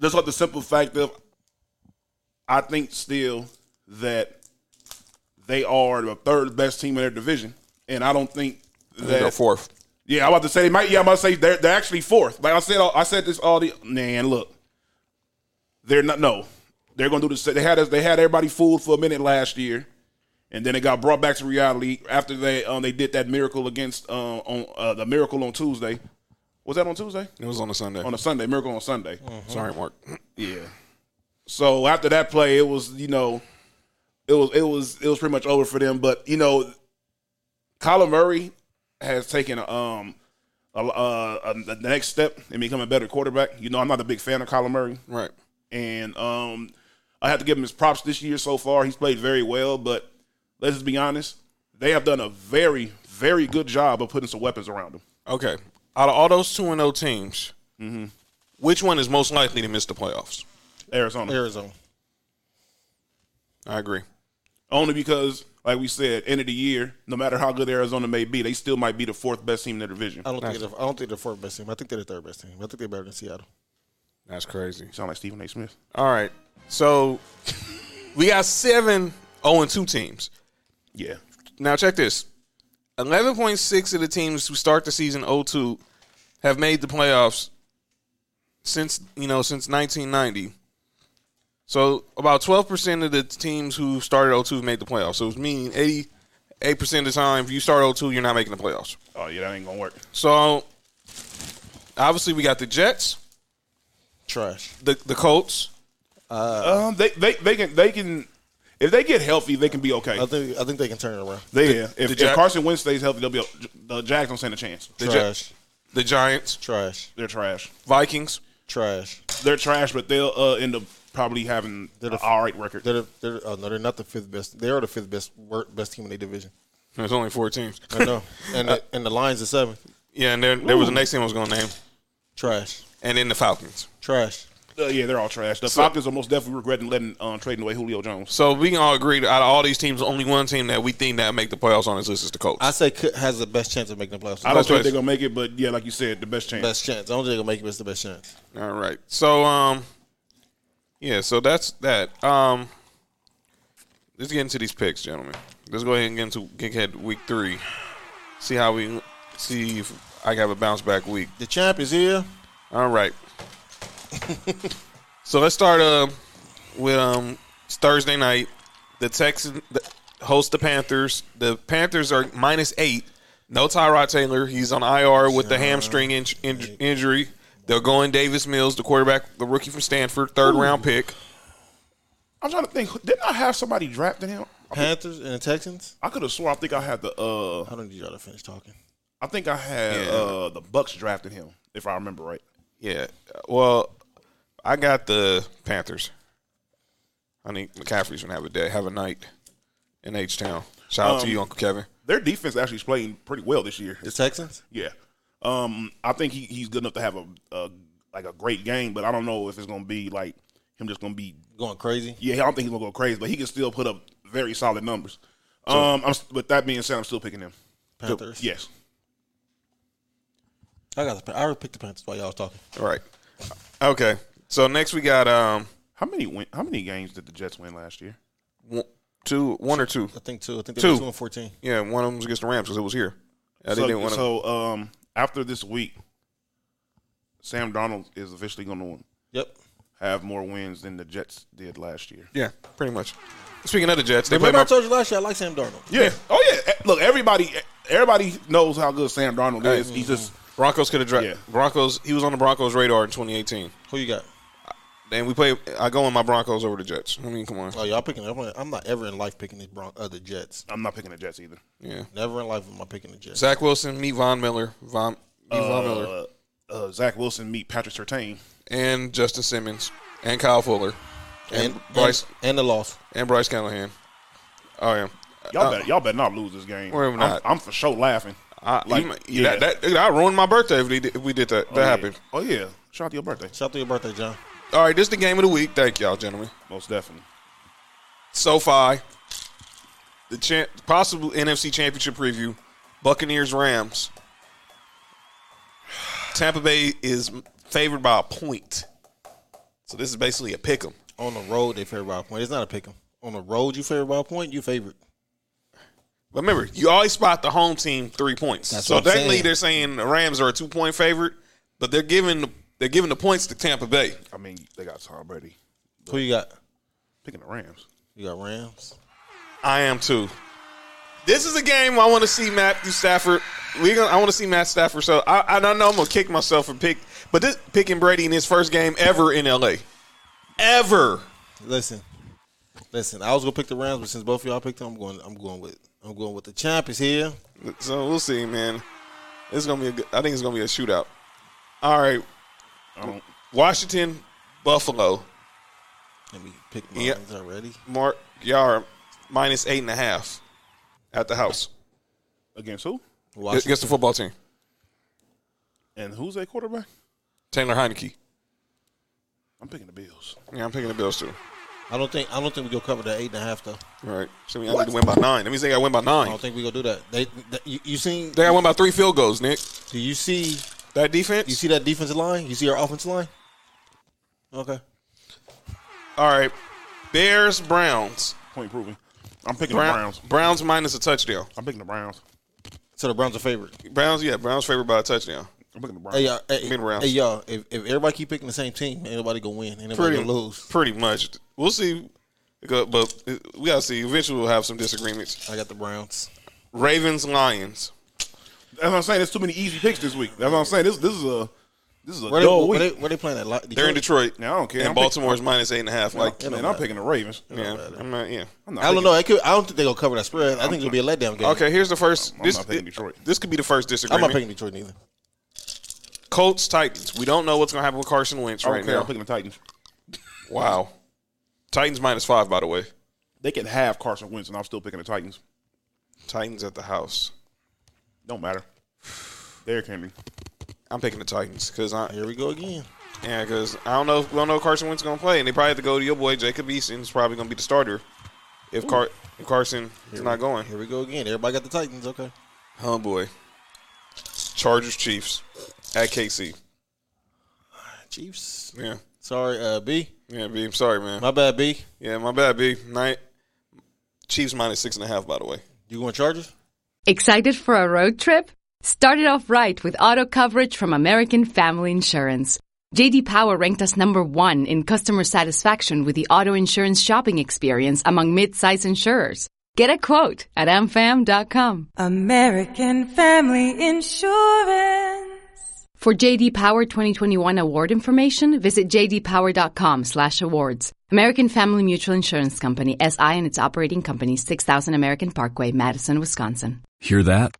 Speaker 2: just like the simple fact of, I think still that they are the third best team in their division, and I don't think
Speaker 4: They go
Speaker 2: that.
Speaker 4: fourth.
Speaker 2: Yeah, I'm about to say they might. Yeah, I'm about to say they're they're actually fourth. Like I said, I said this all the man. Look, they're not. No, they're gonna do the. sa- They had us. They had everybody fooled for a minute last year, and then it got brought back to reality after they um they did that miracle against um on uh, the miracle on Tuesday. Was that on Tuesday?
Speaker 4: It was on a Sunday.
Speaker 2: on a Mm-hmm. Sunday, Miracle on Sunday.
Speaker 4: Sorry, Mark.
Speaker 2: Yeah. So after that play, it was you know, it was it was it was pretty much over for them. But you know, Kyler Murray has taken um a, uh a, the next step in becoming a better quarterback. You know, I'm not a big fan of Kyler Murray,
Speaker 4: Right.
Speaker 2: and um I have to give him his props this year so far. He's played very well, but let's just be honest, they have done a very very good job of putting some weapons around him.
Speaker 4: Okay. Out of all those two and O teams,
Speaker 2: Mm-hmm.
Speaker 4: which one is most likely to miss the playoffs?
Speaker 2: Arizona.
Speaker 3: Arizona.
Speaker 4: I agree.
Speaker 2: Only because, like we said, end of the year, no matter how good Arizona may be, they still might be the fourth best team in their division.
Speaker 3: I don't think they're, I don't think they're the fourth best team. I think they're the third best team. I think they're better than Seattle.
Speaker 4: That's crazy.
Speaker 2: Sound like Stephen A. Smith.
Speaker 4: All right. So we got seven 0 and 2 teams.
Speaker 2: Yeah.
Speaker 4: Now check this. Eleven point six of the teams who start the season 0-2 have made the playoffs since you know since nineteen ninety. So about twelve percent of the teams who started 0-2 have made the playoffs. So it's meaning eighty eight percent of the time if you start 0-2, you're not making the playoffs.
Speaker 2: Oh yeah, that ain't gonna work.
Speaker 4: So obviously we got the Jets,
Speaker 3: Trash.
Speaker 4: the the Colts.
Speaker 2: um, they, they they can they can if they get healthy, they can be okay.
Speaker 3: I think I think they can turn it around.
Speaker 2: They yeah. If,
Speaker 4: the
Speaker 2: if
Speaker 4: Jack-
Speaker 2: Carson Wentz stays healthy, they'll be a, the Jags don't stand a chance. They,
Speaker 3: Trash.
Speaker 4: The Giants,
Speaker 3: Trash.
Speaker 2: they're trash.
Speaker 4: Vikings,
Speaker 3: Trash.
Speaker 2: They're trash, but they'll uh, end up probably having
Speaker 3: They're
Speaker 2: an
Speaker 3: the f-
Speaker 2: all right record.
Speaker 3: They're, the, they're oh no, they're not the fifth best. They are the fifth best wor- best team in their division.
Speaker 4: there's only four teams.
Speaker 3: I know. and the, and the Lions are seventh.
Speaker 4: yeah, and then there was the next team I was going to name,
Speaker 3: Trash.
Speaker 4: and then the Falcons.
Speaker 3: Trash.
Speaker 2: Uh, yeah, they're all trash. The Falcons are most definitely regretting letting um, trading away Julio Jones.
Speaker 4: So we can all agree that out of all these teams, only one team that we think that make the playoffs on this list is the Colts.
Speaker 3: I say could, has the best chance of making the playoffs.
Speaker 2: I don't
Speaker 4: Best
Speaker 2: think
Speaker 4: choice.
Speaker 2: they're gonna make it, but yeah, like you said, the best chance.
Speaker 3: best chance. I don't think they're gonna make it. But it's the best chance.
Speaker 4: all right. So um, Yeah, so that's that. Um, let's get into these picks, gentlemen. Let's go ahead and get into get ahead to week three. See how we see if I can have a bounce back week.
Speaker 3: The champ is here.
Speaker 4: All right. so let's start um with um Thursday night. The Texans the, host the Panthers. The Panthers are minus eight. No Tyrod Taylor. He's on IR with the hamstring in, in, injury. They're going Davis Mills, the quarterback, the rookie from Stanford, third round pick.
Speaker 2: I'm trying to think. who- Didn't I have somebody drafting him?
Speaker 3: Panthers and the Texans.
Speaker 2: I could have swore. I think I had the. uh
Speaker 3: I don't need y'all to finish talking.
Speaker 2: I think I had
Speaker 4: Yeah.
Speaker 2: uh the Bucks drafting him, if I remember right.
Speaker 4: Yeah. Well, I got the Panthers. I think McCaffrey's gonna have a day, have a night in H Town. Shout out to
Speaker 2: Um,
Speaker 4: you, Uncle Kevin.
Speaker 2: Their defense actually is playing pretty well this year.
Speaker 3: The Texans.
Speaker 2: Yeah, um, I think he, he's good enough to have a, a like a great game, but I don't know if it's gonna be like him just gonna be.
Speaker 3: Going crazy.
Speaker 2: Yeah, I don't think he's gonna go crazy, but he can still put up very solid numbers. Um, I'm, s- with that being said, I'm still picking him.
Speaker 3: Panthers.
Speaker 2: Yes.
Speaker 3: I got. The, Pan- I already picked the Panthers while y'all was talking.
Speaker 4: All right. Okay. So next we got um
Speaker 2: How many win? How many games did the Jets win last year?
Speaker 4: one, two, one or two.
Speaker 3: I think two. I think they
Speaker 4: Two.
Speaker 3: were two and fourteen.
Speaker 4: Yeah, one of them was against the Rams because it was here. I think they
Speaker 2: so,
Speaker 4: won it.
Speaker 2: so um, after this week, Sam Donald is officially going to
Speaker 3: Yep.
Speaker 2: have more wins than the Jets did last year.
Speaker 4: Yeah, pretty much. Speaking of the Jets, they played
Speaker 3: Remember,
Speaker 4: my.
Speaker 3: I told you last year I like Sam Darnold.
Speaker 2: Yeah. Oh yeah. Eh, Look, everybody, everybody knows how good Sam Donald is. He's just
Speaker 4: Broncos could have dropped.
Speaker 2: Yeah.
Speaker 4: Broncos. He was on the Broncos radar in 2018.
Speaker 3: Who you got?
Speaker 4: And we play. I go in my Broncos over the Jets. I mean, come on.
Speaker 3: Oh, y'all picking. I'm not- I'm not ever in life picking these Bron- uh, the Jets.
Speaker 2: I'm not picking the Jets either.
Speaker 4: Yeah.
Speaker 3: Never in life am I picking the Jets.
Speaker 4: Zach Wilson, meet Von Miller, Von, meet Von Miller,
Speaker 2: Uh, uh, Zach Wilson meet Patrick Sertain.
Speaker 4: and Justin Simmons, and Kyle Fuller, and, Bryce
Speaker 3: and, and the loss.
Speaker 4: and, Bryce Callahan. Oh yeah,
Speaker 2: Y'all
Speaker 4: Uh,
Speaker 2: better, y'all better not lose this game.
Speaker 4: We're
Speaker 2: I'm,
Speaker 4: not.
Speaker 2: I'm for sure laughing.
Speaker 4: I,
Speaker 2: Like,
Speaker 4: you,
Speaker 2: yeah.
Speaker 4: that, that, I ruined my birthday if we did, if we did that. that
Speaker 2: Oh, yeah.
Speaker 4: happened.
Speaker 2: Oh yeah. Shout out to your birthday.
Speaker 3: Shout out to your birthday, John.
Speaker 4: All right, this is the game of the week. Thank y'all, gentlemen.
Speaker 2: Most definitely.
Speaker 4: SoFi, the cha- possible NFC Championship preview, Buccaneers Rams. Tampa Bay is favored by a point, so this is basically a pick 'em.
Speaker 3: On the road, they favor by a point. It's not a pick 'em. On the road, you favor by a point. You favorite.
Speaker 4: But remember, you always spot the home team three points.
Speaker 3: That's
Speaker 4: so
Speaker 3: what I'm
Speaker 4: technically,
Speaker 3: saying.
Speaker 4: they're saying the Rams are a two point favorite, but they're giving the, they're giving the points to Tampa Bay.
Speaker 2: I mean, they got Tom Brady
Speaker 3: Who you got?
Speaker 2: picking the Rams.
Speaker 3: You got Rams.
Speaker 4: I am too. This is a game I want to see Matthew Stafford. We gonna, I want to see Matt Stafford. So I, I don't know. I'm gonna kick myself for pick, but this picking Brady in his first game ever in LA, ever.
Speaker 3: Listen, listen. I was gonna pick the Rams, but since both of y'all picked them, I'm going. I'm going with. I'm going with the champ is here.
Speaker 4: So we'll see, man. It's gonna be. A good, I think it's gonna be a shootout. All right,
Speaker 2: I don't.
Speaker 4: Washington, Buffalo.
Speaker 3: Let me pick mine
Speaker 4: Yeah.
Speaker 3: already.
Speaker 4: Mark Yar minus eight and a half at the house
Speaker 2: Against who?
Speaker 3: Washington.
Speaker 4: against the football team.
Speaker 2: And who's their quarterback?
Speaker 4: Taylor Heineke.
Speaker 2: I'm picking the Bills.
Speaker 4: Yeah, I'm picking the Bills too.
Speaker 3: I don't think. I don't think we gonna cover that eight and a half though.
Speaker 4: All right, so we I need to win by nine. That means they got to win by
Speaker 3: I
Speaker 4: nine.
Speaker 3: don't think we gonna do that. They. they- you, you seen?
Speaker 4: They got to win by three field goals. Nick,
Speaker 3: Do you see?
Speaker 4: that defense.
Speaker 3: You see that defensive line? You see our offensive line? Okay.
Speaker 4: All right, Bears Browns.
Speaker 2: Point proving. I'm picking
Speaker 4: Brown-
Speaker 2: the Browns.
Speaker 4: Browns minus a touchdown.
Speaker 2: I'm picking the Browns.
Speaker 3: So the Browns are favorite.
Speaker 4: Browns, yeah, Browns favored by a touchdown.
Speaker 2: I'm picking the Browns.
Speaker 3: Hey y'all. Hey,
Speaker 4: Been around.
Speaker 3: hey, y'all. If, if everybody keep picking the same team, ain't nobody gonna win. Ain't nobody
Speaker 4: Pretty
Speaker 3: gonna lose.
Speaker 4: pretty much. We'll see, Go- but we gotta see. Eventually, we'll have some disagreements.
Speaker 3: I got the Browns.
Speaker 4: Ravens Lions.
Speaker 2: That's what I'm saying. There's too many easy picks this week. That's what I'm saying. This this is a this is a
Speaker 3: Where they,
Speaker 2: dull
Speaker 3: where,
Speaker 2: week.
Speaker 3: they, where they playing at? Lo- Detroit?
Speaker 4: They're in Detroit.
Speaker 2: Now, I don't care.
Speaker 4: And
Speaker 2: I'm pick-
Speaker 4: Baltimore's minus eight and a half. Like,
Speaker 2: Man, I'm picking the Ravens.
Speaker 4: yeah, I'm not. Yeah.
Speaker 2: I'm not
Speaker 3: I don't
Speaker 2: picking-
Speaker 3: know. It could, I don't think they're gonna cover that spread. I think it'll be a letdown game.
Speaker 4: Okay, here's the 1st
Speaker 2: I'm
Speaker 4: this,
Speaker 2: not picking Detroit.
Speaker 4: This could be the first
Speaker 3: I'm
Speaker 4: disagreement.
Speaker 3: not picking Detroit neither.
Speaker 4: Colts Titans. We don't know what's going to happen with Carson Wentz
Speaker 2: I don't
Speaker 4: right
Speaker 2: care.
Speaker 4: now.
Speaker 2: I'm picking the Titans.
Speaker 4: wow. Titans minus five, by the way.
Speaker 2: They can have Carson Wentz, and I'm still picking the Titans.
Speaker 4: Titans at the house.
Speaker 2: Don't matter. Derrick Henry.
Speaker 4: I'm picking the Titans because I
Speaker 3: Here we go again.
Speaker 4: yeah because I don't know if, we don't know if Carson Wentz going to play, and they probably have to go to your boy Jacob Eason. Is probably going to be the starter if, Car- if Carson is not going.
Speaker 3: Here we go again. Everybody got the Titans. Okay.
Speaker 4: Oh boy. Chargers Chiefs at KC.
Speaker 3: Chiefs.
Speaker 4: Yeah.
Speaker 3: Sorry, uh, B.
Speaker 4: Yeah, B. I'm sorry, man.
Speaker 3: My bad, B.
Speaker 4: yeah, my bad, B. Night. Chiefs minus six and a half, by the way.
Speaker 3: You going Chargers?
Speaker 6: Excited for a road trip? Start it off right with auto coverage from American Family Insurance. JD Power ranked us number one in customer satisfaction with the auto insurance shopping experience among mid-size insurers. Get a quote at amfam.com.
Speaker 7: American Family Insurance.
Speaker 6: For JD Power 2021 award information, visit jdpower.com/awards. American Family Mutual Insurance Company SI and its operating company 6000 American Parkway, Madison, Wisconsin.
Speaker 1: Hear that?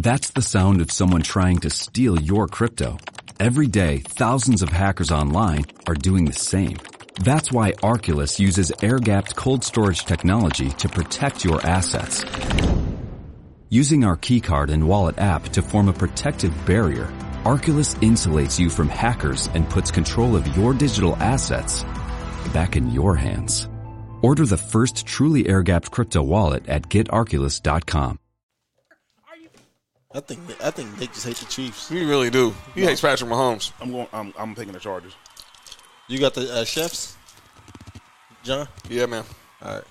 Speaker 1: That's the sound of someone trying to steal your crypto. Every day, thousands of hackers online are doing the same. That's why Arculus uses air-gapped cold storage technology to protect your assets. Using our keycard and wallet app to form a protective barrier, Arculus insulates you from hackers and puts control of your digital assets back in your hands. Order the first truly air-gapped crypto wallet at getarculus.com.
Speaker 3: I think I think Nick just hates the Chiefs.
Speaker 4: You really do. He hates Patrick Mahomes.
Speaker 2: I'm going. I'm, I'm taking the Chargers.
Speaker 3: You got the uh, chefs, John.
Speaker 4: Yeah, man.
Speaker 3: All right,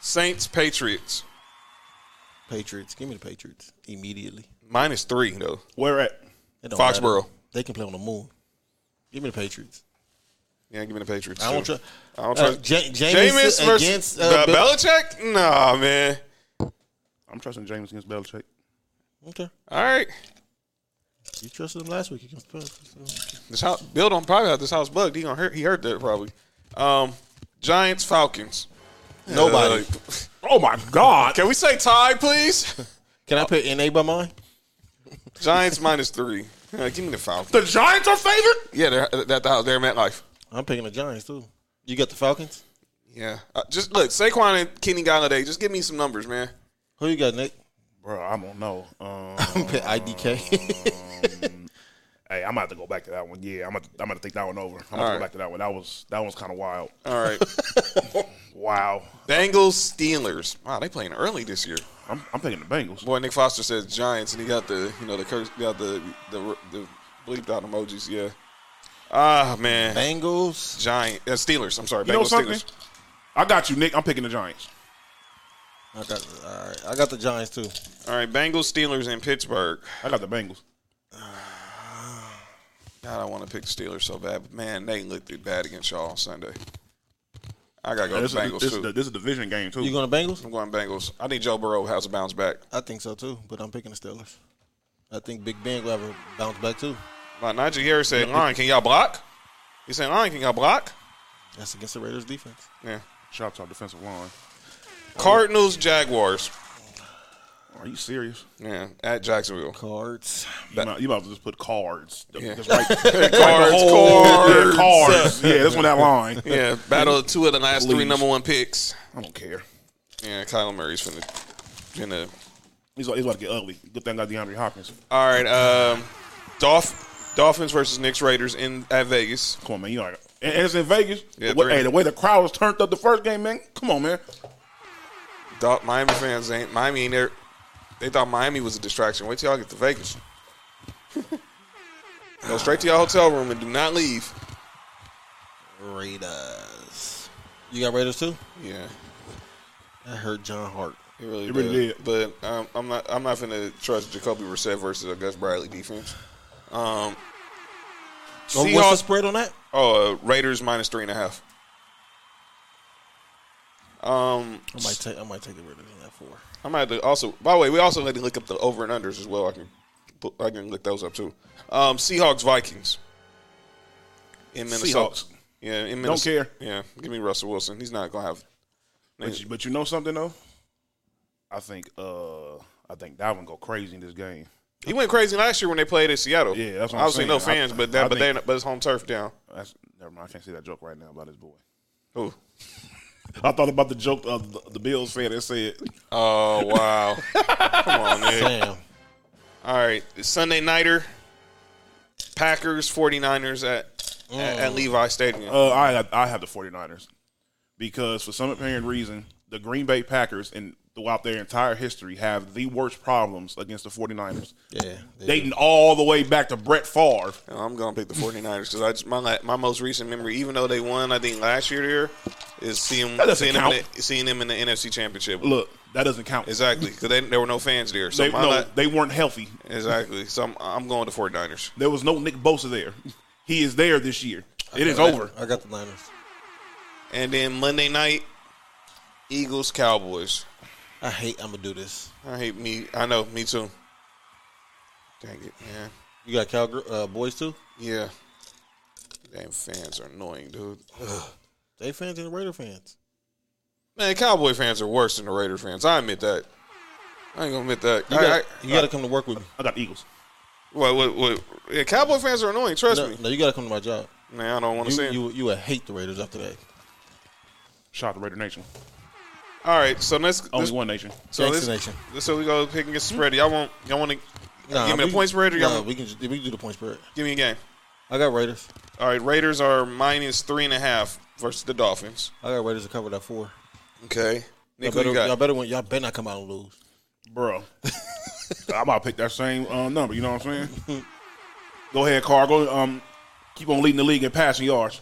Speaker 4: Saints Patriots
Speaker 3: Patriots. Give me the Patriots immediately.
Speaker 4: minus three though.
Speaker 2: Where at?
Speaker 3: It don't matter.
Speaker 4: Foxborough.
Speaker 3: They can play on the moon. Give me the Patriots.
Speaker 4: Yeah, give me the Patriots.
Speaker 3: I don't
Speaker 4: too.
Speaker 3: try-
Speaker 4: I don't
Speaker 3: uh,
Speaker 4: trust
Speaker 3: Ja- Jameis
Speaker 4: versus
Speaker 3: against, uh,
Speaker 4: Be-
Speaker 3: Bill-
Speaker 4: Belichick. Nah, man.
Speaker 2: I'm trusting James against Belichick.
Speaker 3: Okay.
Speaker 4: All right,
Speaker 3: You trusted them last week. You can so-
Speaker 4: this house, Bill don't probably have this house bugged. He gonna hurt. He hurt that probably. Um, Giants Falcons.
Speaker 3: Nobody.
Speaker 4: Uh,
Speaker 2: Oh my God!
Speaker 4: can we say tie, please?
Speaker 3: Can I put NA by mine?
Speaker 4: Giants minus three. Uh, give me the Falcons.
Speaker 2: the Giants are favored.
Speaker 4: Yeah, they're, that the house. They're Matt Life.
Speaker 3: I'm picking the Giants too. You got the Falcons.
Speaker 4: Yeah. Uh, just look, Saquon and Kenny Galladay. Just give me some numbers, man.
Speaker 3: Who you got, Nick?
Speaker 2: Bro, I don't know. Um,
Speaker 3: I'm picking IDK.
Speaker 2: hey, I'm about to go back to that one. Yeah, I'm about to, I'm about to take that one over. I'm about to
Speaker 4: right.
Speaker 2: go back to that one. That was that one's kind of wild.
Speaker 4: All right.
Speaker 2: Wow.
Speaker 4: Bengals Steelers. Wow, they playing early this year.
Speaker 2: I'm I'm taking the Bengals.
Speaker 4: Boy, Nick Foster says Giants, and he got the you know the curse, got the the the bleeped out emojis. Yeah. Ah man,
Speaker 3: Bengals.
Speaker 4: Giant uh, Steelers. I'm sorry,
Speaker 2: You know
Speaker 4: Bengals
Speaker 2: something?
Speaker 4: Steelers.
Speaker 2: I got you, Nick. I'm picking the Giants.
Speaker 3: I got. All right. I got the Giants too.
Speaker 4: All right, Bengals Steelers in Pittsburgh.
Speaker 2: I got the Bengals.
Speaker 4: God, I want to pick the Steelers so bad, but man, they looked it bad against y'all on Sunday. I gotta go
Speaker 2: This is,
Speaker 4: with the Bengals
Speaker 2: this,
Speaker 4: too.
Speaker 2: is the, this is a division game too.
Speaker 3: You going to Bengals?
Speaker 4: I'm going Bengals. I need Joe Burrow has a bounce back.
Speaker 3: I think so too. But I'm picking the Steelers. I think Big Ben will have a bounce back too.
Speaker 4: Like Najee Harris said, Lion, can y'all block? He said, Lion, can y'all block?
Speaker 3: That's against the Raiders defense.
Speaker 4: Yeah.
Speaker 2: Shout out to our defensive line.
Speaker 4: Cardinals, Jaguars.
Speaker 2: Are you serious?
Speaker 4: Yeah, at Jacksonville.
Speaker 3: Cards.
Speaker 2: You, might, you might as well just put cards.
Speaker 4: Yeah.
Speaker 2: That's right. cards,
Speaker 4: cards.
Speaker 2: Yeah, cards. yeah, that's on that line.
Speaker 4: Yeah, battle of two of the last three
Speaker 2: Please.
Speaker 4: number one picks.
Speaker 2: I don't care.
Speaker 4: Yeah, Kyler Murray's finna. finna.
Speaker 2: He's, he's about to get ugly. Good thing I got DeAndre Hopkins.
Speaker 4: All right, um, Dolph, Dolphins versus Knicks Raiders in at Vegas.
Speaker 2: Come on, man. You know, and, and it's in Vegas.
Speaker 4: Yeah,
Speaker 2: The way-
Speaker 4: three.
Speaker 2: hey, the way the crowd was turned up the first game, man. Come on, man.
Speaker 4: Dol- Miami fans ain't Miami ain't there. They thought Miami was a distraction. Wait till y'all get to Vegas. Go straight to your hotel room and do not leave.
Speaker 3: Raiders. You got Raiders too?
Speaker 4: Yeah,
Speaker 3: I heard John Hart.
Speaker 4: it really,
Speaker 2: It really
Speaker 4: did. But um, I'm not. I'm not finna trust Jacoby Brissett versus a Gus Bradley defense. Um,
Speaker 3: Oh, what's the
Speaker 4: Seahawks
Speaker 3: spread on that?
Speaker 4: Oh, uh, Raiders minus three and a half. Um,
Speaker 3: I might take. I might take the Raiders on that four.
Speaker 4: I might have to also. By the way, we also need to look up the over and unders as well. I can, put, I can look those up too. Um, Seahawks Vikings in Minnesota.
Speaker 2: Seahawks.
Speaker 4: Yeah, in Minnesota.
Speaker 2: care.
Speaker 4: Yeah, give me Russell Wilson. He's not gonna have.
Speaker 2: But you, but you know something though? I think uh I think that one go crazy in this game.
Speaker 4: He went crazy last year when they played in Seattle.
Speaker 2: Yeah, that's what I'm
Speaker 4: obviously no
Speaker 2: saying. I-
Speaker 4: fans, but that,
Speaker 2: I
Speaker 4: but they,
Speaker 2: think-
Speaker 4: but it's home turf down.
Speaker 2: That's never mind. I can't see that joke right now about his boy.
Speaker 4: Who?
Speaker 2: I thought about the joke of the, the Bills fan that said
Speaker 4: Oh wow! Come on, man.
Speaker 3: Damn.
Speaker 4: All right, Sunday nighter. Packers 49ers at Mm. at, at Levi Stadium.
Speaker 2: Uh, I I have the 49ers because for some apparent reason the Green Bay Packers and throughout their entire history have the worst problems against the 49ers.
Speaker 3: Yeah, they
Speaker 2: Dating all the way back to Brett Favre.
Speaker 4: And I'm gonna pick the 49ers because I just my la- my most recent memory, even though they won, I think last year there, is seeing
Speaker 2: That doesn't
Speaker 4: seeing them, in
Speaker 2: count.
Speaker 4: the, seeing them in the NFC Championship.
Speaker 2: Look, that doesn't count.
Speaker 4: Exactly, because there were no fans there. So
Speaker 2: They,
Speaker 4: my
Speaker 2: no,
Speaker 4: la-
Speaker 2: they weren't healthy.
Speaker 4: exactly. So I'm, I'm going to 49ers.
Speaker 2: There was no Nick Bosa there. He is there this year. It is
Speaker 3: I-
Speaker 2: over.
Speaker 3: I got the Niners.
Speaker 4: And then Monday night, Eagles Cowboys.
Speaker 3: I hate I'm gonna do this.
Speaker 4: I hate me. I know. Me too. Dang it, man.
Speaker 3: You got Calgary uh, boys too?
Speaker 4: Yeah. Damn fans are annoying, dude.
Speaker 3: They fans and the Raider fans.
Speaker 4: Man, Cowboy fans are worse than the Raider fans. I admit that. I ain't gonna admit that.
Speaker 3: You
Speaker 4: I-
Speaker 3: got
Speaker 4: I-
Speaker 3: you got to come to work with me.
Speaker 2: I got the Eagles.
Speaker 4: What, what, what? Yeah, Cowboy fans are annoying. Trust
Speaker 3: No,
Speaker 4: me.
Speaker 3: no, you got to come to my job.
Speaker 4: Man, I don't want to
Speaker 3: You,
Speaker 4: see 'em.
Speaker 3: you you would hate the Raiders after that.
Speaker 2: Shout out to Raider Nation.
Speaker 4: All right, so let's.
Speaker 2: Only
Speaker 4: let's-
Speaker 2: one nation.
Speaker 4: So
Speaker 3: Thanks,
Speaker 4: this,
Speaker 3: Nation.
Speaker 4: so we go pick and get spread. Y'all want? Y'all want to
Speaker 3: Hmm? Nah,
Speaker 4: give me
Speaker 3: we-
Speaker 4: a point spread or y'all
Speaker 3: nah,
Speaker 4: want-
Speaker 3: we can just- we can do the point spread.
Speaker 4: give me a game?
Speaker 3: I got Raiders.
Speaker 4: All right, Raiders are minus three and a half versus the Dolphins.
Speaker 3: I got Raiders to cover that four.
Speaker 4: Okay, Nick,
Speaker 3: y'all
Speaker 4: what
Speaker 3: better,
Speaker 4: you got?
Speaker 3: y'all better win. Y'all better not come out and lose.
Speaker 2: Bro. I'm about to pick that same uh, number, you know what I'm saying? Go ahead, Cargo. Um, keep on leading the league in passing yards.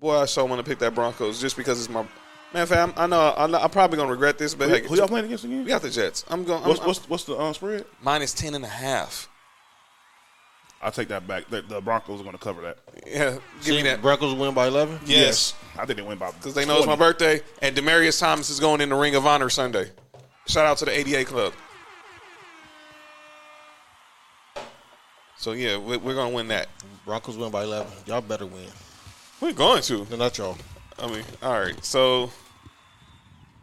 Speaker 4: Boy, I so want to pick that Broncos just because it's my man. Fam, I know I know, I'm probably gonna regret this, but
Speaker 2: Who,
Speaker 4: hey,
Speaker 2: who y'all playing against again?
Speaker 4: we got the Jets. I'm going.
Speaker 2: What's,
Speaker 4: I'm,
Speaker 2: what's, what's the um, spread?
Speaker 4: I'm minus ten and a half.
Speaker 2: I take that back. The, the Broncos are going to cover that.
Speaker 4: Yeah, give me
Speaker 3: Think
Speaker 4: that.
Speaker 3: Broncos win by eleven.
Speaker 4: Yes,
Speaker 2: I think they went by
Speaker 4: because they know it's my birthday, and Demarius Thomas is going in the Ring of Honor Sunday. Shout out to the ADA Club. So yeah, we- we're gonna win that.
Speaker 3: Broncos win by eleven. Y'all better win.
Speaker 4: We're going to.
Speaker 3: No, not y'all.
Speaker 4: I mean, all right. So,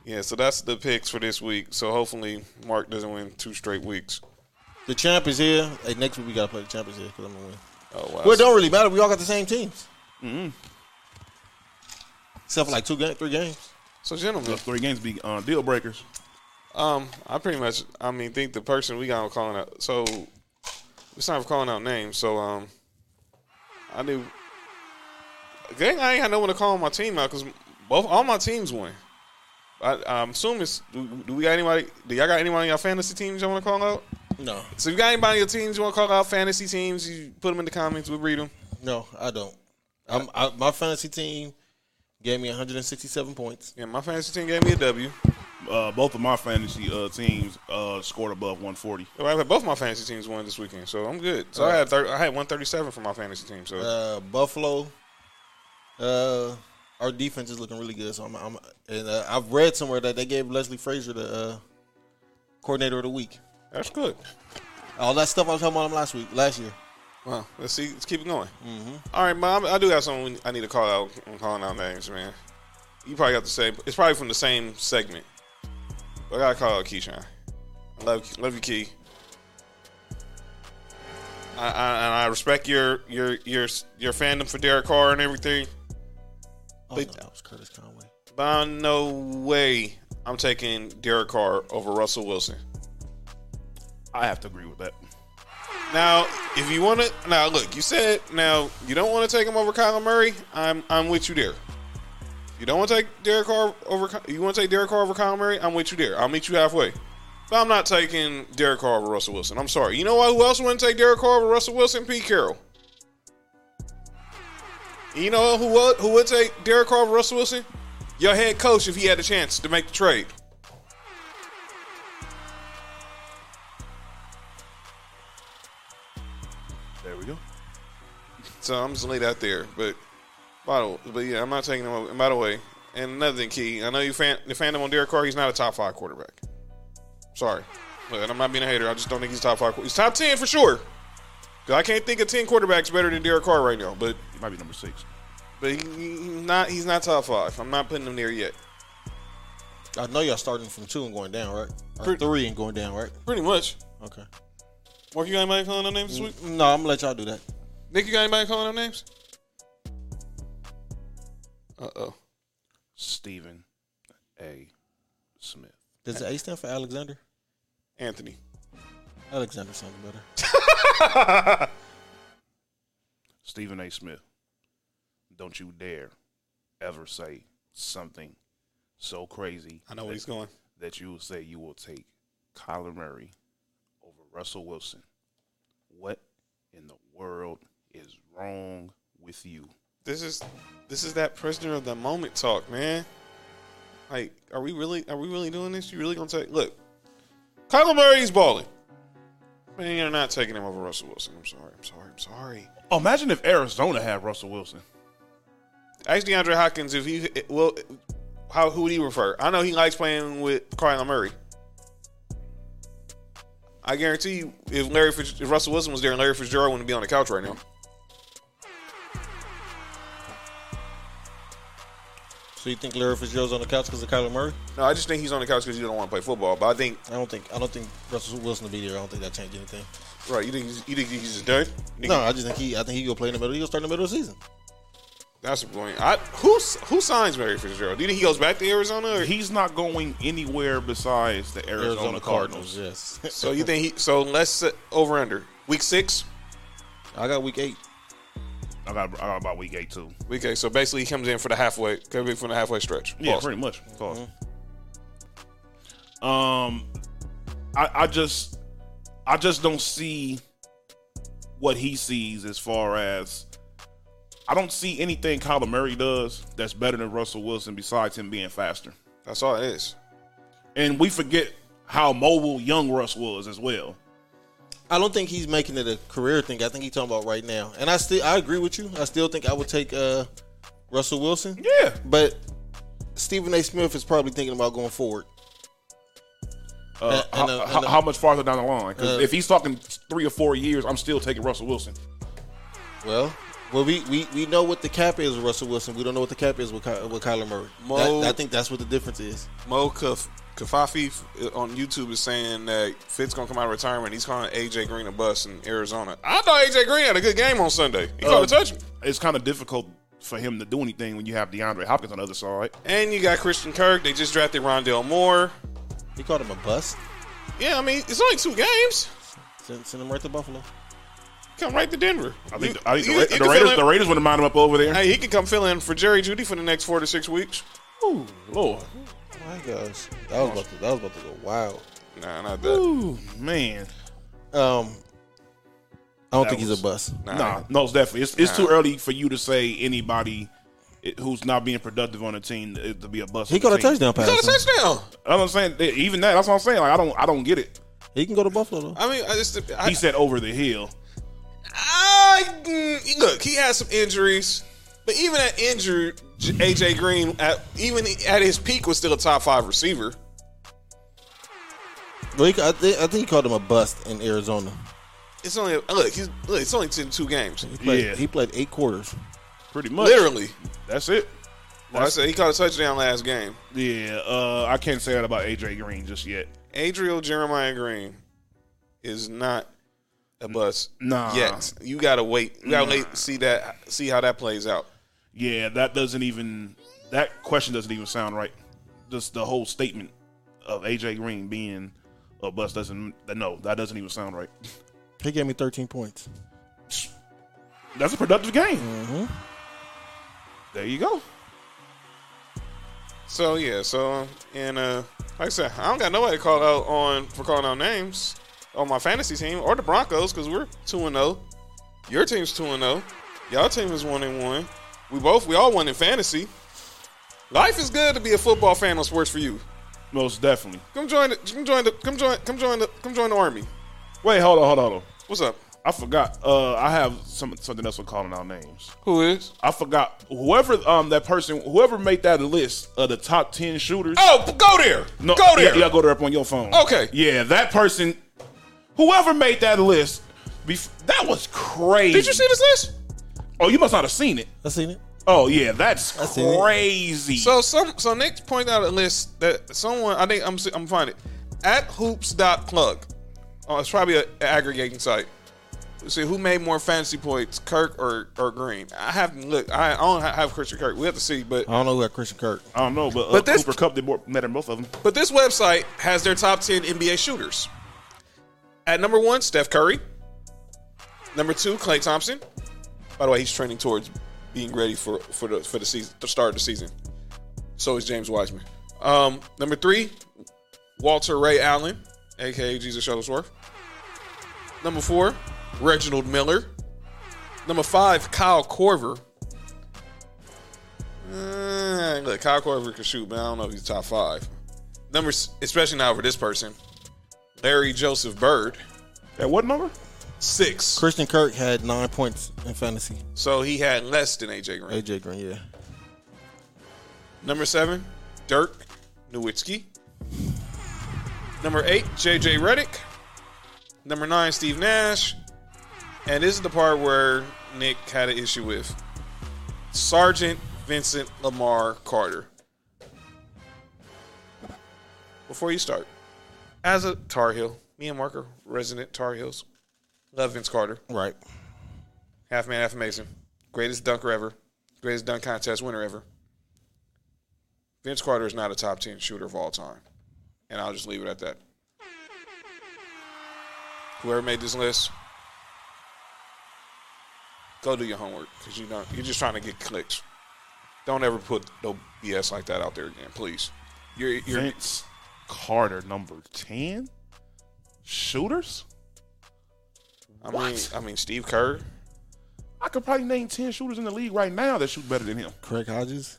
Speaker 4: yeah, so that's the picks for this week. So hopefully Mark doesn't win two straight weeks.
Speaker 3: The champ is here. Hey, next week we gotta play the champ is here because I'm gonna win.
Speaker 4: Oh wow.
Speaker 3: Well, it don't really matter. We all got the same teams. Mm-hmm. Except for like two games, three games.
Speaker 4: So gentlemen,
Speaker 2: Those three games be uh, deal breakers.
Speaker 4: um, I pretty much, I mean, think the person we got on calling out. So it's time for calling out names. So um, I do. Gang, I ain't got no one to call my team out because both all my teams won. I, I'm assuming it's- do, do we got anybody? Do y'all got anyone on your fantasy teams y'all want to call out?
Speaker 3: No,
Speaker 4: So if you got anybody on your teams you want to call out fantasy teams, you put them in the comments. We'll read them.
Speaker 3: no, I don't. I'm, I, my fantasy team gave me 167 points.
Speaker 4: Yeah, my fantasy team gave me a W.
Speaker 2: Uh, both of my fantasy uh, teams uh, scored above 140.
Speaker 4: Well, I had both my fantasy teams won this weekend, so I'm good. So I had thir- I had 137 for my fantasy team. So
Speaker 3: Uh, Buffalo. Uh, our defense is looking really good. So I'm, I'm and uh, I've read somewhere that they gave Leslie Frazier the uh, coordinator of the week.
Speaker 4: that's good.
Speaker 3: All that stuff I was talking about him last week, last year.
Speaker 4: Well, let's see. Let's keep it going. All right, mom. I do have something I need to call out. I'm calling out names, man. You probably got the same. It's probably from the same segment. But I gotta call out Keyshawn. I love, love you, Key. I, I, and I respect your your your your fandom for Derek Carr and everything.
Speaker 3: Oh,
Speaker 4: But-
Speaker 3: no, that was Curtis Conway.
Speaker 4: By no way, I'm taking Derek Carr over Russell Wilson.
Speaker 2: I have to agree with that.
Speaker 4: Now, if you want to, now look, you said now you don't want to take him over Kyler Murray. I'm I'm with you there. You don't want to take Derek Carr over. Ky- You want to take Derek Carr over Kyler Murray? I'm with you there. I'll meet you halfway. But I'm not taking Derek Carr over Russell Wilson. I'm sorry. You know why? Who else wouldn't take Derek Carr over Russell Wilson? Pete Carroll. You know who would, who would take Derek Carr over Russell Wilson? Your head coach, if he had a chance to make the trade.
Speaker 2: There we go.
Speaker 4: So I'm just gonna lay that there. But by the way, but yeah, I'm not taking him. Over. And by the way, and another thing, Key, I know you fan the fandom on Derek Carr. He's not a top five quarterback. Sorry, Look, and I'm not being a hater. I just don't think he's top five. qu- He's top ten for sure. 'Cause I can't think of ten quarterbacks better than Derek Carr right now. But
Speaker 2: He might be number six.
Speaker 4: but he, he- he's not he's not top five. I'm not putting him there yet.
Speaker 3: I know y'all starting from two and going down, right? Or
Speaker 4: Pretty-
Speaker 3: three and going down, right?
Speaker 4: Pretty much.
Speaker 3: Okay.
Speaker 4: Mark, you got anybody calling out names this week?
Speaker 3: No, I'm gonna let y'all do that.
Speaker 4: Nick, you got anybody calling out names? Uh oh.
Speaker 2: Stephen A. Smith.
Speaker 3: Does the A stand for Alexander?
Speaker 4: Anthony.
Speaker 3: Alexander sounds better.
Speaker 2: Stephen A. Smith. Don't you dare ever say something so crazy.
Speaker 4: I know where
Speaker 2: that-
Speaker 4: he's going.
Speaker 2: That you will say you will take Kyler Murray over Russell Wilson. What in the world is wrong with you?
Speaker 4: This is this is that prisoner of the moment talk, man. Like, are we really are we really doing this? You really gonna take look? Kyler Murray's balling. Man, you're not taking him over Russell Wilson. I'm sorry. I'm sorry. I'm sorry.
Speaker 2: Oh, imagine if Arizona had Russell Wilson.
Speaker 4: Ask DeAndre Hopkins if he well, how who would he prefer? I know he likes playing with Kyler Murray. I guarantee you, if Larry Fitz, if Russell Wilson was there, Larry Fitzgerald wouldn't be on the couch right now.
Speaker 3: So you think Larry Fitzgerald's on the couch because of Kyler Murray?
Speaker 4: No, I just think he's on the couch because he don't want to play football. But I think
Speaker 3: I don't think I don't think Russell Wilson will be there. I don't think that changed anything.
Speaker 4: right, you think he's, you think he's just done. You think
Speaker 3: No, I just think he I think he gonna play in the middle. He gonna start in the middle of the season.
Speaker 4: That's the point. I, who who signs Larry Fitzgerald? Do you think he goes back to Arizona? Or he,
Speaker 2: He's not going anywhere besides the Arizona, Cardinals.
Speaker 3: Yes.
Speaker 4: so you think he? So let's uh, over under week six.
Speaker 3: I got week eight.
Speaker 2: I got I got about week eight too.
Speaker 4: Week eight. So basically, he comes in for the halfway, comes in for the halfway stretch.
Speaker 2: Yeah,
Speaker 4: Pause.
Speaker 2: pretty much. Pause. Um, I, I just, I just don't see what he sees as far as. I don't see anything Kyler Murray does that's better than Russell Wilson besides him being faster.
Speaker 4: That's all it is.
Speaker 2: And we forget how mobile young Russ was as well.
Speaker 3: I don't think he's making it a career thing. I think he's talking about right now. And I still I agree with you. I still think I would take uh, Russell Wilson.
Speaker 2: Yeah.
Speaker 3: But Stephen A. Smith is probably thinking about going forward.
Speaker 2: Uh,
Speaker 3: And- and
Speaker 2: how,
Speaker 3: the- and
Speaker 2: how-
Speaker 3: the-
Speaker 2: how much farther down the line? Because
Speaker 3: Uh,
Speaker 2: if he's talking three or four years, I'm still taking Russell Wilson.
Speaker 3: Well, well, we, we, we know what the cap is with Russell Wilson. We don't know what the cap is with, Ky- with Kyler Murray.
Speaker 4: Mo-
Speaker 3: That- I think that's what the difference is.
Speaker 4: Mo Kaf- Kafafi f- on YouTube is saying that Fitz gonna come out of retirement. He's calling AJ Green a bust in Arizona. I thought AJ Green had a good game on Sunday.
Speaker 2: Oh.
Speaker 4: He caught a touchdown.
Speaker 2: It's kind of difficult for him to do anything when you have DeAndre Hopkins on the other side.
Speaker 4: And you got Christian Kirk. They just drafted Rondell Moore.
Speaker 3: He called him a bust.
Speaker 4: Yeah, I mean it's only two games.
Speaker 3: Send, send him right to Buffalo.
Speaker 4: Come right to Denver.
Speaker 2: I
Speaker 4: You-
Speaker 2: think, the, I think
Speaker 4: you-
Speaker 2: the, Ra- the
Speaker 4: you can fill
Speaker 2: Raiders,
Speaker 4: in-
Speaker 2: the Raiders wouldn't mind him up over there.
Speaker 4: Hey, he can come fill in for Jerry Judy for the next four to six weeks.
Speaker 2: Ooh, Lord.
Speaker 3: Oh My gosh, that was about to, that was about to go wild.
Speaker 4: Nah, not that.
Speaker 2: Ooh, man.
Speaker 3: Um, I don't think
Speaker 2: was-
Speaker 3: he's a bust.
Speaker 4: Nah.
Speaker 2: Nah, no, it's definitely. It's, it's too early for you to say anybody it- who's not being productive on the team to, to be a bust.
Speaker 3: He
Speaker 2: on
Speaker 3: got
Speaker 2: the
Speaker 3: a
Speaker 2: team.
Speaker 3: touchdown
Speaker 4: He
Speaker 3: pass.
Speaker 4: got a
Speaker 3: huh?
Speaker 4: touchdown.
Speaker 2: That's what I'm saying. That- Even that, that's what I'm saying. Like, I don't, I don't get it.
Speaker 3: He can go to Buffalo though.
Speaker 4: I mean, I just I,
Speaker 2: He said over the hill.
Speaker 4: I- mm, look. He had some injuries, but even at injured, J- AJ Green, at, even at his peak, was still a top five receiver.
Speaker 3: Well, he, ca- I, think, I think he called him a bust in Arizona.
Speaker 4: It's only look. He's look. It's only ten two games.
Speaker 3: He played,
Speaker 2: Yeah.
Speaker 3: he played eight quarters.
Speaker 2: Pretty much.
Speaker 4: Literally,
Speaker 2: That's it.
Speaker 4: well, I said he caught a touchdown last game.
Speaker 2: Yeah, uh, I can't say that about AJ Green just yet.
Speaker 4: Adriel Jeremiah Green is not a bust.
Speaker 2: Nah.
Speaker 4: yet you gotta wait. You gotta wait, see that. See how that plays out.
Speaker 2: Yeah, that doesn't even that question doesn't even sound right. Just the whole statement of AJ Green being a bust doesn't no, that doesn't even sound right.
Speaker 3: He gave me thirteen points.
Speaker 2: That's a productive game.
Speaker 3: Mm-hmm.
Speaker 2: There you go.
Speaker 4: So yeah, so and uh like I said, I don't got nobody to call out on for calling out names on my fantasy team or the Broncos because we're two and zero. Your team's two and zero. Y'all team is one and one. We both we all won in fantasy. Life is good to be a football fan on sports for you.
Speaker 2: Most definitely.
Speaker 4: Come join the come join the come join come join the come join the army.
Speaker 2: Wait, hold on, hold on. Hold on.
Speaker 4: What's up?
Speaker 2: I forgot. Uh, I have some something else for calling out names.
Speaker 4: Who is?
Speaker 2: I forgot whoever um that person whoever made that list of the top ten shooters.
Speaker 4: Oh, go there.
Speaker 2: No,
Speaker 4: go there.
Speaker 2: Yeah, yeah, go there up on your phone.
Speaker 4: Okay.
Speaker 2: Yeah, that person, whoever made that list, bef- that was crazy.
Speaker 4: Did you see this list?
Speaker 2: Oh, you must not have seen it.
Speaker 3: I seen it.
Speaker 2: Oh yeah, that's
Speaker 3: seen it.
Speaker 2: crazy.
Speaker 4: So some so Nick pointed out a list that someone I think I'm I'm finding at hoops.plug. Oh, it's probably an aggregating site. Let's see who made more fantasy points, Kirk or or Green. I haven't looked. I, I don't have Christian Kirk. We have to see, but
Speaker 3: I don't know who had Christian Kirk.
Speaker 2: I don't know, but, uh,
Speaker 4: But this-
Speaker 2: Cooper Cup did more, better than both of them.
Speaker 4: but this website has their top ten NBA shooters. At number one, Steph Curry. Number two, Clay Thompson. By the way, he's training towards being ready for for the for the season, the start of the season. So is James Wiseman. Um, number three, Walter Ray Allen, aka Jesus Shuttlesworth. Number four, Reginald Miller. Number five, Kyle Corver. Uh, look, Kyle Corver can shoot, but I don't know if he's top five. Numbers, especially now for this person, Larry Joseph Bird,
Speaker 2: At what number?
Speaker 4: six.
Speaker 3: Christian Kirk had nine points in fantasy.
Speaker 4: So he had less than AJ Green.
Speaker 3: AJ Green, yeah.
Speaker 4: Number seven, Dirk Nowitzki. Number eight, JJ Reddick. Number nine, Steve Nash. And this is the part where Nick had an issue with Sergeant Vincent Lamar Carter. Before you start, as a Tar Heel, me and Mark are resident Tar Heels. Love Vince Carter.
Speaker 3: Right.
Speaker 4: Half man, half amazing. Greatest dunker ever. Greatest dunk contest winner ever. Vince Carter is not a top 10 shooter of all time. And I'll just leave it at that. Whoever made this list, go do your homework because you don't, you're just trying to get clicks. Don't ever put no BS like that out there again, please. You're, you're
Speaker 2: Vince Carter, number 10? Shooters?
Speaker 4: I mean, I mean, Steve Kerr.
Speaker 2: I could probably name 10 shooters in the league right now that shoot better than him.
Speaker 3: Craig Hodges.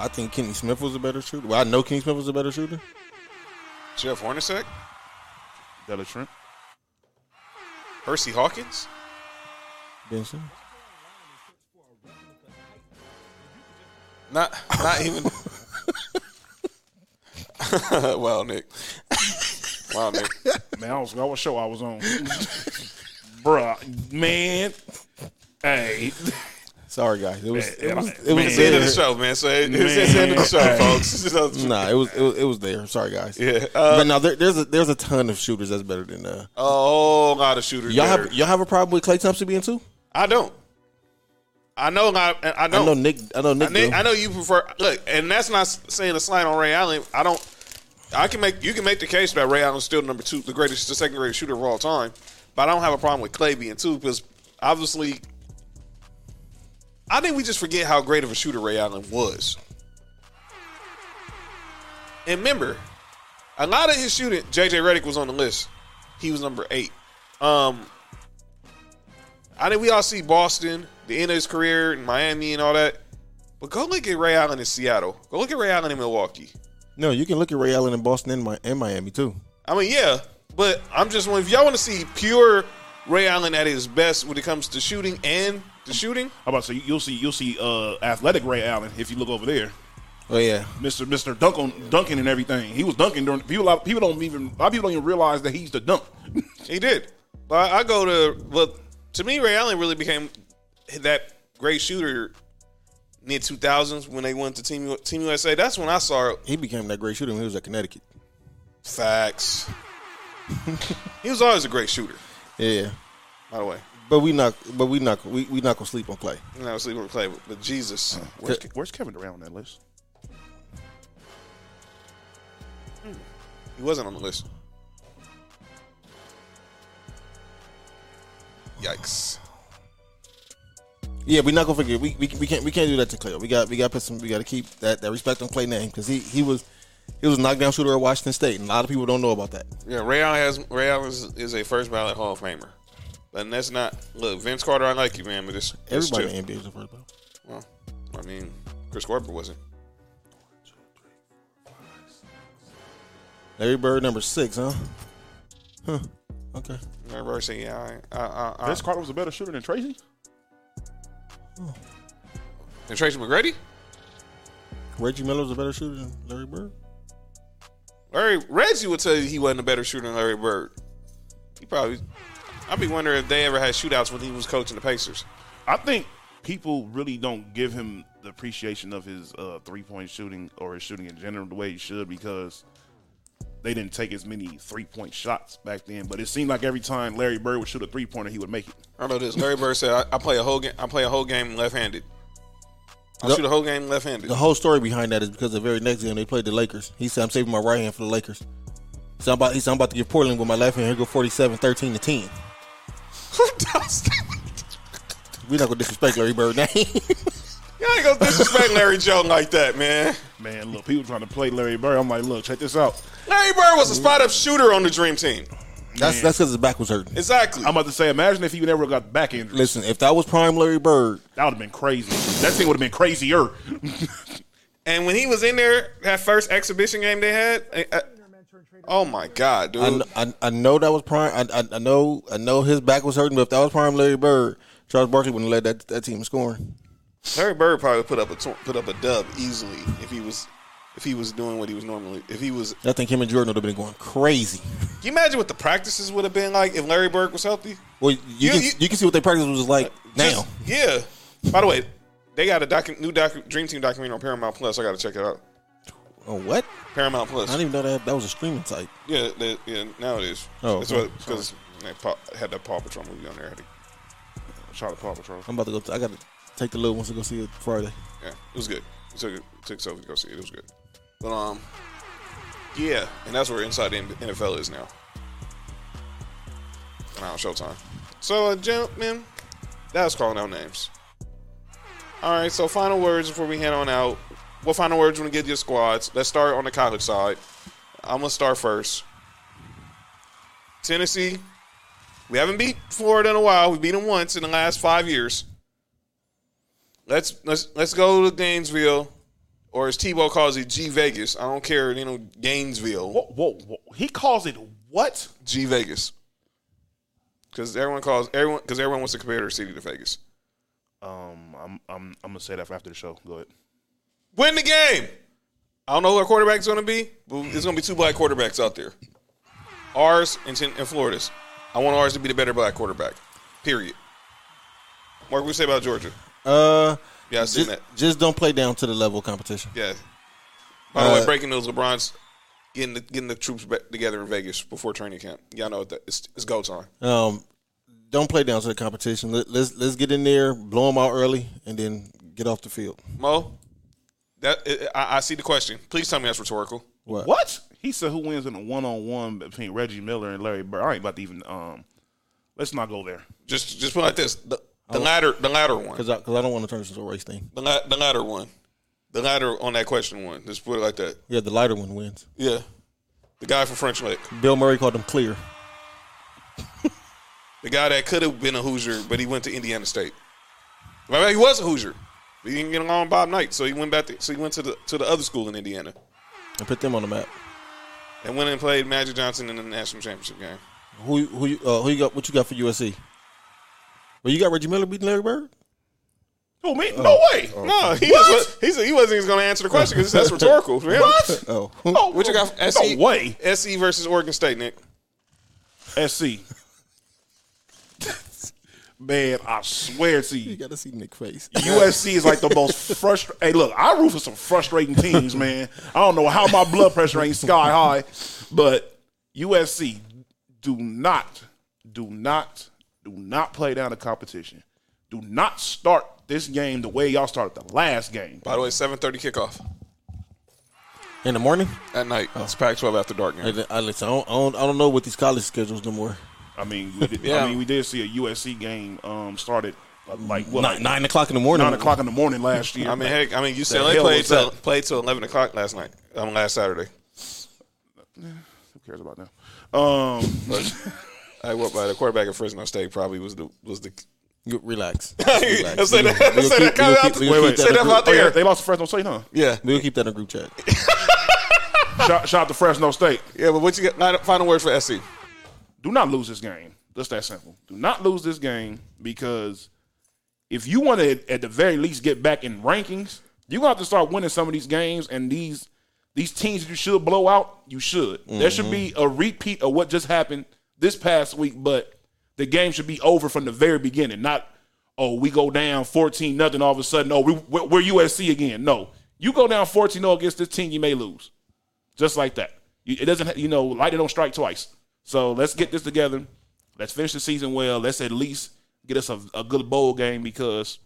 Speaker 3: I think Kenny Smith was a better shooter. Well, I know Kenny Smith was a better shooter.
Speaker 4: Jeff Hornacek,
Speaker 2: Della Trent.
Speaker 4: Percy Hawkins.
Speaker 3: Ben Simmons.
Speaker 4: Not not even. wow, Nick. Wow, Nick.
Speaker 2: Man, I was, I was show I was on. Bruh, man. Hey.
Speaker 3: Sorry, guys. It was. It was. It
Speaker 2: Man.
Speaker 3: was
Speaker 4: It's the end of the
Speaker 3: there.
Speaker 4: show, man. So it- it's, it's the end of the show,
Speaker 2: Man.
Speaker 4: folks.
Speaker 3: Nah, it was, it was. It was there. Sorry, guys.
Speaker 4: Yeah, uh,
Speaker 3: but now there, there's a there's a ton of shooters that's better than uh.
Speaker 4: a whole lot of shooters.
Speaker 3: Y'all
Speaker 4: there.
Speaker 3: have y'all have a problem with Clay Thompson being two?
Speaker 4: I don't. I know. I, I
Speaker 3: I know
Speaker 4: don't.
Speaker 3: Nick. I know Nick.
Speaker 4: I, Nick,
Speaker 3: do.
Speaker 4: I know you prefer. Look, and that's not s- saying a slight on Ray Allen. I don't. I can make you can make the case that Ray Allen's still number two, the greatest, the second greatest shooter of all time. But I don't have a problem with Clay being two because obviously, I think we just forget how great of a shooter Ray Allen was. And remember, a lot of his shooting, JJ Redick was on the list. He was number eight. Um, I think we all see Boston, the end of his career, and Miami and all that. But go look at Ray Allen in Seattle. Go look at Ray Allen in Milwaukee.
Speaker 3: No, you can look at Ray Allen in Boston and, Mi- and Miami too.
Speaker 4: I mean, yeah, but I'm just wondering if y'all want to see pure Ray Allen at his best when it comes to shooting and the shooting.
Speaker 2: I'm about to say you'll see you'll see uh, athletic Ray Allen if you look over there.
Speaker 3: Oh yeah,
Speaker 2: Mr. Mr. Dunk on Duncan and everything. He was dunking during people. People don't even a lot of people don't even realize that he's the dunk.
Speaker 4: He did. But I go to but to me, Ray Allen really became that great shooter mid 2000s when they went to Team Team USA. That's when I saw
Speaker 3: he became that great shooter when he was at Connecticut.
Speaker 4: facts. he was always a great shooter,
Speaker 3: Yeah,
Speaker 4: by the way.
Speaker 3: but we not. But we not. We, we not gonna sleep on Clay.
Speaker 4: And I was sleeping with Clay, but Jesus.
Speaker 2: Where's, Ke- where's Kevin Durant on that list?
Speaker 4: He wasn't on the list. Yikes.
Speaker 3: Yeah, we not gonna forget. We, we we can't we can't do that to Clay. We got we got put some. We got to keep that, that respect on Clay name because he he was he was a knockdown shooter at Washington State, and a lot of people don't know about that.
Speaker 4: Yeah, Ray Allen has Ray Allen is, is a first ballot Hall of Famer. But that's not look, Vince Carter, I like you, man, but it's it's
Speaker 3: Everybody
Speaker 4: chill.
Speaker 3: in the NBA is the first ballot.
Speaker 4: Well, I mean, Chris Webber wasn't.
Speaker 3: Larry Bird number six, huh? Huh. Okay.
Speaker 4: Remember I said, yeah, I, I, I, I.
Speaker 2: Vince Carter was a better shooter than Tracy.
Speaker 4: and Tracy McGrady?
Speaker 3: Reggie Miller's a better shooter than Larry Bird.
Speaker 4: Larry Reggie would tell you he wasn't a better shooter than Larry Bird. He probably I'd be wondering if they ever had shootouts when he was coaching the Pacers.
Speaker 2: I think people really don't give him the appreciation of his uh, three point shooting or his shooting in general the way he should because they didn't take as many three point shots back then. But it seemed like every time Larry Bird would shoot a three pointer, he would make it.
Speaker 4: I know this. Larry Bird said, I, "I play a whole game. I play a whole game left-handed. I
Speaker 3: The-
Speaker 4: shoot a whole game left-handed."
Speaker 3: The whole story behind that is because the very next game they played the Lakers. He said, I'm saving my right hand for the Lakers. So I'm about, he said, I'm about to give Portland with my left hand. Here go 47, 13 to 10. We're not going to disrespect Larry Bird now.
Speaker 4: Y'all ain't gonna disrespect Larry Jones like that, man.
Speaker 2: Man, look, people trying to play Larry Bird. I'm like, look, check this out.
Speaker 4: Larry Bird was a spot up shooter on the Dream Team.
Speaker 3: That's that's because his back was hurting.
Speaker 4: Exactly.
Speaker 2: I'm about to say, imagine if he never got back injury.
Speaker 3: Listen, if that was prime Larry Bird,
Speaker 2: That would have been crazy. That thing would have been crazier.
Speaker 4: And when he was in there, that first exhibition game they had, I- I- oh my god, dude!
Speaker 3: I, kn- I, I know that was prime. I, I, I know I know his back was hurting, but if that was prime Larry Bird, Charles Barkley wouldn't let that that team scoring.
Speaker 4: Larry Bird probably put up a tw- put up a dub easily if he was if he was doing what he was normally if he was.
Speaker 3: I think him and Jordan would have been going crazy.
Speaker 4: Can you imagine what the practices would have been like if Larry Bird was healthy?
Speaker 3: Well, you
Speaker 4: You-
Speaker 3: can,
Speaker 4: you- Uh,
Speaker 3: you, can see what they practice was like now.
Speaker 4: Just- yeah. By the way, they got a docu- new docu- Dream Team documentary on Paramount Plus. I got to check it out.
Speaker 3: oh, what?
Speaker 4: Paramount
Speaker 3: I
Speaker 4: Plus.
Speaker 3: didn't even know that that was a streaming site.
Speaker 4: Yeah, the, yeah. Now it is.
Speaker 3: Oh,
Speaker 4: That's
Speaker 3: okay.
Speaker 4: what because had that Paw Patrol movie on there. Had to, uh, shot of Paw Patrol.
Speaker 3: I'm about to go. I got to take the little ones to go see it Friday.
Speaker 4: Yeah, it was good. It took it took Sophie to go see it. It was good. But um, yeah, and that's where Inside the NFL is now. And on Showtime. So, uh, gentlemen, that was calling out names. All right. So, final words before we head on out. What final words you want to give your squads? Let's start on the college side. I'm gonna start first. Tennessee. We haven't beat Florida in a while. We beat them once in the last five years. Let's let's let's go to Gainesville, or as Tebow calls it, G Vegas. I don't care, you know, Gainesville,
Speaker 2: whoa, whoa, whoa. He calls it what?
Speaker 4: G Vegas, because everyone calls everyone because everyone wants to compare their city to Vegas.
Speaker 2: Um, I'm I'm I'm gonna say that for after the show. Go ahead.
Speaker 4: Win the game. I don't know who our quarterback's going to be, but there's going to be two black quarterbacks out there. Ours and, Ten- and Florida's. I want ours to be the better black quarterback. Period. Mark, what do you say about Georgia?
Speaker 3: Uh,
Speaker 4: Yeah, I seen
Speaker 3: just,
Speaker 4: that.
Speaker 3: just don't play down to the level of competition.
Speaker 4: Yeah. By the way,
Speaker 3: Uh,
Speaker 4: breaking news: LeBron's getting the, getting the troops back together in Vegas before training camp. Y'all know what that it's, it's go time.
Speaker 3: Um, don't play down to the competition. Let, let's let's get in there, blow them out early, and then get off the field.
Speaker 4: Mo, that I, I- I see the question. Please tell me that's rhetorical.
Speaker 3: What?
Speaker 2: What? He said who wins in a one on one between Reggie Miller and Larry Bird. I ain't about to even um let's not go there.
Speaker 4: Just just put it like this: the, the latter the latter one,
Speaker 3: Because I, 'cause I don't want to turn this into a race thing.
Speaker 4: the, la- the latter one, the latter on that question one. Just put it like that.
Speaker 3: Yeah, the lighter one wins.
Speaker 4: Yeah, the guy from French Lake,
Speaker 3: Bill Murray called them clear.
Speaker 4: the guy that could have been a Hoosier, but he went to Indiana State. Well, he was a Hoosier. But he didn't get along with Bob Knight, so he went back. To, so he went to the to the other school in Indiana.
Speaker 3: and put them on the map.
Speaker 4: and went and played Magic Johnson in the national championship game.
Speaker 3: Who who you- uh, who you got? What you got for USC? Well, you got Reggie Miller beating Larry Bird.
Speaker 2: Who me? no way.
Speaker 4: No, he just, he said he wasn't even going to answer the question because that's rhetorical. for him.
Speaker 2: What?
Speaker 3: Oh,
Speaker 4: What you got?
Speaker 2: No
Speaker 4: SC,
Speaker 2: way.
Speaker 4: SC E versus Oregon State, Nick.
Speaker 2: SC. Man, I swear to
Speaker 3: you
Speaker 2: you.
Speaker 3: got to see Nick face.
Speaker 2: USC is like the most frustrating. Hey, look, I root for some frustrating teams, man. I don't know how my blood pressure ain't sky high, but USC, do not, do not, do not play down the competition. Do not start this game the way y'all started the last game.
Speaker 4: By the way, seven thirty kickoff
Speaker 3: In the morning,
Speaker 4: at night.
Speaker 2: Oh.
Speaker 4: It's Pac twelve after dark
Speaker 3: I,
Speaker 4: game.
Speaker 3: I, listen, I, don't, I don't I don't know what these college schedules no more.
Speaker 2: I mean, we did,
Speaker 4: Yeah.
Speaker 2: I mean, we did see a USC game um, started uh, like what,
Speaker 3: Nine,
Speaker 2: like
Speaker 3: nine o'clock in the morning.
Speaker 2: nine o'clock in the morning last year.
Speaker 4: I mean, heck, I mean
Speaker 2: The
Speaker 4: UCLA
Speaker 2: hell
Speaker 4: played
Speaker 2: was
Speaker 4: till
Speaker 2: that?
Speaker 4: played till eleven o'clock last night. Um, last Saturday.
Speaker 2: who cares about them? Um,
Speaker 4: But I went by the quarterback at Fresno State. Probably was the was the.
Speaker 3: You- relax.
Speaker 4: I said that. I
Speaker 3: We'll
Speaker 4: said
Speaker 3: keep-
Speaker 4: that kind
Speaker 3: we'll
Speaker 4: of out
Speaker 3: keep- we'll
Speaker 4: Wait,
Speaker 3: keep
Speaker 4: wait.
Speaker 3: that
Speaker 4: Say
Speaker 3: in
Speaker 4: that
Speaker 3: group-
Speaker 4: out
Speaker 2: oh, yeah,
Speaker 4: there.
Speaker 2: they lost to Fresno State, huh?
Speaker 4: Yeah,
Speaker 3: We'll keep that in a group chat.
Speaker 2: Shout, shout out to Fresno State.
Speaker 4: yeah. But what you got? Final word for E? SC.
Speaker 2: do not lose this game. Just that simple. Do not lose this game because if you want to, at the very least, get back in rankings, you're gonna have to start winning some of these games and these these teams that you should blow out. You should. There should be a repeat of what just happened this past week, but the game should be over from the very beginning. Not oh we go down fourteen nothing all of a sudden. Oh we, we're, we're USC again. No, you go down 14-0 against this team, you may lose just like that. You- It doesn't, you know, lightning don't strike twice. So let's get this together. Let's finish the season well. Let's at least get us a, a good bowl game because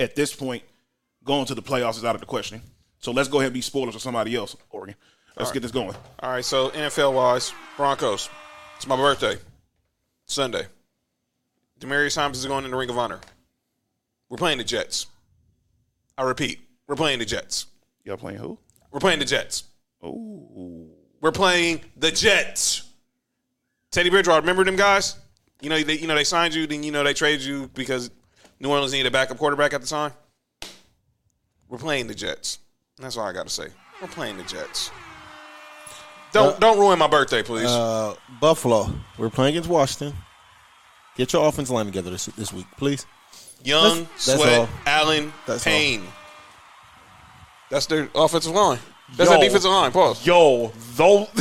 Speaker 2: at this point, going to the playoffs is out of the question. So let's go ahead and be spoilers for somebody else, Oregon. Let's get this going.
Speaker 4: All right, so NFL wise, Broncos. It's my birthday, Sunday. Demarius Thomas is going in the Ring of Honor. We're playing the Jets. I repeat, we're playing the Jets.
Speaker 2: Y'all playing who?
Speaker 4: We're playing the Jets.
Speaker 2: Ooh.
Speaker 4: We're playing the Jets. Teddy Bridgewater, remember them guys? You know, they you know they signed you, then you know they traded you because New Orleans needed a backup quarterback at the time. We're playing the Jets. That's all I got to say. We're playing the Jets. Don't don't ruin my birthday, please.
Speaker 3: Uh, Buffalo. We're playing against Washington. Get your offense line together this, this week, please.
Speaker 4: Young,
Speaker 3: that's- that's
Speaker 4: Sweat,
Speaker 3: all.
Speaker 4: Allen,
Speaker 3: That's all.
Speaker 4: Payne. That's their offensive line. That's their
Speaker 2: Yo.
Speaker 4: defensive line. Pause.
Speaker 2: Yo, though.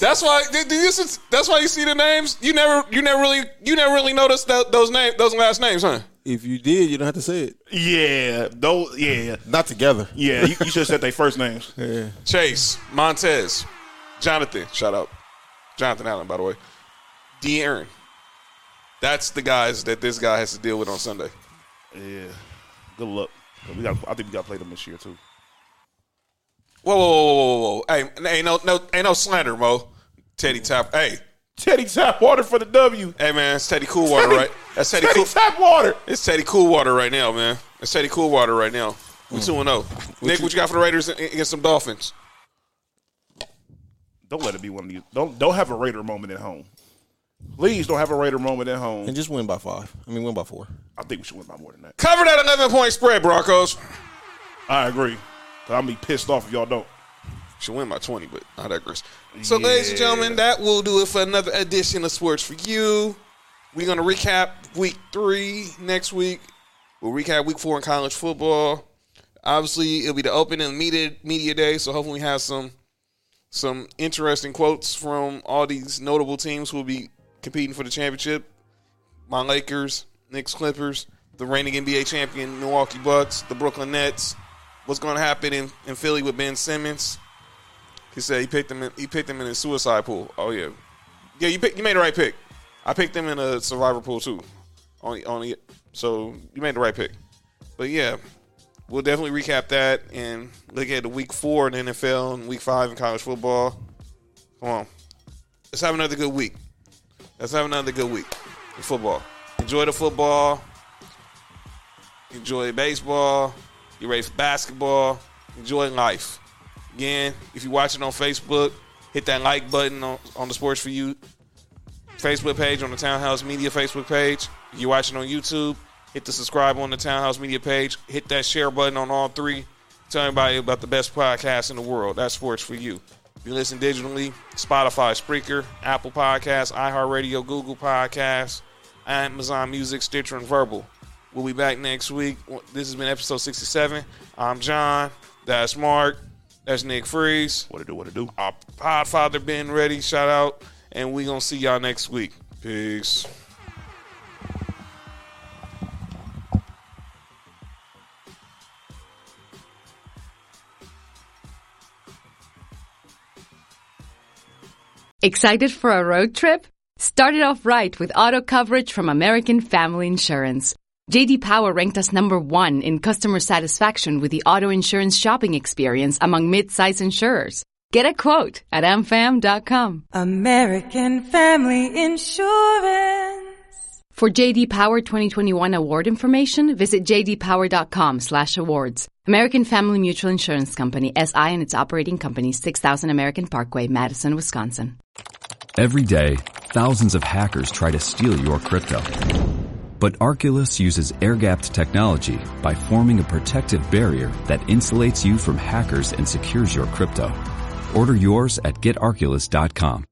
Speaker 4: That's why. th- th- This is, that's why you see the names. You never. You never really. You never really noticed that, those names. Those last names, huh?
Speaker 3: If you did, you don't have to say it.
Speaker 2: yeah, though. Yeah,
Speaker 3: Not together.
Speaker 2: yeah. You, you should have said their first names.
Speaker 4: Chase, Montez, Jonathan. Shout out, Jonathan Allen. By the way, De'Aaron. That's the guys that this guy has to deal with on Sunday.
Speaker 2: Yeah. Good luck. We got. I think we got to play them this year too.
Speaker 4: Whoa, whoa, whoa, whoa, whoa, whoa! Hey, ain't no, no, ain't no slander, Mo. Teddy Tap. Hey,
Speaker 2: Teddy Tap Water for the W.
Speaker 4: hey, man, it's Teddy Coolwater, right? That's Teddy Cool.
Speaker 2: Tap Water.
Speaker 4: It's Teddy Coolwater right now, man. It's Teddy Coolwater right now. Mm. We two and zero. Nick, what you got for the Raiders against some Dolphins?
Speaker 2: Don't let it be one of these. Don't don't have a Raider moment at home. Please don't have a Raider moment at
Speaker 3: And
Speaker 2: home.
Speaker 3: just win by five. I mean, win by four.
Speaker 2: I think we should win by more than that.
Speaker 4: Cover that eleven point spread, Broncos.
Speaker 2: I agree. i I'm be pissed off if y'all don't.
Speaker 4: Should win by 20, but I digress. So, ladies and gentlemen, that will do it for another edition of Sports for You. We're going to recap week three next week. We'll recap week four in college football. Obviously, it'll be the open and media, media day, so hopefully, we have some some interesting quotes from all these notable teams who will be competing for the championship. My Lakers, Knicks, Clippers, the reigning NBA champion Milwaukee Bucks, the Brooklyn Nets. What's going to happen in, in Philly with Ben Simmons? He said he picked him. In, he picked him in his suicide pool. Oh yeah, yeah. You pick, you made the right pick. I picked him in a survivor pool too. Only only so you made the right pick. But yeah, we'll definitely recap that and look at the week four in the NFL and week five in college football. Come on, let's have another good week. Let's have another good week in football. Enjoy the football. Enjoy baseball. You ready for basketball? Enjoy life. Again, if you're watching on Facebook, hit that like button on, on the Sports for You Facebook page, on the Townhouse Media Facebook page. If you're watching on YouTube, hit the subscribe on the Townhouse Media page. Hit that share button on all three. Tell everybody about the best podcast in the world. That's Sports for You. If you listen digitally, Spotify, Spreaker, Apple Podcasts, iHeartRadio, Google Podcasts, Amazon Music, Stitcher, and Verbal. We'll be back next week. This has been episode 67. I'm John. That's Mark. That's Nick Freeze.
Speaker 2: What to do? What to do?
Speaker 4: Our Podfather Ben Ready. Shout out. And we going to see y'all next week. Peace.
Speaker 6: Excited for a road trip? Start it off right with auto coverage from American Family Insurance. JD Power ranked us number one in customer satisfaction with the auto insurance shopping experience among mid-size insurers. Get a quote at amfam.com.
Speaker 7: American Family Insurance.
Speaker 6: For JD Power 2021 award information, visit jdpower.com/awards. American Family Mutual Insurance Company SI and its operating company 6000 American Parkway, Madison, Wisconsin.
Speaker 1: Every day, thousands of hackers try to steal your crypto. But Arculus uses air gapped technology by forming a protective barrier that insulates you from hackers and secures your crypto. Order yours at getarculus.com.